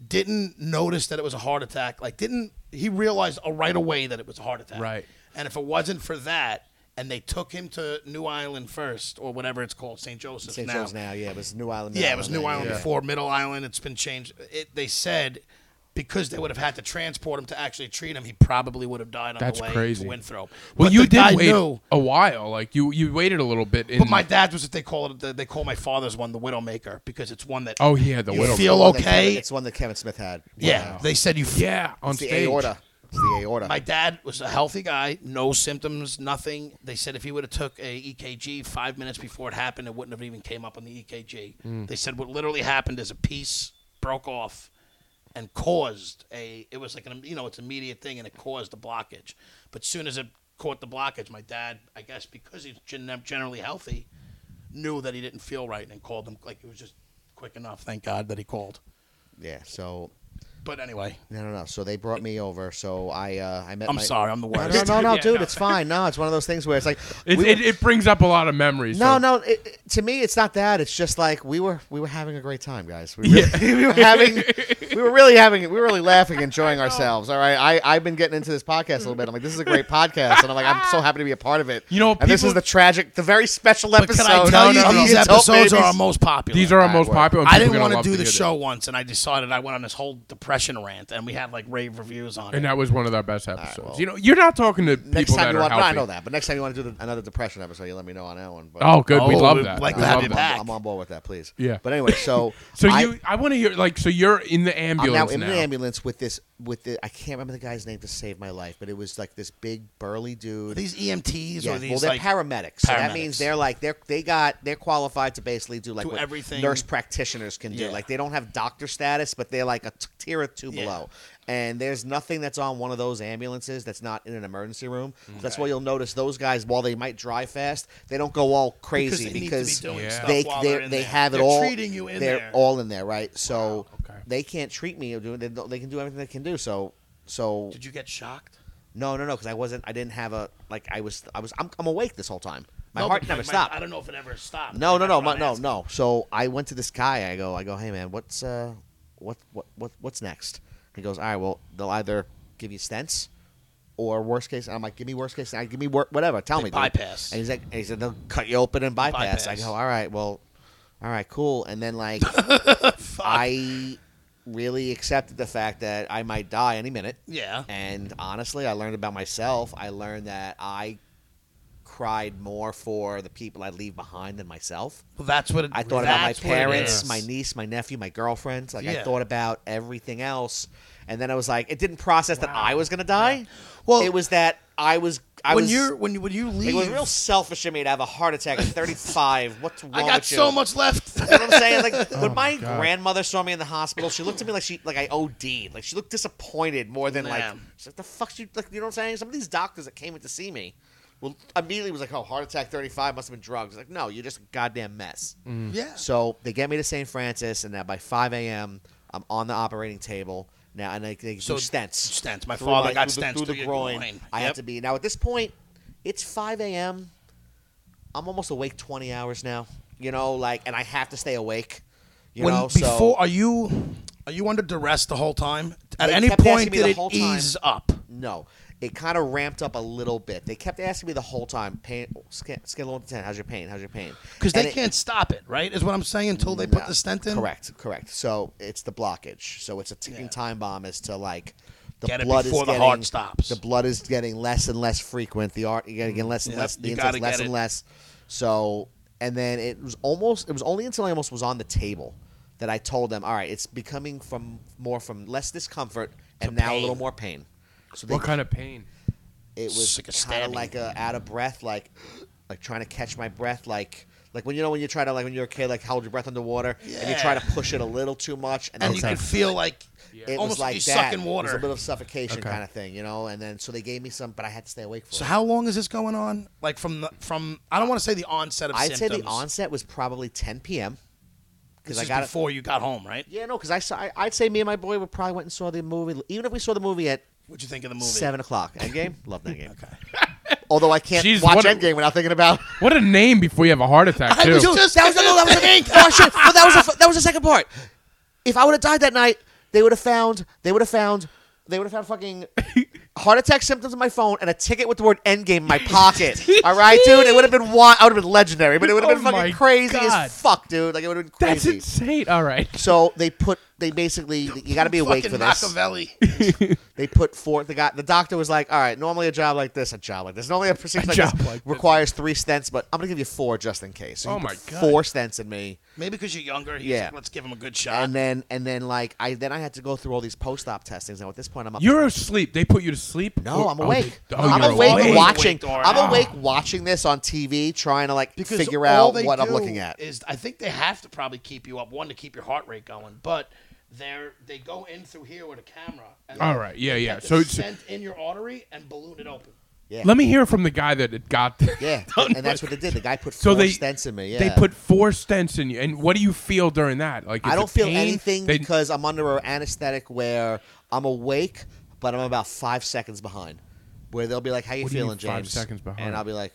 Speaker 4: didn't notice that it was a heart attack, like didn't he realized uh, right away that it was a heart attack.
Speaker 2: Right.
Speaker 4: And if it wasn't for that, and they took him to New Island first, or whatever it's called, St. Joseph's
Speaker 3: St.
Speaker 4: now.
Speaker 3: John's now. Yeah, it was New Island.
Speaker 4: Yeah, it was New
Speaker 3: then,
Speaker 4: Island
Speaker 3: yeah.
Speaker 4: before Middle Island. It's been changed. It, they said because they would have had to transport him to actually treat him, he probably would have died on
Speaker 2: That's
Speaker 4: the way
Speaker 2: crazy.
Speaker 4: to Winthrop.
Speaker 2: Well,
Speaker 4: But
Speaker 2: you
Speaker 4: the guy
Speaker 2: did wait
Speaker 4: knew-
Speaker 2: a while. Like you, you waited a little bit. In,
Speaker 4: but my dad was what they call it. the- They call my father's one the Widowmaker because it's one that
Speaker 2: oh yeah, the
Speaker 4: you
Speaker 2: widow.
Speaker 4: feel
Speaker 3: One that
Speaker 4: okay.
Speaker 3: Kevin- It's one that Kevin Smith had.
Speaker 4: yeah, they said you.
Speaker 2: yeah, on
Speaker 3: It's the
Speaker 2: stage.
Speaker 3: aorta. It's the aorta.
Speaker 4: My dad was a healthy guy, no symptoms, nothing. They said if he would have took a EKG five minutes before it happened, it wouldn't have even came up on the EKG. They said what literally happened is a piece broke off and caused a. It was like an you know it's an immediate thing and it caused the blockage. But soon as it caught the blockage, my dad, I guess because he's gen- generally healthy, knew that he didn't feel right and called him. Like it was just quick enough. Thank God that he called.
Speaker 3: Yeah. So
Speaker 4: But anyway,
Speaker 3: no, no, no. So they brought me over. So I, uh, I met.
Speaker 4: I'm
Speaker 3: my-
Speaker 4: sorry, I'm the
Speaker 3: No,
Speaker 4: worst.
Speaker 3: no,
Speaker 4: [LAUGHS]
Speaker 3: no, no,
Speaker 2: Yeah,
Speaker 3: dude.
Speaker 2: no.
Speaker 3: It's fine. No, it's one of those things where it's like
Speaker 2: It,
Speaker 3: we
Speaker 2: it,
Speaker 3: were-
Speaker 2: it brings up a lot of memories.
Speaker 3: No,
Speaker 2: so-
Speaker 3: no. It, it- to me, it's not that. It's just like we were we were having a great time, guys. We, really, [LAUGHS] we were having we were really having we were really laughing, enjoying ourselves. All right, I I've been getting into this podcast a little bit. I'm like, this is a great podcast, and I'm
Speaker 4: [LAUGHS]
Speaker 3: like, I'm so happy to be a part of it.
Speaker 2: You know,
Speaker 3: and this
Speaker 2: people-
Speaker 3: is the tragic, the very special episode.
Speaker 4: But can I tell
Speaker 2: No,
Speaker 4: you,
Speaker 2: no, no.
Speaker 4: these
Speaker 3: Adult
Speaker 4: episodes are
Speaker 3: Babies.
Speaker 4: our most popular.
Speaker 2: These are our
Speaker 3: Bad
Speaker 2: most
Speaker 3: word.
Speaker 2: popular.
Speaker 4: I didn't
Speaker 2: want to
Speaker 4: do the show once, and I decided I went on this whole depression rant, and we had like rave reviews on it.
Speaker 2: and that was one of our best episodes.
Speaker 3: well.
Speaker 2: you know, you're not talking to people
Speaker 3: Next
Speaker 2: that
Speaker 3: time you
Speaker 2: are
Speaker 3: want, no,
Speaker 2: healthy.
Speaker 3: I know that. But next time you want to do the, another depression episode, you let me know on that one. But
Speaker 2: Oh, good. we
Speaker 4: Oh,
Speaker 2: love
Speaker 4: we'd
Speaker 2: that.
Speaker 4: like
Speaker 2: We
Speaker 4: to have
Speaker 2: love
Speaker 4: you
Speaker 3: I'm,
Speaker 2: that.
Speaker 4: back.
Speaker 3: I'm on board with that, please.
Speaker 2: Yeah.
Speaker 3: But anyway, so
Speaker 2: [LAUGHS] So
Speaker 3: I-
Speaker 2: you, I want to hear like, so you're in the
Speaker 3: I'm now
Speaker 2: ambulance
Speaker 3: in the ambulance with this with the I can't remember the guy's name to save my life, but it was like this big burly dude.
Speaker 4: Are these EMTs
Speaker 3: Yeah,
Speaker 4: or these
Speaker 3: well, they're
Speaker 4: like,
Speaker 3: paramedics, so that
Speaker 4: paramedics.
Speaker 3: means they're like they're they got they're qualified to basically do like
Speaker 4: Do
Speaker 3: what
Speaker 4: everything.
Speaker 3: nurse practitioners can do.
Speaker 4: Yeah.
Speaker 3: Like they don't have doctor status, but they're like a t- tier or two
Speaker 4: Yeah.
Speaker 3: below. And there's nothing that's on one of those ambulances that's not in an emergency room. So that's
Speaker 4: Okay.
Speaker 3: why you'll notice those guys, while they might drive fast, they don't go all
Speaker 4: they
Speaker 3: crazy
Speaker 4: need to be
Speaker 3: because
Speaker 4: doing
Speaker 2: Yeah. stuff
Speaker 3: they
Speaker 4: while
Speaker 3: they
Speaker 4: they're in
Speaker 3: they
Speaker 4: there.
Speaker 3: have it
Speaker 4: They're
Speaker 3: all.
Speaker 4: treating you in
Speaker 3: they're
Speaker 4: there.
Speaker 3: all in there, right? So
Speaker 2: Okay.
Speaker 3: they can't treat me or do they, don't- they can do everything they can do. So so
Speaker 4: Did you get shocked?
Speaker 3: no, no, no, because I wasn't. I didn't have a like. I was. I was. I'm, I'm awake this whole time. My
Speaker 4: No,
Speaker 3: heart
Speaker 4: but
Speaker 3: never
Speaker 4: my-
Speaker 3: stopped.
Speaker 4: I don't know if it ever stopped.
Speaker 3: no, no,
Speaker 4: That's
Speaker 3: no,
Speaker 4: what
Speaker 3: my,
Speaker 4: I'm
Speaker 3: no,
Speaker 4: asking.
Speaker 3: no. So I went to this guy. I go. I go. Hey, man, what's uh, what, what, what, what's next? He goes. All right. Well, they'll either give you stents, or worst case. I'm like, give me worst case. I give me wor- whatever. Tell
Speaker 4: They
Speaker 3: me. dude."
Speaker 4: bypass.
Speaker 3: And he's like, and he said they'll cut you open and bypass. I
Speaker 4: Bypass.
Speaker 3: go. All right. Well, all right. Cool. And then
Speaker 4: [LAUGHS]
Speaker 3: like, I really accepted the fact that I might die any minute.
Speaker 4: Yeah.
Speaker 3: And honestly, I learned about myself. I learned that I cried more for the people I leave behind than myself.
Speaker 4: Well, that's what it,
Speaker 3: I thought about my
Speaker 4: that's what it
Speaker 3: parents,
Speaker 4: is.
Speaker 3: my niece, my nephew, my girlfriends. Like I
Speaker 4: Yeah.
Speaker 3: thought about everything else, and then I was like, it didn't process that I was gonna
Speaker 4: Well-
Speaker 3: die. Well, it was that I was. I
Speaker 4: when
Speaker 3: was.
Speaker 4: you're when you when you leave,
Speaker 3: it was real selfish of me to have a heart attack at 35. What's wrong
Speaker 4: I got
Speaker 3: with you?
Speaker 4: so much
Speaker 3: [LAUGHS]
Speaker 4: left. [LAUGHS]
Speaker 3: You know what I'm saying? Like when my
Speaker 2: God.
Speaker 3: grandmother saw me in the hospital, she looked at me like she like I OD'd. Like she looked disappointed more than like
Speaker 4: Man.
Speaker 3: she's like the fuck you like you know what I'm saying? Some of these doctors that came in to see me well immediately was like, Oh, heart attack thirty five must have been drugs. Like, no, you're just a goddamn mess.
Speaker 4: yeah.
Speaker 3: So they get me to St. Francis and now by five AM I'm on the operating table. Now and they, they do stents
Speaker 4: Stents. My
Speaker 3: through
Speaker 4: father
Speaker 3: my-
Speaker 4: got
Speaker 3: through the-
Speaker 4: stents
Speaker 3: through the
Speaker 4: your
Speaker 3: groin. I
Speaker 4: Yep.
Speaker 3: have to be now at this point. It's 5 a.m. I'm almost awake 20 hours now. You know, like, and I have to stay awake. You
Speaker 4: when
Speaker 3: know,
Speaker 4: before
Speaker 3: so
Speaker 4: are you are you under duress the whole time? At
Speaker 3: They
Speaker 4: any
Speaker 3: kept asking
Speaker 4: point
Speaker 3: me the
Speaker 4: did it
Speaker 3: whole time.
Speaker 4: ease up?
Speaker 3: no, it kind of ramped up a little bit. They kept asking me the whole time, pain, sca- scale of one to ten. How's your pain? How's your pain?
Speaker 4: Because they
Speaker 3: And it-
Speaker 4: can't stop it, right? Is what I'm saying until they put
Speaker 3: No,
Speaker 4: the stent in.
Speaker 3: Correct, correct. So it's the blockage. So it's a ticking
Speaker 4: Yeah.
Speaker 3: time bomb as to like the
Speaker 4: Get it
Speaker 3: blood
Speaker 4: before
Speaker 3: is
Speaker 4: the
Speaker 3: getting,
Speaker 4: heart stops.
Speaker 3: The blood is getting less and less frequent. The art you gotta get less and
Speaker 4: Yep,
Speaker 3: less. The
Speaker 4: you
Speaker 3: intake's
Speaker 4: gotta
Speaker 3: less
Speaker 4: get
Speaker 3: and
Speaker 4: it.
Speaker 3: less. So and then it was almost. It was only until I almost was on the table that I told them, all right, it's becoming from more from less discomfort and now a
Speaker 4: pain.
Speaker 3: little more pain. So they
Speaker 2: What kind of pain?
Speaker 3: it was
Speaker 4: Sick of
Speaker 3: kind
Speaker 4: stabbing.
Speaker 3: [GASPS] of like a out of breath, like like trying to catch my breath, like Like when you know when you try to like when you're a kid, like hold your breath underwater and you try
Speaker 4: Yeah.
Speaker 3: to push it a little too much, and,
Speaker 4: and
Speaker 3: it's
Speaker 4: you can
Speaker 3: like-
Speaker 4: feel like
Speaker 3: it
Speaker 4: almost
Speaker 3: was like
Speaker 4: like you
Speaker 3: that.
Speaker 4: sucking
Speaker 3: It was
Speaker 4: water.
Speaker 3: a bit of suffocation
Speaker 2: Okay.
Speaker 3: kind of thing, you know. And then so they gave me some, but I had to stay awake for.
Speaker 4: so
Speaker 3: it.
Speaker 4: how long is this going on? Like from the, from I don't want to say the onset of
Speaker 3: I'd
Speaker 4: symptoms.
Speaker 3: say the onset was probably 10 p.m.
Speaker 4: This
Speaker 3: because I
Speaker 4: is
Speaker 3: got it.
Speaker 4: before you got home, right?
Speaker 3: Yeah, no, because I saw. I, I'd say me and my boy would probably went and saw the movie. Even if we saw the movie at
Speaker 4: What'd you think of the movie?
Speaker 3: seven o'clock, Endgame.
Speaker 4: [LAUGHS]
Speaker 3: Love that game.
Speaker 4: Okay.
Speaker 3: Although I can't
Speaker 2: Jeez,
Speaker 3: watch
Speaker 2: what a-
Speaker 3: Endgame without thinking about.
Speaker 2: What a name before you have a heart attack,
Speaker 4: [LAUGHS] I
Speaker 2: too.
Speaker 4: was just
Speaker 3: that was no,
Speaker 2: [LAUGHS]
Speaker 3: that was the, no, shit, no, that was the, f- that was the second part. If I would have died that night, they would have found. They would have found. They would have
Speaker 2: [LAUGHS]
Speaker 3: found fucking heart attack symptoms on my phone and a ticket with the word Endgame in my pocket.
Speaker 2: [LAUGHS]
Speaker 3: All right, dude, it would have been. Wa- I would have been legendary, but it would have
Speaker 2: Oh
Speaker 3: been
Speaker 2: my
Speaker 3: fucking crazy
Speaker 2: God.
Speaker 3: as fuck, dude. Like it would have been crazy.
Speaker 2: That's insane. All right.
Speaker 3: So they put they basically you got to be awake
Speaker 4: Fucking
Speaker 3: for this. [LAUGHS]
Speaker 4: Machiavelli.
Speaker 3: They put forth the guy. The doctor was like, "All right, normally a job like this, a job like this, normally a procedure
Speaker 2: A
Speaker 3: like,
Speaker 2: job
Speaker 3: this
Speaker 2: like this.
Speaker 3: requires three stents, but I'm gonna give you four just in case." So he
Speaker 2: Oh
Speaker 3: put
Speaker 2: my God.
Speaker 3: four stents in me,
Speaker 4: Maybe because you're younger. He's
Speaker 3: Yeah.
Speaker 4: like, let's give him a good shot.
Speaker 3: and then and then like I then I had to go through all these post op testings. Now at this point, I'm up.
Speaker 2: You're asleep. They put you to sleep?
Speaker 3: no,
Speaker 2: Or-
Speaker 3: I'm
Speaker 2: oh,
Speaker 3: awake.
Speaker 2: they-
Speaker 3: I'm
Speaker 2: you're
Speaker 3: awake,
Speaker 4: awake.
Speaker 3: watching.
Speaker 4: Awake, Doran.
Speaker 3: I'm
Speaker 4: Ah.
Speaker 3: awake watching this on TV, trying to like
Speaker 4: because
Speaker 3: figure
Speaker 4: all
Speaker 3: out
Speaker 4: they
Speaker 3: what I'm
Speaker 4: do
Speaker 3: looking at.
Speaker 4: Is I think they have to probably keep you up one to keep your heart rate going, but they're they go in through here with a camera. And
Speaker 2: All right, yeah,
Speaker 4: they
Speaker 2: yeah.
Speaker 4: get the
Speaker 2: So it's-
Speaker 4: stent in your artery and balloon it open.
Speaker 2: Let me hear from the guy that it got. [LAUGHS]
Speaker 3: Yeah,
Speaker 2: done
Speaker 3: and that's
Speaker 2: with.
Speaker 3: what they did. The guy put
Speaker 2: So
Speaker 3: four
Speaker 2: they-
Speaker 3: stents in me. Yeah.
Speaker 2: They put four stents in you, and what do you feel during that? Like is
Speaker 3: I
Speaker 2: it
Speaker 3: don't feel
Speaker 2: pain?
Speaker 3: anything
Speaker 2: They-
Speaker 3: because I'm under an anesthetic where I'm awake, but I'm about five seconds behind. Where they'll be like, "How you
Speaker 2: What do you
Speaker 3: feeling,
Speaker 2: mean five
Speaker 3: James?"
Speaker 2: seconds behind?
Speaker 3: and I'll be like,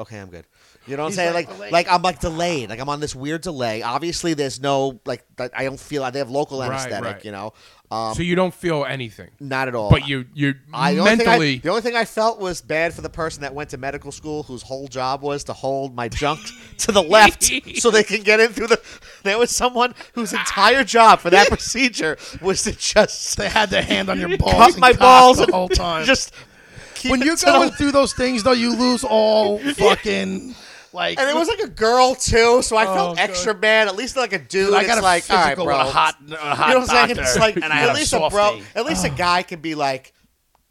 Speaker 3: "Okay, I'm good." You know what I'm
Speaker 4: He's
Speaker 3: saying?
Speaker 4: like
Speaker 3: Like,
Speaker 4: delayed.
Speaker 3: like, I'm like delayed. Like I'm on this weird delay. Obviously, there's no like that- I don't feel. They have local
Speaker 2: Right,
Speaker 3: anesthetic,
Speaker 2: right.
Speaker 3: you know, um,
Speaker 2: so you don't feel anything,
Speaker 3: not at all.
Speaker 2: but you you
Speaker 3: I, the, only thing I,
Speaker 2: mentally
Speaker 3: the only thing I felt was bad for the person that went to medical school whose whole job was to hold my
Speaker 4: [LAUGHS]
Speaker 3: junk to the left so they can get in through the. There was someone whose entire
Speaker 4: [LAUGHS]
Speaker 3: job for that procedure was to just
Speaker 4: They had their hand on
Speaker 3: [LAUGHS]
Speaker 4: your balls.
Speaker 3: pump
Speaker 4: and
Speaker 3: my
Speaker 4: cock
Speaker 3: balls
Speaker 4: the
Speaker 3: and
Speaker 4: whole time.
Speaker 3: Just keep
Speaker 4: when
Speaker 3: it
Speaker 4: you're
Speaker 3: to the-
Speaker 4: going through those things, though, you lose all fucking like.
Speaker 3: [LAUGHS] And it was like a girl too, so I
Speaker 2: Oh,
Speaker 3: felt
Speaker 2: God.
Speaker 3: extra bad. At least like a dude,
Speaker 4: I got
Speaker 3: it's
Speaker 4: a
Speaker 3: like all right,
Speaker 4: physical
Speaker 3: bro.
Speaker 4: with a hot, a hot
Speaker 3: you know what I'm saying?
Speaker 4: doctor,
Speaker 3: It's like
Speaker 4: [LAUGHS] and I had
Speaker 3: at least
Speaker 4: a,
Speaker 3: a bro,
Speaker 4: softie.
Speaker 3: at least a guy can be like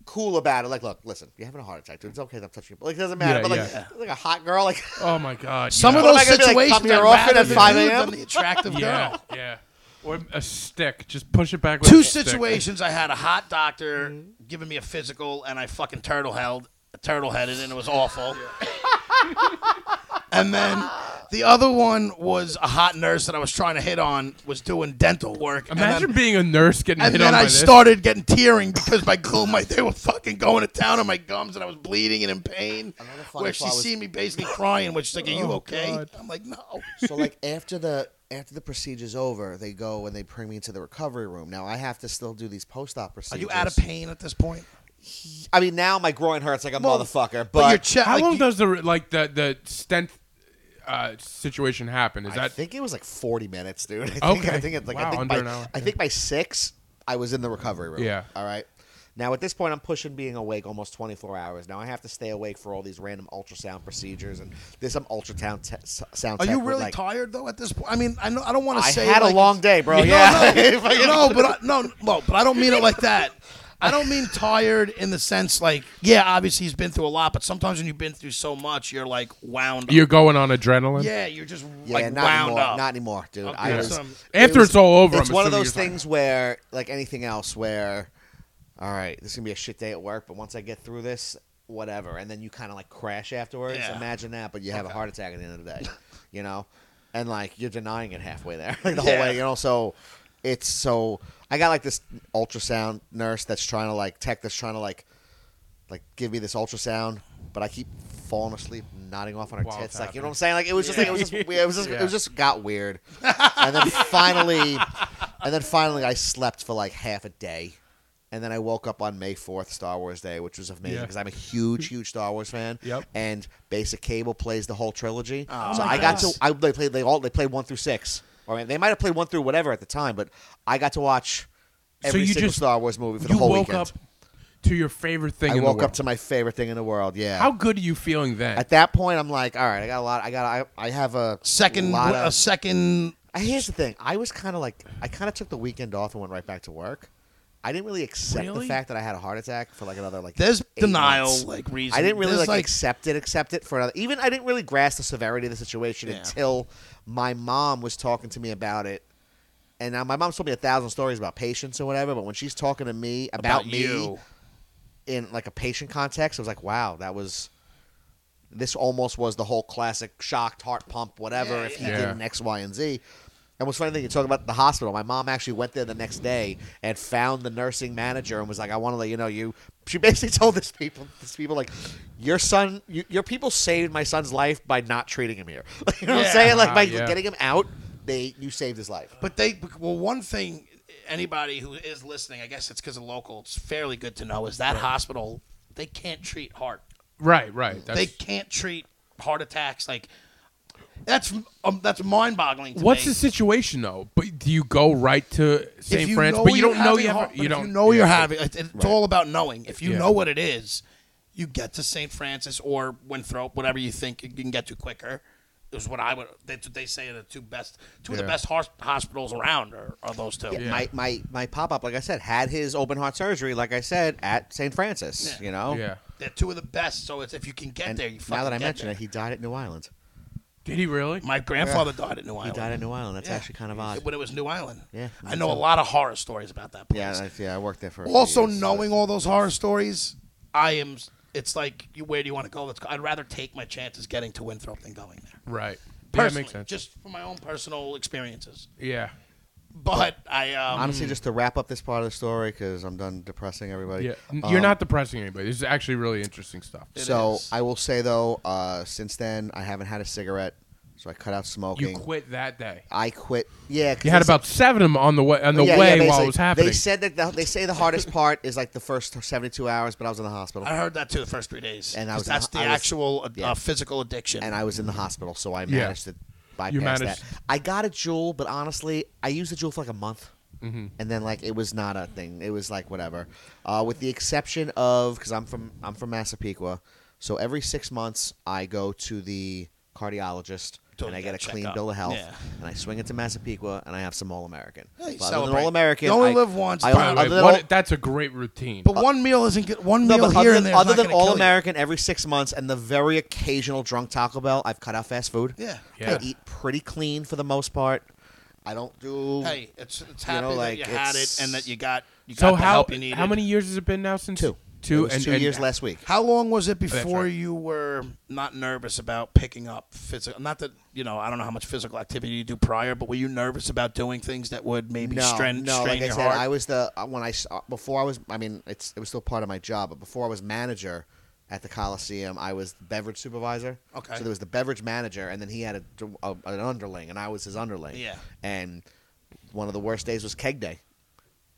Speaker 3: cool about it. Like, look, listen, you're having a heart attack, dude. It's okay. that I'm touching you. Like, it doesn't matter.
Speaker 2: Yeah,
Speaker 3: but like,
Speaker 2: yeah.
Speaker 3: like a hot girl, like [LAUGHS]
Speaker 2: oh my god,
Speaker 4: Some
Speaker 2: yeah.
Speaker 4: of
Speaker 3: What am
Speaker 4: those
Speaker 3: I gonna be, like,
Speaker 4: situations
Speaker 3: come here
Speaker 4: are
Speaker 3: often
Speaker 4: rather
Speaker 3: at
Speaker 4: the
Speaker 3: 5
Speaker 4: dude
Speaker 3: a.m.?
Speaker 4: than the
Speaker 3: [LAUGHS]
Speaker 4: attractive
Speaker 2: yeah,
Speaker 4: girl.
Speaker 2: yeah, or a stick, just push it back. With
Speaker 4: two
Speaker 2: a stick.
Speaker 4: situations I had a hot doctor giving me a physical and I fucking turtle held turtle headed and it was awful. and then the other one was a hot nurse that I was trying to hit on was doing dental work.
Speaker 2: Imagine
Speaker 4: and then,
Speaker 2: being a nurse getting
Speaker 4: and
Speaker 2: hit
Speaker 4: then
Speaker 2: on by
Speaker 4: I
Speaker 2: this.
Speaker 4: started getting tearing because my gum, my [LAUGHS] they were fucking going to town on my gums, and I was bleeding and in pain.
Speaker 3: Another funny
Speaker 4: Where she
Speaker 3: part was-
Speaker 4: seen me basically crying, which she's like, "Are you
Speaker 2: Oh,
Speaker 4: okay?"
Speaker 2: God.
Speaker 4: I'm like, "No."
Speaker 3: so like after the after the procedure's over, they go and they bring me into the recovery room. Now I have to still do these post op
Speaker 4: Are
Speaker 3: procedures.
Speaker 4: you out of pain at this point?
Speaker 3: I mean, now my groin hurts like a
Speaker 4: Well,
Speaker 3: motherfucker. But,
Speaker 4: your chest,
Speaker 2: How
Speaker 4: like,
Speaker 2: long
Speaker 4: you-
Speaker 2: does the like the the stent uh, situation happen? Is
Speaker 3: I
Speaker 2: that
Speaker 3: think it was like forty minutes, dude. [LAUGHS] I think,
Speaker 2: Okay.
Speaker 3: I think it's like
Speaker 2: Wow,
Speaker 3: I think
Speaker 2: under
Speaker 3: by,
Speaker 2: an hour.
Speaker 3: I think by six, I was in the recovery room.
Speaker 2: Yeah.
Speaker 3: All right. Now at this point, I'm pushing being awake almost 24 hours. Now I have to stay awake for all these random ultrasound procedures and there's some ultrasound te- s- sound.
Speaker 4: Are
Speaker 3: tech
Speaker 4: you
Speaker 3: with,
Speaker 4: really
Speaker 3: like-
Speaker 4: tired though at this point? I mean, I know I don't want to
Speaker 3: I
Speaker 4: say
Speaker 3: had
Speaker 4: like,
Speaker 3: a long day, bro.
Speaker 4: [LAUGHS] No,
Speaker 3: yeah. [LAUGHS]
Speaker 4: no, no, but I, no, no, but I don't mean it like that. I don't mean tired in the sense like, yeah, obviously he's been through a lot, but sometimes when you've been through so much, you're like wound
Speaker 2: you're
Speaker 4: up.
Speaker 2: going on adrenaline?
Speaker 4: Yeah, you're just
Speaker 3: Yeah,
Speaker 4: like
Speaker 3: not
Speaker 4: wound
Speaker 3: anymore.
Speaker 4: up.
Speaker 3: Not anymore, dude. I
Speaker 4: Okay.
Speaker 3: was,
Speaker 4: Some-
Speaker 2: After
Speaker 3: it was-
Speaker 2: it's all over,
Speaker 3: it's
Speaker 2: I'm
Speaker 3: one of
Speaker 2: assuming
Speaker 3: those
Speaker 2: you're
Speaker 3: things where, like anything else, where, all right, this is gonna be a shit day at work, but once I get through this, whatever, and then you kind of like crash afterwards.
Speaker 4: Yeah.
Speaker 3: Imagine that, but you have a
Speaker 4: Okay.
Speaker 3: heart attack at the end of the
Speaker 2: [LAUGHS]
Speaker 3: day, you know, and like you're denying it halfway there, [LAUGHS] like the
Speaker 4: Yeah.
Speaker 3: whole way, you know. So it's so I got like this ultrasound nurse that's trying to like tech that's trying to like like give me this ultrasound, but I keep falling asleep, nodding off on her
Speaker 2: Wow,
Speaker 3: tits,
Speaker 2: it's
Speaker 3: like
Speaker 2: happening.
Speaker 3: you know what I'm saying? Like it was just like it was just weird. It was just
Speaker 2: Yeah.
Speaker 3: it was just got weird, and then finally, and then finally, I slept for like half a day, and then I woke up on May Fourth, Star Wars Day, which was amazing
Speaker 2: Yeah.
Speaker 3: because I'm a huge, huge Star Wars fan.
Speaker 2: Yep.
Speaker 3: And Basic Cable plays the whole trilogy,
Speaker 4: Oh
Speaker 3: so
Speaker 4: my
Speaker 3: I got
Speaker 4: gosh.
Speaker 3: to I they played they all they played one through six, or I mean, they might have played one through whatever at the time, but I got to watch
Speaker 2: So
Speaker 3: every
Speaker 2: you
Speaker 3: single
Speaker 2: just-
Speaker 3: Star Wars movie for the
Speaker 2: you
Speaker 3: whole
Speaker 2: woke
Speaker 3: weekend.
Speaker 2: up to your favorite thing.
Speaker 3: I
Speaker 2: in the
Speaker 3: woke up
Speaker 2: world.
Speaker 3: to my favorite thing in the world. Yeah.
Speaker 2: How good are you feeling then?
Speaker 3: At that point, I'm like, all right, I got a lot. I got. I, I have a
Speaker 4: second,
Speaker 3: Lot
Speaker 4: a
Speaker 3: of,
Speaker 4: second.
Speaker 3: here's the thing. I was kind of like, I kind of took the weekend off and went right back to work, I didn't really accept
Speaker 2: Really?
Speaker 3: the fact that I had a heart attack for like another like.
Speaker 4: There's
Speaker 3: eight
Speaker 4: denial,
Speaker 3: months.
Speaker 4: like reason.
Speaker 3: I didn't really
Speaker 4: There's,
Speaker 3: like, accept it, accept it for another. Even I didn't really grasp the severity of the situation
Speaker 4: Yeah.
Speaker 3: until my mom was talking to me about it. And now my mom's told me a thousand stories about patients or whatever, but when she's talking to me about,
Speaker 4: about
Speaker 3: me
Speaker 4: you.
Speaker 3: in like a patient context, I was like, wow, that was. This almost was the whole classic shocked heart pump, whatever.
Speaker 4: Yeah,
Speaker 3: if he
Speaker 2: yeah.
Speaker 3: did an X, Y, and Z, and what's funny thing you talk about the hospital. My mom actually went there the next day and found the nursing manager and was like, "I want to let you know you." [LAUGHS] She basically told this people, this people like, "Your son, you, your people saved my son's life by not treating him here." [LAUGHS] you know what
Speaker 4: Yeah.
Speaker 3: I'm saying? Like by
Speaker 2: Wow, yeah.
Speaker 3: getting him out, they you saved his life.
Speaker 4: But they well, one thing anybody who is listening, I guess it's because of local. It's fairly good to know is that hospital they can't treat heart.
Speaker 2: Right, right. That's,
Speaker 4: They can't treat heart attacks. Like that's um, that's mind boggling.
Speaker 2: what's
Speaker 4: me.
Speaker 2: the situation though? But do you go right to
Speaker 4: If
Speaker 2: St. France? But you don't know
Speaker 4: having
Speaker 2: you have.
Speaker 4: heart-
Speaker 2: you
Speaker 4: but if
Speaker 2: don't
Speaker 4: you know
Speaker 2: yeah.
Speaker 4: you're having. It's, it's all about knowing. If you
Speaker 2: Yeah.
Speaker 4: know what it is, you get to St. Francis or Winthrop, whatever you think you can get to quicker. Is what I would. That's what they say are the two best, two of the
Speaker 2: Yeah.
Speaker 4: best hos- hospitals around are, are those two.
Speaker 3: Yeah, My my my pop up, like I said, had his open heart surgery, like I said, at St. Francis.
Speaker 4: Yeah.
Speaker 3: You know,
Speaker 2: Yeah.
Speaker 4: They're two of the best. So it's if you can get
Speaker 3: And
Speaker 4: there, you fucking
Speaker 3: now that I
Speaker 4: get
Speaker 3: mention
Speaker 4: there.
Speaker 3: it, he died at New Island.
Speaker 2: Did he really?
Speaker 4: my grandfather died at New
Speaker 3: He
Speaker 4: Island.
Speaker 3: died at New Island. That's
Speaker 4: Yeah.
Speaker 3: actually kind of odd.
Speaker 4: when it was New Island.
Speaker 3: Yeah,
Speaker 4: I
Speaker 3: me
Speaker 4: know a lot of horror stories about that place.
Speaker 3: Yeah, I- yeah, I worked there for. a few
Speaker 4: also
Speaker 3: years, so-
Speaker 4: knowing all those horror stories, I am. It's like, you, where do you want to go? Let's go. I'd rather take my chances getting to Winthrop than going there.
Speaker 2: Right. Yeah, that
Speaker 4: Personally,
Speaker 2: makes sense.
Speaker 4: just for my own personal experiences.
Speaker 2: yeah.
Speaker 4: But I, um,
Speaker 3: honestly, just to wrap up this part of the story because I'm done depressing everybody.
Speaker 2: Yeah. N-
Speaker 3: Um,
Speaker 2: you're not depressing anybody. This is actually really interesting stuff.
Speaker 4: It
Speaker 3: So
Speaker 4: is.
Speaker 3: I will say though, uh, since then I haven't had a cigarette, so I cut out smoking.
Speaker 2: You quit that day.
Speaker 3: I quit. Yeah, 'cause
Speaker 2: You had
Speaker 3: they
Speaker 2: about seven of them on the way on the
Speaker 3: yeah, yeah,
Speaker 2: way while
Speaker 3: basically.
Speaker 2: it was happening.
Speaker 3: They said that the, they say the hardest part is like the first 72 hours, but I was in the hospital
Speaker 4: I heard that too the first three days.
Speaker 3: And I
Speaker 4: 'Cause
Speaker 3: was in
Speaker 4: that's
Speaker 3: the-
Speaker 4: the
Speaker 3: I was-
Speaker 4: actual uh,
Speaker 3: yeah.
Speaker 4: uh, physical addiction.
Speaker 3: and I was in the hospital, so I managed to bypass
Speaker 2: managed-
Speaker 3: that. I got a jewel, but honestly, I used the jewel for like a month. And then like it was not a thing. It was like whatever, uh, with the exception of because I'm from I'm from Massapequa, so every six months I go to the cardiologist
Speaker 4: To
Speaker 3: and I
Speaker 4: get
Speaker 3: get a
Speaker 4: checked
Speaker 3: clean
Speaker 4: up.
Speaker 3: bill of health,
Speaker 4: Yeah.
Speaker 3: and I swing it to Massapequa and I have some All American.
Speaker 4: Hey,
Speaker 3: other than
Speaker 4: celebrate.
Speaker 3: All American,
Speaker 4: You only
Speaker 3: I-
Speaker 4: live once,
Speaker 3: I-
Speaker 4: by the
Speaker 2: By
Speaker 3: other
Speaker 2: the way,
Speaker 3: than
Speaker 2: one-
Speaker 3: All-
Speaker 2: that's a great routine.
Speaker 4: but one meal isn't good. One
Speaker 3: no,
Speaker 4: meal
Speaker 3: but
Speaker 4: here and
Speaker 3: other than,
Speaker 4: there. is
Speaker 3: other
Speaker 4: not
Speaker 3: than
Speaker 4: gonna kill
Speaker 3: All
Speaker 4: you.
Speaker 3: American every six months and the very occasional drunk Taco Bell, I've cut out fast food.
Speaker 4: Yeah.
Speaker 2: Yeah.
Speaker 3: I eat pretty clean for the most part. I don't do
Speaker 4: Hey, it's it's
Speaker 3: You
Speaker 4: happy
Speaker 3: know, like,
Speaker 4: that you had it
Speaker 3: it's-
Speaker 4: and that you got you got
Speaker 2: so
Speaker 4: the
Speaker 2: how
Speaker 4: help you needed.
Speaker 2: how many years has it been now since
Speaker 3: two. It
Speaker 2: Two
Speaker 3: was
Speaker 2: and,
Speaker 3: two
Speaker 2: and-
Speaker 3: years last week.
Speaker 4: How long was it before
Speaker 2: right.
Speaker 4: you were not nervous about picking up physical? Not that you know, I don't know how much physical activity you do prior, but were you nervous about doing things that would maybe
Speaker 3: No,
Speaker 4: strain,
Speaker 3: no.
Speaker 4: strain
Speaker 3: Like I
Speaker 4: your
Speaker 3: said,
Speaker 4: heart?
Speaker 3: I was the uh, when I s- uh, before I was. I mean, it's it was still part of my job, but before I was manager at the Coliseum, I was the beverage supervisor.
Speaker 4: Okay.
Speaker 3: So there was the beverage manager, and then he had a, a an underling, and I was his underling.
Speaker 4: Yeah.
Speaker 3: And one of the worst days was keg day.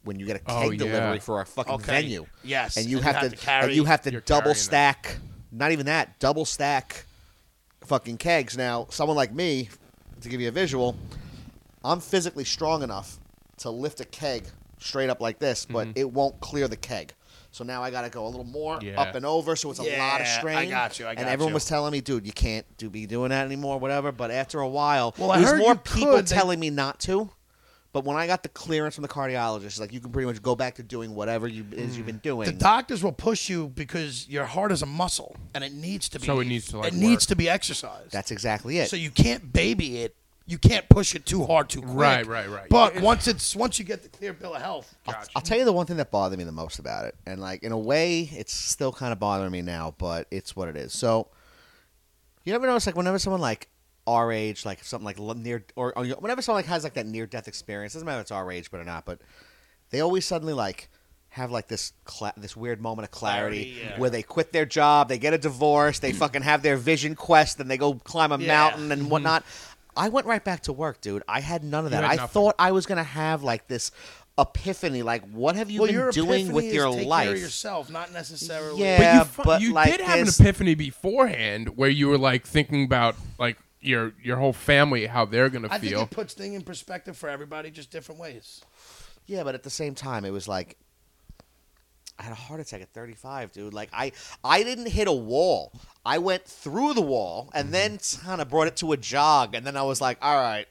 Speaker 3: When you get a keg
Speaker 2: Oh, yeah.
Speaker 3: delivery for our fucking
Speaker 4: Okay.
Speaker 3: venue,
Speaker 4: Yes,
Speaker 3: and you have, to, and
Speaker 4: carry-
Speaker 3: you have to
Speaker 2: You're
Speaker 3: double
Speaker 2: carrying it.
Speaker 3: stack. Not even that, double stack fucking kegs. Now, someone like me, to give you a visual, I'm physically strong enough to lift a keg straight up like this, but
Speaker 4: Mm-hmm.
Speaker 3: it won't clear the keg. So now I got to go a little more
Speaker 2: Yeah.
Speaker 3: up and over. So it's a lot
Speaker 4: Yeah, I
Speaker 3: of strain.
Speaker 4: got you, I got
Speaker 3: and everyone
Speaker 4: you.
Speaker 3: was telling me, dude, you can't do be doing that anymore, whatever. But after a while,
Speaker 4: Well,
Speaker 3: it
Speaker 4: I
Speaker 3: was
Speaker 4: heard
Speaker 3: more
Speaker 4: you
Speaker 3: people
Speaker 4: could, they-
Speaker 3: telling me not to. But when I got the clearance from the cardiologist, like you can pretty much go back to doing whatever you is you've been doing.
Speaker 4: Mm. the doctors will push you because your heart is a muscle and it needs to be.
Speaker 2: So it needs to, like,
Speaker 4: it needs
Speaker 2: work.
Speaker 4: to be exercised.
Speaker 3: That's exactly it.
Speaker 4: so you can't baby it. You can't push it too hard too quick.
Speaker 2: Right, right, right.
Speaker 4: But once it's once you get the clear bill of health,
Speaker 3: I'll tell you the one thing that bothered me the most about it, and like in a way, it's still kind of bothering me now, but it's what it is. So, you never notice like whenever someone like our age, like something like l- near, or, or whenever someone like has like that near death experience, doesn't matter if it's our age, but or not, but they always suddenly like have like this cla- this weird moment of clarity,
Speaker 4: Clarity, yeah.
Speaker 3: where they quit their job, they get a divorce, they fucking have their vision quest, and they go climb a
Speaker 4: Yeah. Mm-hmm.
Speaker 3: mountain and whatnot. I went right back to work, dude. I had none of that.
Speaker 2: had
Speaker 3: I
Speaker 2: nothing.
Speaker 3: thought I was gonna have like this epiphany, like what have you
Speaker 4: well,
Speaker 3: been
Speaker 4: your
Speaker 3: doing
Speaker 4: epiphany
Speaker 3: with
Speaker 4: is
Speaker 3: your
Speaker 4: take
Speaker 3: life?
Speaker 4: Care of yourself, not necessarily.
Speaker 2: But
Speaker 3: Yeah,
Speaker 2: you, fu-
Speaker 3: but
Speaker 2: you
Speaker 3: like
Speaker 2: did have
Speaker 3: this-
Speaker 2: an epiphany beforehand where you were like thinking about like your your whole family how they're gonna
Speaker 4: I
Speaker 2: feel.
Speaker 4: think it puts things in perspective for everybody, just different ways.
Speaker 3: Yeah, but at the same time, it was like I had a heart attack at 35, dude. Like I, I didn't hit a wall. I went through the wall
Speaker 4: Mm-hmm.
Speaker 3: and then kind of brought it to a jog, and then I was like, all right,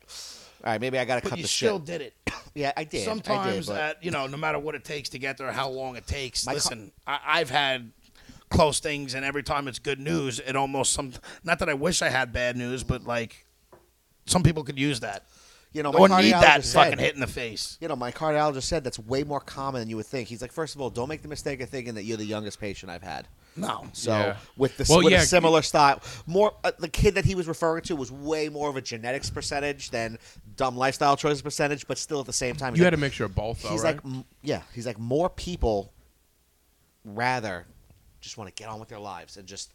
Speaker 3: all right, maybe I got to
Speaker 4: But
Speaker 3: cut
Speaker 4: you
Speaker 3: the
Speaker 4: still
Speaker 3: shit.
Speaker 4: did it.
Speaker 3: Yeah, I did. I did,
Speaker 4: Sometimes,
Speaker 3: but-
Speaker 4: at, you know, no matter what it takes to get there, how long it takes.
Speaker 3: My co-
Speaker 4: listen, I, I've had close things, and every time it's good news, it almost some. Not that I wish I had bad news, but like some people could use that
Speaker 3: you know, Oh, my
Speaker 4: or need that
Speaker 3: cardiologist
Speaker 4: fucking
Speaker 3: said-
Speaker 4: hit in the face.
Speaker 3: You know, my cardiologist said that's way more common than you would think. He's like, first of all, don't make the mistake of thinking that you're the youngest patient I've had.
Speaker 4: No,
Speaker 3: So
Speaker 2: Yeah.
Speaker 3: with the
Speaker 2: Well,
Speaker 3: with
Speaker 2: yeah,
Speaker 3: a similar style, more uh, the kid that he was referring to was way more of a genetics percentage than dumb lifestyle choices percentage, but still at the same time, he's
Speaker 2: You
Speaker 3: like-
Speaker 2: had a mixture of both, though,
Speaker 3: He's
Speaker 2: right?
Speaker 3: like, m- yeah, he's like more people rather just want to get on with their lives and just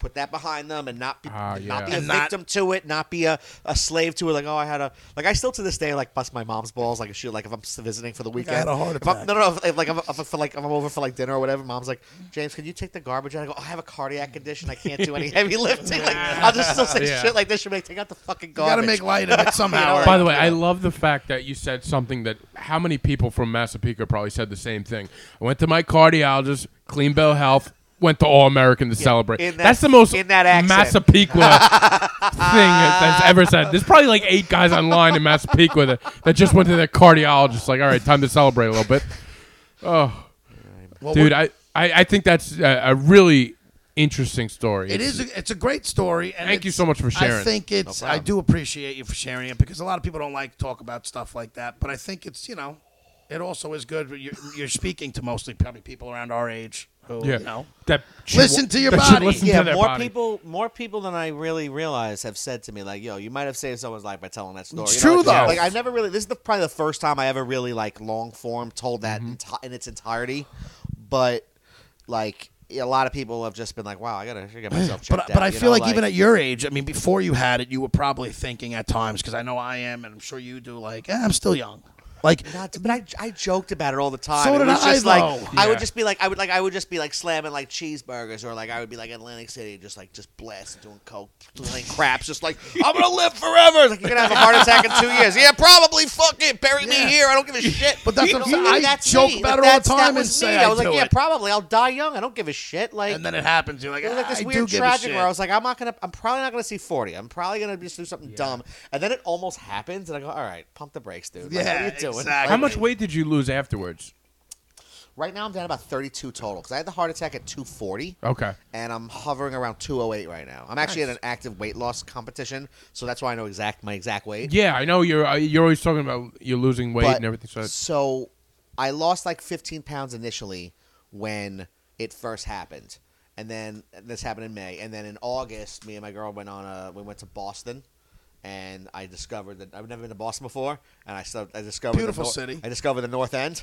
Speaker 3: put that behind them and not be,
Speaker 2: Ah,
Speaker 3: not
Speaker 2: yeah.
Speaker 3: be a
Speaker 4: And not-
Speaker 3: victim to it, not be a, a slave to it. Like, oh, I had a like I still to this day like bust my mom's balls. Like, if she like if I'm s- visiting for the weekend,
Speaker 4: had a heart
Speaker 3: If I'm-
Speaker 4: attack.
Speaker 3: no, no, no, if, like if, if, if, like if I'm over for like dinner or whatever, mom's like, James, can you take the garbage out? I go, oh, I have a cardiac condition. I can't do any [LAUGHS] heavy lifting. Like, I'll just still say
Speaker 2: Yeah.
Speaker 3: shit like this. She'll be like, take out the fucking
Speaker 4: you got to
Speaker 3: garbage.
Speaker 4: make light of it
Speaker 3: [LAUGHS]
Speaker 4: somehow.
Speaker 2: By the way, I love the fact that you said something that how many people from Massapequa probably said the same thing. I went to my cardiologist, Clean Bill Health, went to All American to celebrate.
Speaker 3: in that-
Speaker 2: that's the most
Speaker 3: in that accent.
Speaker 2: Massapequa thing
Speaker 3: [LAUGHS]
Speaker 2: that's ever said. There's probably like eight guys online in Massapequa that, that just went to their cardiologist, like, all right, time to celebrate a little bit. Oh, dude, I, I, I think that's a, a really interesting story.
Speaker 4: It
Speaker 2: It's-
Speaker 4: is. A, it's a great story. And
Speaker 2: Thank you
Speaker 4: it's-
Speaker 2: so much for
Speaker 4: I
Speaker 2: sharing.
Speaker 4: think it's. I do appreciate you for sharing it because a lot of people don't like to talk about stuff like that. But I think it's you know, it also is good. You're, you're speaking to mostly probably people around our age who
Speaker 2: yeah.
Speaker 4: you know.
Speaker 2: That should-
Speaker 4: Listen to your
Speaker 2: that should
Speaker 4: body.
Speaker 2: listen to
Speaker 4: Yeah,
Speaker 3: yeah,
Speaker 2: their
Speaker 3: more
Speaker 2: body.
Speaker 3: people, more people than I really realize have said to me, like, "Yo, you might have saved someone's life by telling that story."
Speaker 4: It's
Speaker 3: You
Speaker 4: true,
Speaker 3: like,
Speaker 4: though.
Speaker 3: Like I've never really. This is the, probably the first time I ever really like long form told that
Speaker 4: Mm-hmm.
Speaker 3: enti- in its entirety, but like a lot of people have just been like, "Wow, I gotta, I gotta get myself
Speaker 4: [SIGHS]
Speaker 3: checked
Speaker 4: But
Speaker 3: out."
Speaker 4: but I
Speaker 3: you
Speaker 4: feel
Speaker 3: know,
Speaker 4: like, even at your age, I mean, before you had it, you were probably thinking at times because I know I am, and I'm sure you do. Like eh, I'm still young. Like
Speaker 3: Not, but I, I joked about it all the time.
Speaker 4: So
Speaker 3: it
Speaker 4: did
Speaker 3: was
Speaker 4: I,
Speaker 3: just like
Speaker 4: though.
Speaker 3: I
Speaker 2: Yeah.
Speaker 3: would just be like I would like I would just be like slamming like cheeseburgers or like I would be like in Atlantic City just like just blasting doing coke playing craps
Speaker 4: [LAUGHS]
Speaker 3: just like I'm gonna live forever. Like you're gonna have a heart attack in two years. Yeah, probably. Fuck it. Bury
Speaker 4: Yeah.
Speaker 3: me here. I don't give a shit.
Speaker 4: But that's
Speaker 3: You
Speaker 4: what
Speaker 3: know,
Speaker 4: I'm saying.
Speaker 3: like,
Speaker 4: I
Speaker 3: that's
Speaker 4: joke
Speaker 3: me.
Speaker 4: about it all
Speaker 3: Like,
Speaker 4: the
Speaker 3: that's-
Speaker 4: time
Speaker 3: that
Speaker 4: and
Speaker 3: was
Speaker 4: say
Speaker 3: me.
Speaker 4: I
Speaker 3: was like,
Speaker 4: do
Speaker 3: yeah,
Speaker 4: it.
Speaker 3: probably. I'll die young. I don't give a shit. Like
Speaker 4: and then it happens. You're like,
Speaker 3: it was like
Speaker 4: "Ah,
Speaker 3: this
Speaker 4: I do
Speaker 3: weird
Speaker 4: give a
Speaker 3: tragic
Speaker 4: shit.
Speaker 3: where I was like, I'm not gonna, I'm probably not gonna see 40. I'm probably gonna just do something dumb. And then it almost happens, and I go, all right, pump the brakes, dude. Like, what
Speaker 4: Yeah,
Speaker 3: are you doing?
Speaker 4: exactly.
Speaker 2: How much weight did you lose afterwards?
Speaker 3: Right now, I'm down about 32 total because I had the heart attack at 240,
Speaker 2: Okay.
Speaker 3: and I'm hovering around 208 right now. I'm actually in an active weight loss competition, so that's why I know exact my exact weight.
Speaker 2: Yeah, I know you're uh, you're always talking about you're losing weight
Speaker 3: But-
Speaker 2: and everything. So that's-
Speaker 3: so I lost like 15 pounds initially when it first happened, and then this happened in May, and then in August, me and my girl went on a we went to Boston. And I discovered that I've never been to Boston before, and I sub- I discovered the
Speaker 4: Beautiful
Speaker 3: nor-
Speaker 4: city.
Speaker 3: I discovered the North End,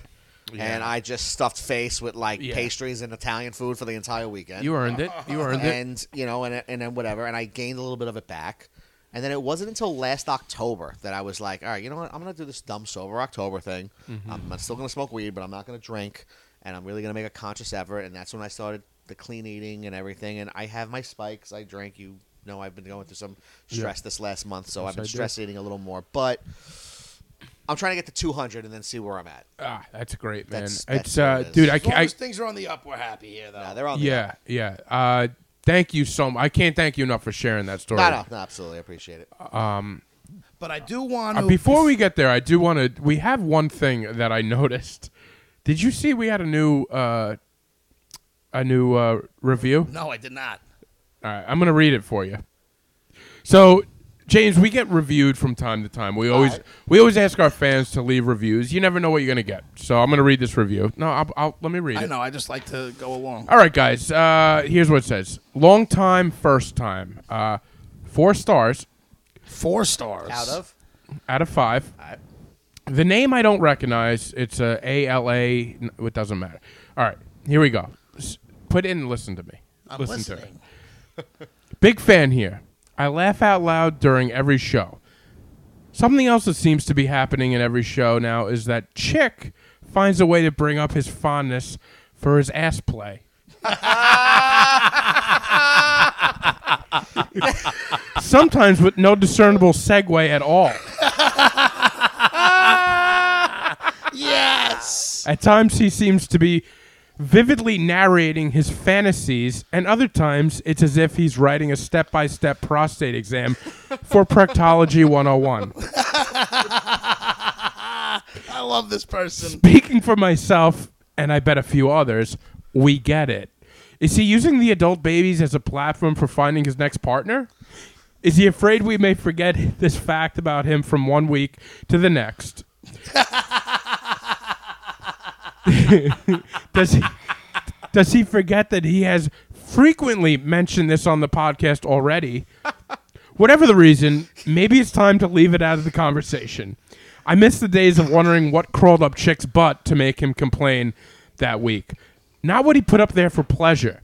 Speaker 3: and
Speaker 2: Yeah.
Speaker 3: I just stuffed face with like
Speaker 2: Yeah.
Speaker 3: pastries and Italian food for the entire weekend
Speaker 2: you earned it. You earned it.
Speaker 3: and you know, and and then whatever, and I gained a little bit of it back. And then it wasn't until last October that I was like, all right, you know what? I'm gonna do this dumb sober October thing.
Speaker 2: Mm-hmm.
Speaker 3: I'm, I'm still gonna smoke weed, but I'm not gonna drink, and I'm really gonna make a conscious effort. And that's when I started the clean eating and everything. And I have my spikes. I drink. You know, I've been going through some stress this last month, so I've been
Speaker 2: I do.
Speaker 3: stress eating a little more, but. I'm trying to get to 200 and then see where I'm at.
Speaker 2: Ah, that's great, man.
Speaker 3: That's-
Speaker 2: it's
Speaker 3: that's what
Speaker 2: uh,
Speaker 3: it is.
Speaker 2: dude, I
Speaker 4: As long
Speaker 2: can't.
Speaker 4: as things are on the up, we're happy here though.
Speaker 3: Now Uh, they're on. the-
Speaker 2: Yeah, yeah. Uh, thank you so. much. I can't thank you enough for sharing that story.
Speaker 3: No, no, no, absolutely, I appreciate it.
Speaker 4: but I do want
Speaker 2: Uh,
Speaker 4: to
Speaker 2: before we get there, I do want to. We have one thing that I [LAUGHS] noticed. Did you see we had a new uh, a new uh, review?
Speaker 4: No, I did not.
Speaker 2: All right, I'm gonna read it for you. So, James, we get reviewed from time to time. We always we always ask our fans to leave reviews. You never know what you're gonna get. So I'm gonna read this review. No, I'll, I'll let me read
Speaker 4: I
Speaker 2: it.
Speaker 4: know. I just like to go along.
Speaker 2: All right, guys. Uh, here's what it says: Long time, first time. Uh, four stars
Speaker 4: Four stars.
Speaker 3: Out of
Speaker 2: out of five. The name I don't recognize. It's a A L A. n- It doesn't matter. All right, here we go. S- Put in. Listen to me.
Speaker 4: I'm
Speaker 2: listen to it.
Speaker 4: listening.
Speaker 2: Big fan here. I laugh out loud during every show. Something else that seems to be happening in every show now is that Chick finds a way to bring up his fondness for his ass
Speaker 4: [LAUGHS]
Speaker 2: play. Sometimes with no discernible segue at all.
Speaker 4: Yes.
Speaker 2: At times, he seems to be vividly narrating his fantasies, and other times, it's as if he's writing a step by step prostate oh exam for Proctology 101.
Speaker 4: [LAUGHS] I love this person.
Speaker 2: Speaking for myself, and I bet a few others, we get it. Is he using the adult babies as a platform for finding his next partner? Is he afraid we may forget this fact about him from one week to the next? does he does he forget that he has frequently mentioned this on the podcast already? Whatever the reason, maybe it's time to leave it out of the conversation. I miss the days of wondering what crawled up Chick's butt to make him complain that week. Not what he put up there for pleasure.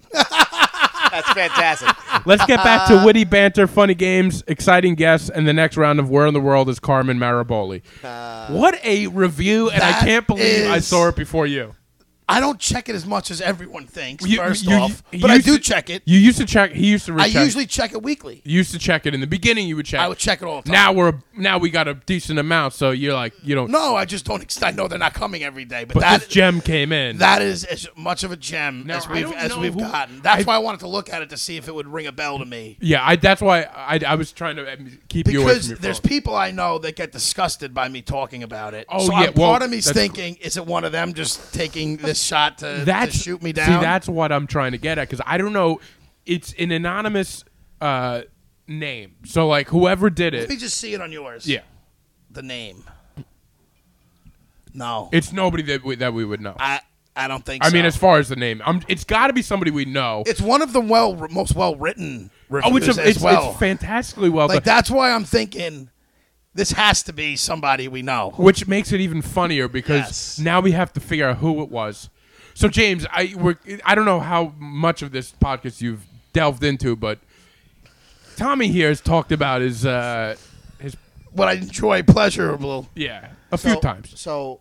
Speaker 3: That's fantastic.
Speaker 2: Let's get back to witty banter, funny games, exciting guests, and the next round of Where in the World is Carmen Maraboli. what a review, and I
Speaker 4: That
Speaker 2: can't believe I
Speaker 4: is-
Speaker 2: saw it before you.
Speaker 4: I don't check it as much as everyone thinks.
Speaker 2: You-
Speaker 4: first
Speaker 2: you-
Speaker 4: off,
Speaker 2: you
Speaker 4: but I
Speaker 2: used
Speaker 4: do
Speaker 2: to-
Speaker 4: check it.
Speaker 2: You used to check. He used to.
Speaker 4: I
Speaker 2: Recheck.
Speaker 4: usually check it weekly.
Speaker 2: you used to check it in the beginning. You would check.
Speaker 4: I would check it all the time.
Speaker 2: Now we're now we got a decent amount, so you're like you don't.
Speaker 4: No, I just don't. ex- I know they're not coming every day, but,
Speaker 2: but
Speaker 4: that
Speaker 2: this gem came in.
Speaker 4: that is as much of a gem
Speaker 2: Now,
Speaker 4: as
Speaker 2: I
Speaker 4: we've
Speaker 2: don't
Speaker 4: as
Speaker 2: know
Speaker 4: we've
Speaker 2: who-
Speaker 4: gotten.
Speaker 2: I-
Speaker 4: That's why I wanted to look at it to see if it would ring a bell to me.
Speaker 2: yeah, I, that's why I, I was trying to um, keep you away from
Speaker 4: Because
Speaker 2: your
Speaker 4: there's
Speaker 2: phone.
Speaker 4: people I know that get disgusted by me talking about it.
Speaker 2: Oh,
Speaker 4: so
Speaker 2: yeah,
Speaker 4: I'm-
Speaker 2: well,
Speaker 4: part of me's
Speaker 2: that's-
Speaker 4: thinking, is it one of them just taking this shot to, to
Speaker 2: that's
Speaker 4: shoot me down?
Speaker 2: See, that's what I'm trying to get at because I don't know. It's an anonymous uh, name, so like whoever did
Speaker 4: Let me
Speaker 2: it,
Speaker 4: just see it on yours.
Speaker 2: yeah,
Speaker 4: The name. No.
Speaker 2: it's nobody that we, that we would know. I,
Speaker 4: I I don't think
Speaker 2: mean,
Speaker 4: so.
Speaker 2: as far as the name, i it's got to be somebody we know.
Speaker 4: it's one of the well most well written reviews
Speaker 2: oh, it's, a,
Speaker 4: as
Speaker 2: it's,
Speaker 4: well.
Speaker 2: it's fantastically well done.
Speaker 4: like that's why I'm thinking this has to be somebody we know.
Speaker 2: which makes it even funnier because
Speaker 4: Yes.
Speaker 2: now we have to figure out who it was. So James, I we're, I don't know how much of this podcast you've delved into, but Tommy here has talked about his uh, his
Speaker 4: What I enjoy
Speaker 3: [LAUGHS]
Speaker 4: pleasurable.
Speaker 2: yeah a
Speaker 3: So-
Speaker 2: few times.
Speaker 3: So,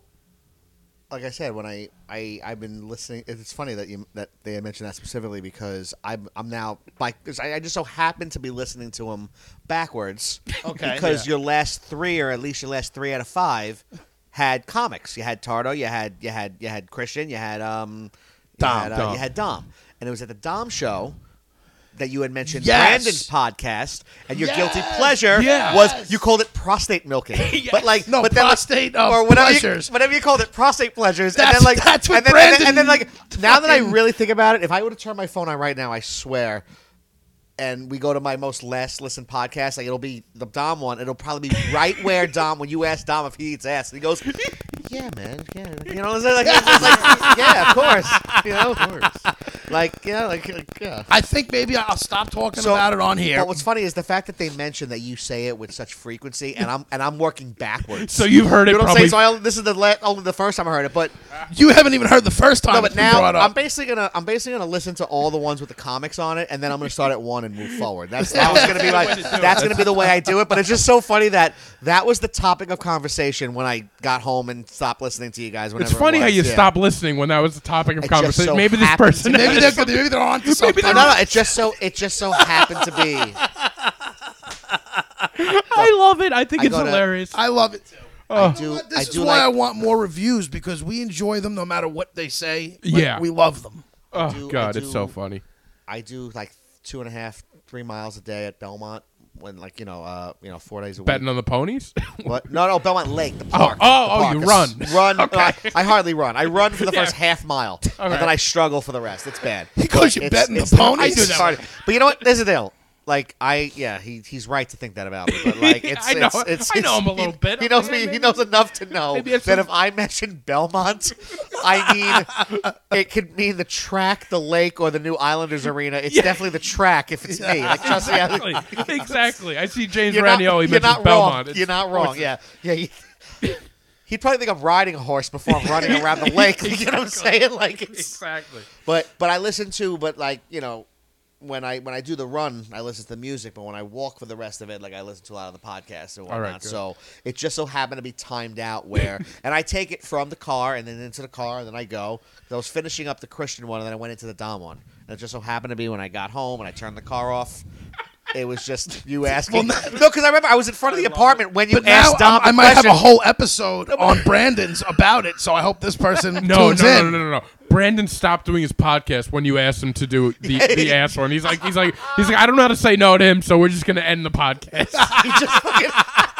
Speaker 3: like I said, when I I I've been listening. It's funny that you that they mentioned that specifically because I'm I'm now like 'cause I, I just so happen to be listening to them backwards.
Speaker 4: [LAUGHS] Okay.
Speaker 3: Because your last three, or at least your last three out of five, had comics. You had Tardo. You had you had you had Christian. You had um you
Speaker 4: Dom,
Speaker 3: had, uh,
Speaker 2: Dom.
Speaker 3: You had Dom, and it was at the Dom show. That you had mentioned
Speaker 4: Yes.
Speaker 3: Brandon's podcast, and your guilty
Speaker 4: Yes.
Speaker 3: pleasure
Speaker 2: Yes.
Speaker 3: was you called it
Speaker 4: [LAUGHS]
Speaker 3: prostate milking, but like
Speaker 4: No,
Speaker 3: but then, like-
Speaker 4: prostate uh,
Speaker 3: or whatever
Speaker 4: pleasures.
Speaker 3: You, whatever you called it, prostate pleasures.
Speaker 4: That's-
Speaker 3: and then like
Speaker 4: that's what
Speaker 3: and then, and then-
Speaker 4: Brandon
Speaker 3: and then, like now that I
Speaker 4: fucking-
Speaker 3: really think about it, if I were to turn my phone on right now, I swear. And we go to my most last listened podcast, like it'll be the Dom one. It'll probably be right
Speaker 4: [LAUGHS]
Speaker 3: where Dom, when you ask Dom if he eats ass, and he goes, "Yeah, man, yeah." You know, it's like, it's just
Speaker 4: [LAUGHS]
Speaker 3: like, yeah, of course, you know, of course. Like, yeah, like, like, yeah.
Speaker 4: I think maybe I'll stop talking
Speaker 3: So-
Speaker 4: about it on here.
Speaker 3: But what's funny is the fact that they mention that you say it with such frequency, and I'm and I'm working backwards.
Speaker 2: So you've heard it
Speaker 3: you know what I'm
Speaker 2: probably.
Speaker 3: saying? So I, this is the la- only the first time I heard it, but
Speaker 4: you haven't even heard the first time
Speaker 3: no, but
Speaker 4: it's been brought
Speaker 3: now
Speaker 4: up.
Speaker 3: I'm basically gonna I'm basically gonna listen to all the ones with the comics on it, and then I'm gonna start at one and move forward. That's that was gonna be like that's gonna be the way I do it. But it's just so funny that that was the topic of conversation when I got home and stopped listening to you guys. Whenever
Speaker 2: it's funny
Speaker 3: it
Speaker 2: how
Speaker 3: was,
Speaker 2: you
Speaker 3: yeah.
Speaker 2: stop listening when that was the topic of
Speaker 3: It just
Speaker 2: conversation.
Speaker 3: so
Speaker 2: maybe this
Speaker 3: happened
Speaker 2: [LAUGHS]
Speaker 3: to
Speaker 2: person.
Speaker 3: be- [LAUGHS]
Speaker 4: maybe they're maybe they're on to something.
Speaker 3: No, no, no. It just so it just so happened to be.
Speaker 2: I love it. I think
Speaker 3: I
Speaker 2: it's
Speaker 3: go to-
Speaker 2: hilarious.
Speaker 4: I love it too.
Speaker 2: Oh.
Speaker 3: I do.
Speaker 4: But
Speaker 3: I
Speaker 4: this is
Speaker 3: do
Speaker 4: why
Speaker 3: like,
Speaker 4: I want more reviews because we enjoy them no matter what they say. Like,
Speaker 2: Yeah.
Speaker 4: we love them.
Speaker 2: oh
Speaker 3: do- I
Speaker 2: God, it's so
Speaker 3: do-
Speaker 2: funny.
Speaker 3: I do like two and a half, three miles a day at Belmont when like you know, uh, you know, four days a week.
Speaker 2: Betting on the
Speaker 3: [LAUGHS]
Speaker 2: ponies.
Speaker 3: What? No, no, Belmont Lake, the park.
Speaker 2: oh,
Speaker 3: the
Speaker 2: oh,
Speaker 3: park.
Speaker 2: you
Speaker 3: I
Speaker 2: run.
Speaker 3: s- [LAUGHS] Run. I, I hardly run. I run for the first
Speaker 2: [LAUGHS]
Speaker 3: half mile, and
Speaker 2: right.
Speaker 3: then I struggle for the rest. It's bad.
Speaker 4: He goes, "You
Speaker 3: It's-
Speaker 4: betting the
Speaker 3: it's-
Speaker 4: ponies?"
Speaker 3: it's
Speaker 4: I do that
Speaker 3: hard. But you know what? There's a deal. Like I, yeah, he he's right to think that about me. But
Speaker 2: [LAUGHS]
Speaker 3: like, it's,
Speaker 2: I know-
Speaker 3: it's, it's,
Speaker 2: I know
Speaker 3: it's-
Speaker 2: him a little
Speaker 3: he-
Speaker 2: bit.
Speaker 3: He knows
Speaker 2: Yeah,
Speaker 3: me.
Speaker 2: maybe.
Speaker 3: He knows enough to know
Speaker 2: Maybe it's
Speaker 3: that
Speaker 2: some-
Speaker 3: if I mention Belmont, I
Speaker 2: [LAUGHS]
Speaker 3: mean, it could mean the track, the lake, or the New Islanders Arena. It's definitely the track if it's me. Like, trust me, I-
Speaker 2: exactly. [LAUGHS] exactly. I see James
Speaker 3: you're not,
Speaker 2: Ranioli
Speaker 3: you're
Speaker 2: mentions
Speaker 3: not wrong.
Speaker 2: Belmont. It's-
Speaker 3: You're not
Speaker 2: [LAUGHS]
Speaker 3: wrong. Yeah, yeah. You, [LAUGHS] he'd probably think I'm riding a horse before I'm running around
Speaker 2: [LAUGHS]
Speaker 3: the lake. [LAUGHS] You know what I'm saying? Like, it's,
Speaker 2: Exactly.
Speaker 3: but but I listen to, but like you know, when I when I do the run, I listen to the music. But when I walk for the rest of it, like I listen to a lot of the podcasts and
Speaker 2: right,
Speaker 3: whatnot.
Speaker 2: good.
Speaker 3: so it just so happened to be timed out where, and I take it from the car and then into the car, and then I go. 'Cause I was finishing up the Christian one, and then I went into the Dom one. And it just so happened to be when I got home and I turned the car off. It was just you asking. [LAUGHS] no, because I remember I was in front of the apartment when you
Speaker 4: But now
Speaker 3: asked
Speaker 4: I'm-
Speaker 3: Dom.
Speaker 4: I
Speaker 3: the
Speaker 4: might have a [LAUGHS]
Speaker 3: question.
Speaker 4: whole episode on Brandon's about it, so I hope this
Speaker 2: [LAUGHS]
Speaker 4: person
Speaker 2: No, no,
Speaker 4: tunes
Speaker 2: no,
Speaker 4: in.
Speaker 2: no, no, no. Brandon stopped doing his podcast when you asked him to do the, the ass one. He's like, he's like, he's like, I don't know how to say no to him, so we're just gonna end the podcast.
Speaker 3: He just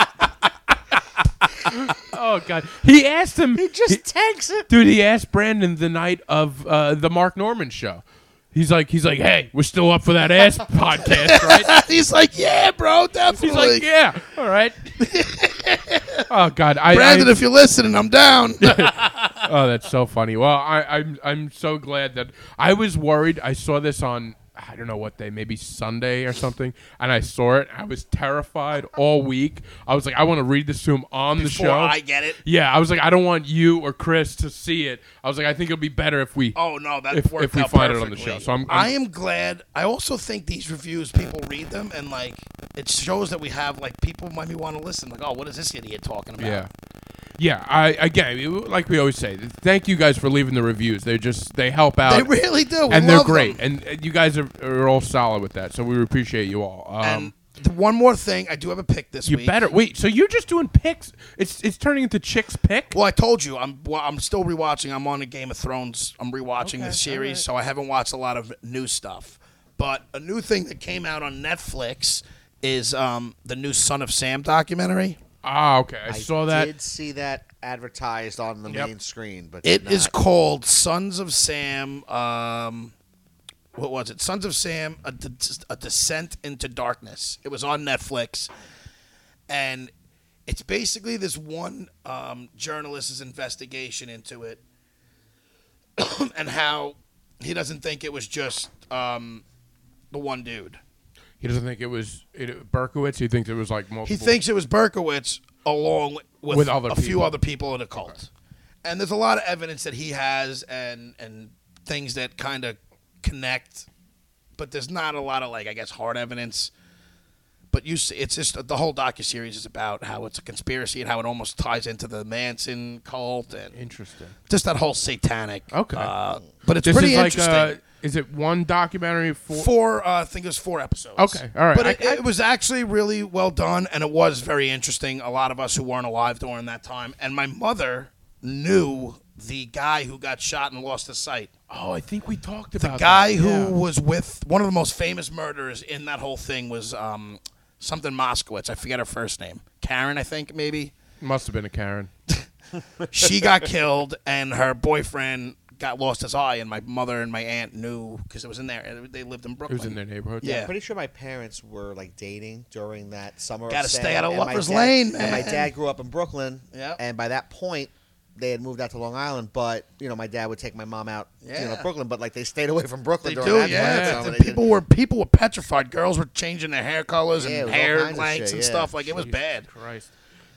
Speaker 3: fucking-
Speaker 2: Oh oh god, he asked him.
Speaker 3: He just tanks it.
Speaker 2: Dude, he asked Brandon the night of uh, the Mark Norman show. He's like, he's like, hey, we're still up for that ass podcast, right?
Speaker 4: [LAUGHS] He's like, yeah, bro, definitely.
Speaker 2: He's like, yeah, all right. oh God, I,
Speaker 4: Brandon,
Speaker 2: I-
Speaker 4: if you're listening, I'm down. [LAUGHS]
Speaker 2: oh, that's so funny. Well, I, I'm I'm so glad that I was worried. I saw this on I don't know what day, maybe Sunday or something, and I saw it. I was terrified all week. I was like, I want to read this to him on the
Speaker 4: Before
Speaker 2: show.
Speaker 4: I get it?
Speaker 2: Yeah, I was like, I don't want you or Chris to see it. I was like, I think it'll be better if we.
Speaker 4: Oh no, that
Speaker 2: If-
Speaker 4: worked
Speaker 2: if we
Speaker 4: out
Speaker 2: find it on the
Speaker 4: perfectly.
Speaker 2: show. So I'm- I'm-
Speaker 4: I am glad. I also think these reviews, people read them, and like it shows that we have like people might be want to listen. Like, oh, what is this idiot talking about?
Speaker 2: Yeah. Yeah, I again, it- like we always say, thank you guys for leaving the reviews. They just they help out.
Speaker 4: they really do, We
Speaker 2: and they're
Speaker 4: love
Speaker 2: great.
Speaker 4: them.
Speaker 2: And uh, you guys are, are all solid with that, so we appreciate you all. Um,
Speaker 4: And, the one more thing, I do have a pick this
Speaker 2: You
Speaker 4: week.
Speaker 2: better wait. So you're just doing picks? It's it's turning into chicks pick.
Speaker 4: Well, I told you, I'm well, I'm still rewatching. I'm on a Game of Thrones. I'm rewatching the series, so I haven't watched a lot of new stuff. But a new thing that came out on Netflix is um, the new Son of Sam documentary.
Speaker 2: Ah, okay. I, saw that.
Speaker 3: Did see that advertised on the
Speaker 2: Yep.
Speaker 3: main screen, but
Speaker 4: It
Speaker 3: did
Speaker 4: is
Speaker 3: not.
Speaker 4: called Sons of Sam. Um, what was it? Sons of Sam: a, De- a Descent into Darkness. It was on Netflix, and it's basically this one um, journalist's investigation into it, [COUGHS] and how he doesn't think it was just um, the one dude.
Speaker 2: He doesn't think it was it, Berkowitz. He thinks it was like multiple.
Speaker 4: He thinks it was Berkowitz along with,
Speaker 2: With other
Speaker 4: a few
Speaker 2: people.
Speaker 4: other people in the cult. And there's a lot of evidence that he has and and things that kind of connect, but there's not a lot of like I guess hard evidence. But you see, it's just the whole docu series is about how it's a conspiracy and how it almost ties into the Manson cult and
Speaker 2: interesting.
Speaker 4: just that whole satanic.
Speaker 2: Okay.
Speaker 4: uh, but it's
Speaker 2: This
Speaker 4: pretty
Speaker 2: is like
Speaker 4: interesting.
Speaker 2: uh, is it one documentary for?
Speaker 4: Four, uh, I think it was four episodes.
Speaker 2: Okay, all right.
Speaker 4: But
Speaker 2: I-
Speaker 4: it, it was actually really well done, and it was very interesting. A lot of us who weren't alive during that time, and my mother knew the guy who got shot and lost his sight.
Speaker 2: oh, I think we talked
Speaker 4: The
Speaker 2: about
Speaker 4: guy
Speaker 2: that.
Speaker 4: who
Speaker 2: Yeah.
Speaker 4: was with one of the most famous murderers in that whole thing was um, something Moskowitz. I forget her first name. Karen, I think maybe.
Speaker 2: must have been a Karen. [LAUGHS]
Speaker 4: she got killed and her boyfriend got lost his eye and my mother and my aunt knew because it was in there and they lived in
Speaker 2: It
Speaker 4: brooklyn
Speaker 2: was in their neighborhood.
Speaker 4: Yeah.
Speaker 3: I'm pretty sure my parents were like dating during that summer.
Speaker 4: Gotta
Speaker 3: of
Speaker 4: stay
Speaker 3: Sam,
Speaker 4: out of
Speaker 3: and my
Speaker 4: Lover's
Speaker 3: dad-
Speaker 4: Lane,
Speaker 3: And my
Speaker 4: man.
Speaker 3: dad grew up in Brooklyn.
Speaker 4: Yep.
Speaker 3: And by that point, they had moved out to Long Island. But you know, my dad would take my mom out, you know,
Speaker 4: Yeah.
Speaker 3: to Brooklyn. But like they stayed away from Brooklyn
Speaker 4: They
Speaker 3: during
Speaker 4: do,
Speaker 3: that
Speaker 4: yeah.
Speaker 3: time.
Speaker 4: The
Speaker 3: And they did-
Speaker 4: people were people were petrified. Girls were changing their hair colors
Speaker 3: Yeah, it
Speaker 4: and
Speaker 3: was all kinds
Speaker 4: hair
Speaker 3: of
Speaker 4: lengths
Speaker 3: shit,
Speaker 4: and
Speaker 3: yeah.
Speaker 4: stuff. Like it was bad.
Speaker 2: Christ.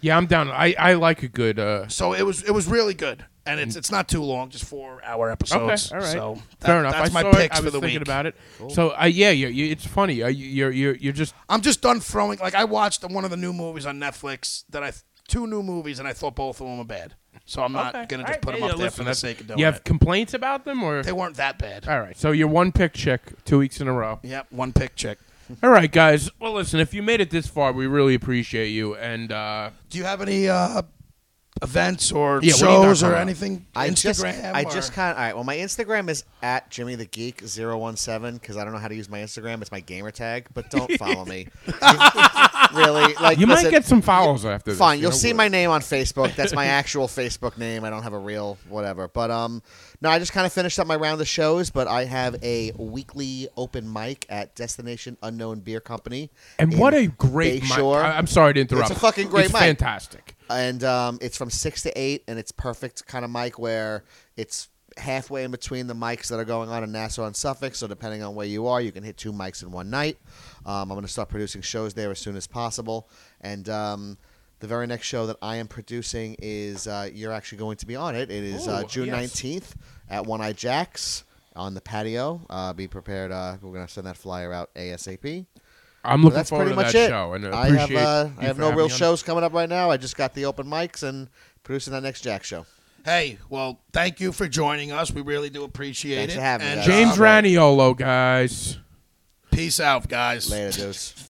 Speaker 2: Yeah, I'm down. I, I like a good. Uh,
Speaker 4: So it was it was really good, and it's it's not too long, just four hour episodes.
Speaker 2: Okay, all right.
Speaker 4: So that-
Speaker 2: Fair enough.
Speaker 4: That's
Speaker 2: I
Speaker 4: my
Speaker 2: saw
Speaker 4: picks
Speaker 2: it. I
Speaker 4: for
Speaker 2: was
Speaker 4: the
Speaker 2: thinking
Speaker 4: week.
Speaker 2: about it. So, uh, yeah, you, you, it's funny. Uh, you, you're you're you're just
Speaker 4: I'm just done throwing. Like I watched one of the new movies on Netflix that I two new movies, and I thought both of them were bad. So I'm
Speaker 2: uh,
Speaker 4: not gonna just put them up there for the sake of doing
Speaker 2: You have
Speaker 4: it.
Speaker 2: complaints about them, or
Speaker 4: They weren't that bad.
Speaker 2: all right? So you're one pick chick two weeks in a row.
Speaker 4: Yep, one pick check.
Speaker 2: All right, guys. Well, listen, if you made it this far, we really appreciate you. And uh,
Speaker 4: Do you have any uh, events
Speaker 2: Yeah,
Speaker 4: or
Speaker 2: what do you got
Speaker 4: shows or
Speaker 2: coming up?
Speaker 4: anything?
Speaker 3: I
Speaker 4: Instagram.
Speaker 3: just, I
Speaker 4: or-
Speaker 3: just kind of. All right. Well, my Instagram is at Jimmy the Geek 017 because I don't know how to use my Instagram. It's my gamer tag, but don't
Speaker 4: [LAUGHS]
Speaker 3: follow me. really, like
Speaker 2: you
Speaker 3: listen,
Speaker 2: might get some follows after this.
Speaker 3: Fine,
Speaker 2: you
Speaker 3: you'll
Speaker 2: know,
Speaker 3: see
Speaker 2: we're-
Speaker 3: my name on Facebook. That's my [LAUGHS] actual Facebook name. I don't have a real whatever. But um, no, I just kind of finished up my round of shows. But I have a weekly open mic at Destination Unknown Beer Company.
Speaker 2: And
Speaker 3: in
Speaker 2: what a great! mic.
Speaker 3: Bayshore.
Speaker 2: I, am sorry to interrupt.
Speaker 3: It's a fucking great
Speaker 2: It's
Speaker 3: mic.
Speaker 2: fantastic.
Speaker 3: and um, it's from six to eight, and it's perfect kind of mic where it's halfway in between the mics that are going on in Nassau and Suffolk. So depending on where you are, you can hit two mics in one night. Um, I'm going to start producing shows there as soon as possible, and. Um, the very next show that I am producing is uh, you're actually going to be on it. It is uh,
Speaker 2: Ooh,
Speaker 3: June
Speaker 2: yes.
Speaker 3: 19th at One Eye Jacks on the patio. Uh, be prepared. Uh, we're going to send that flyer out ASAP.
Speaker 2: I'm looking
Speaker 3: Well, that's
Speaker 2: forward
Speaker 3: pretty
Speaker 2: to
Speaker 3: much
Speaker 2: that
Speaker 3: it.
Speaker 2: show. And
Speaker 3: I have
Speaker 2: appreciate
Speaker 3: uh,
Speaker 2: you
Speaker 3: I have
Speaker 2: for
Speaker 3: no
Speaker 2: having
Speaker 3: real
Speaker 2: me on.
Speaker 3: shows coming up right now. I just got the open mics and producing that next Jack show.
Speaker 4: Hey, well, thank you for joining us. We really do appreciate
Speaker 3: Thanks
Speaker 4: it.
Speaker 3: for having me,
Speaker 4: and,
Speaker 3: guys.
Speaker 2: James
Speaker 4: uh,
Speaker 2: Raniolo, guys.
Speaker 4: peace out,
Speaker 2: [LAUGHS]
Speaker 4: guys.
Speaker 3: Later, dudes.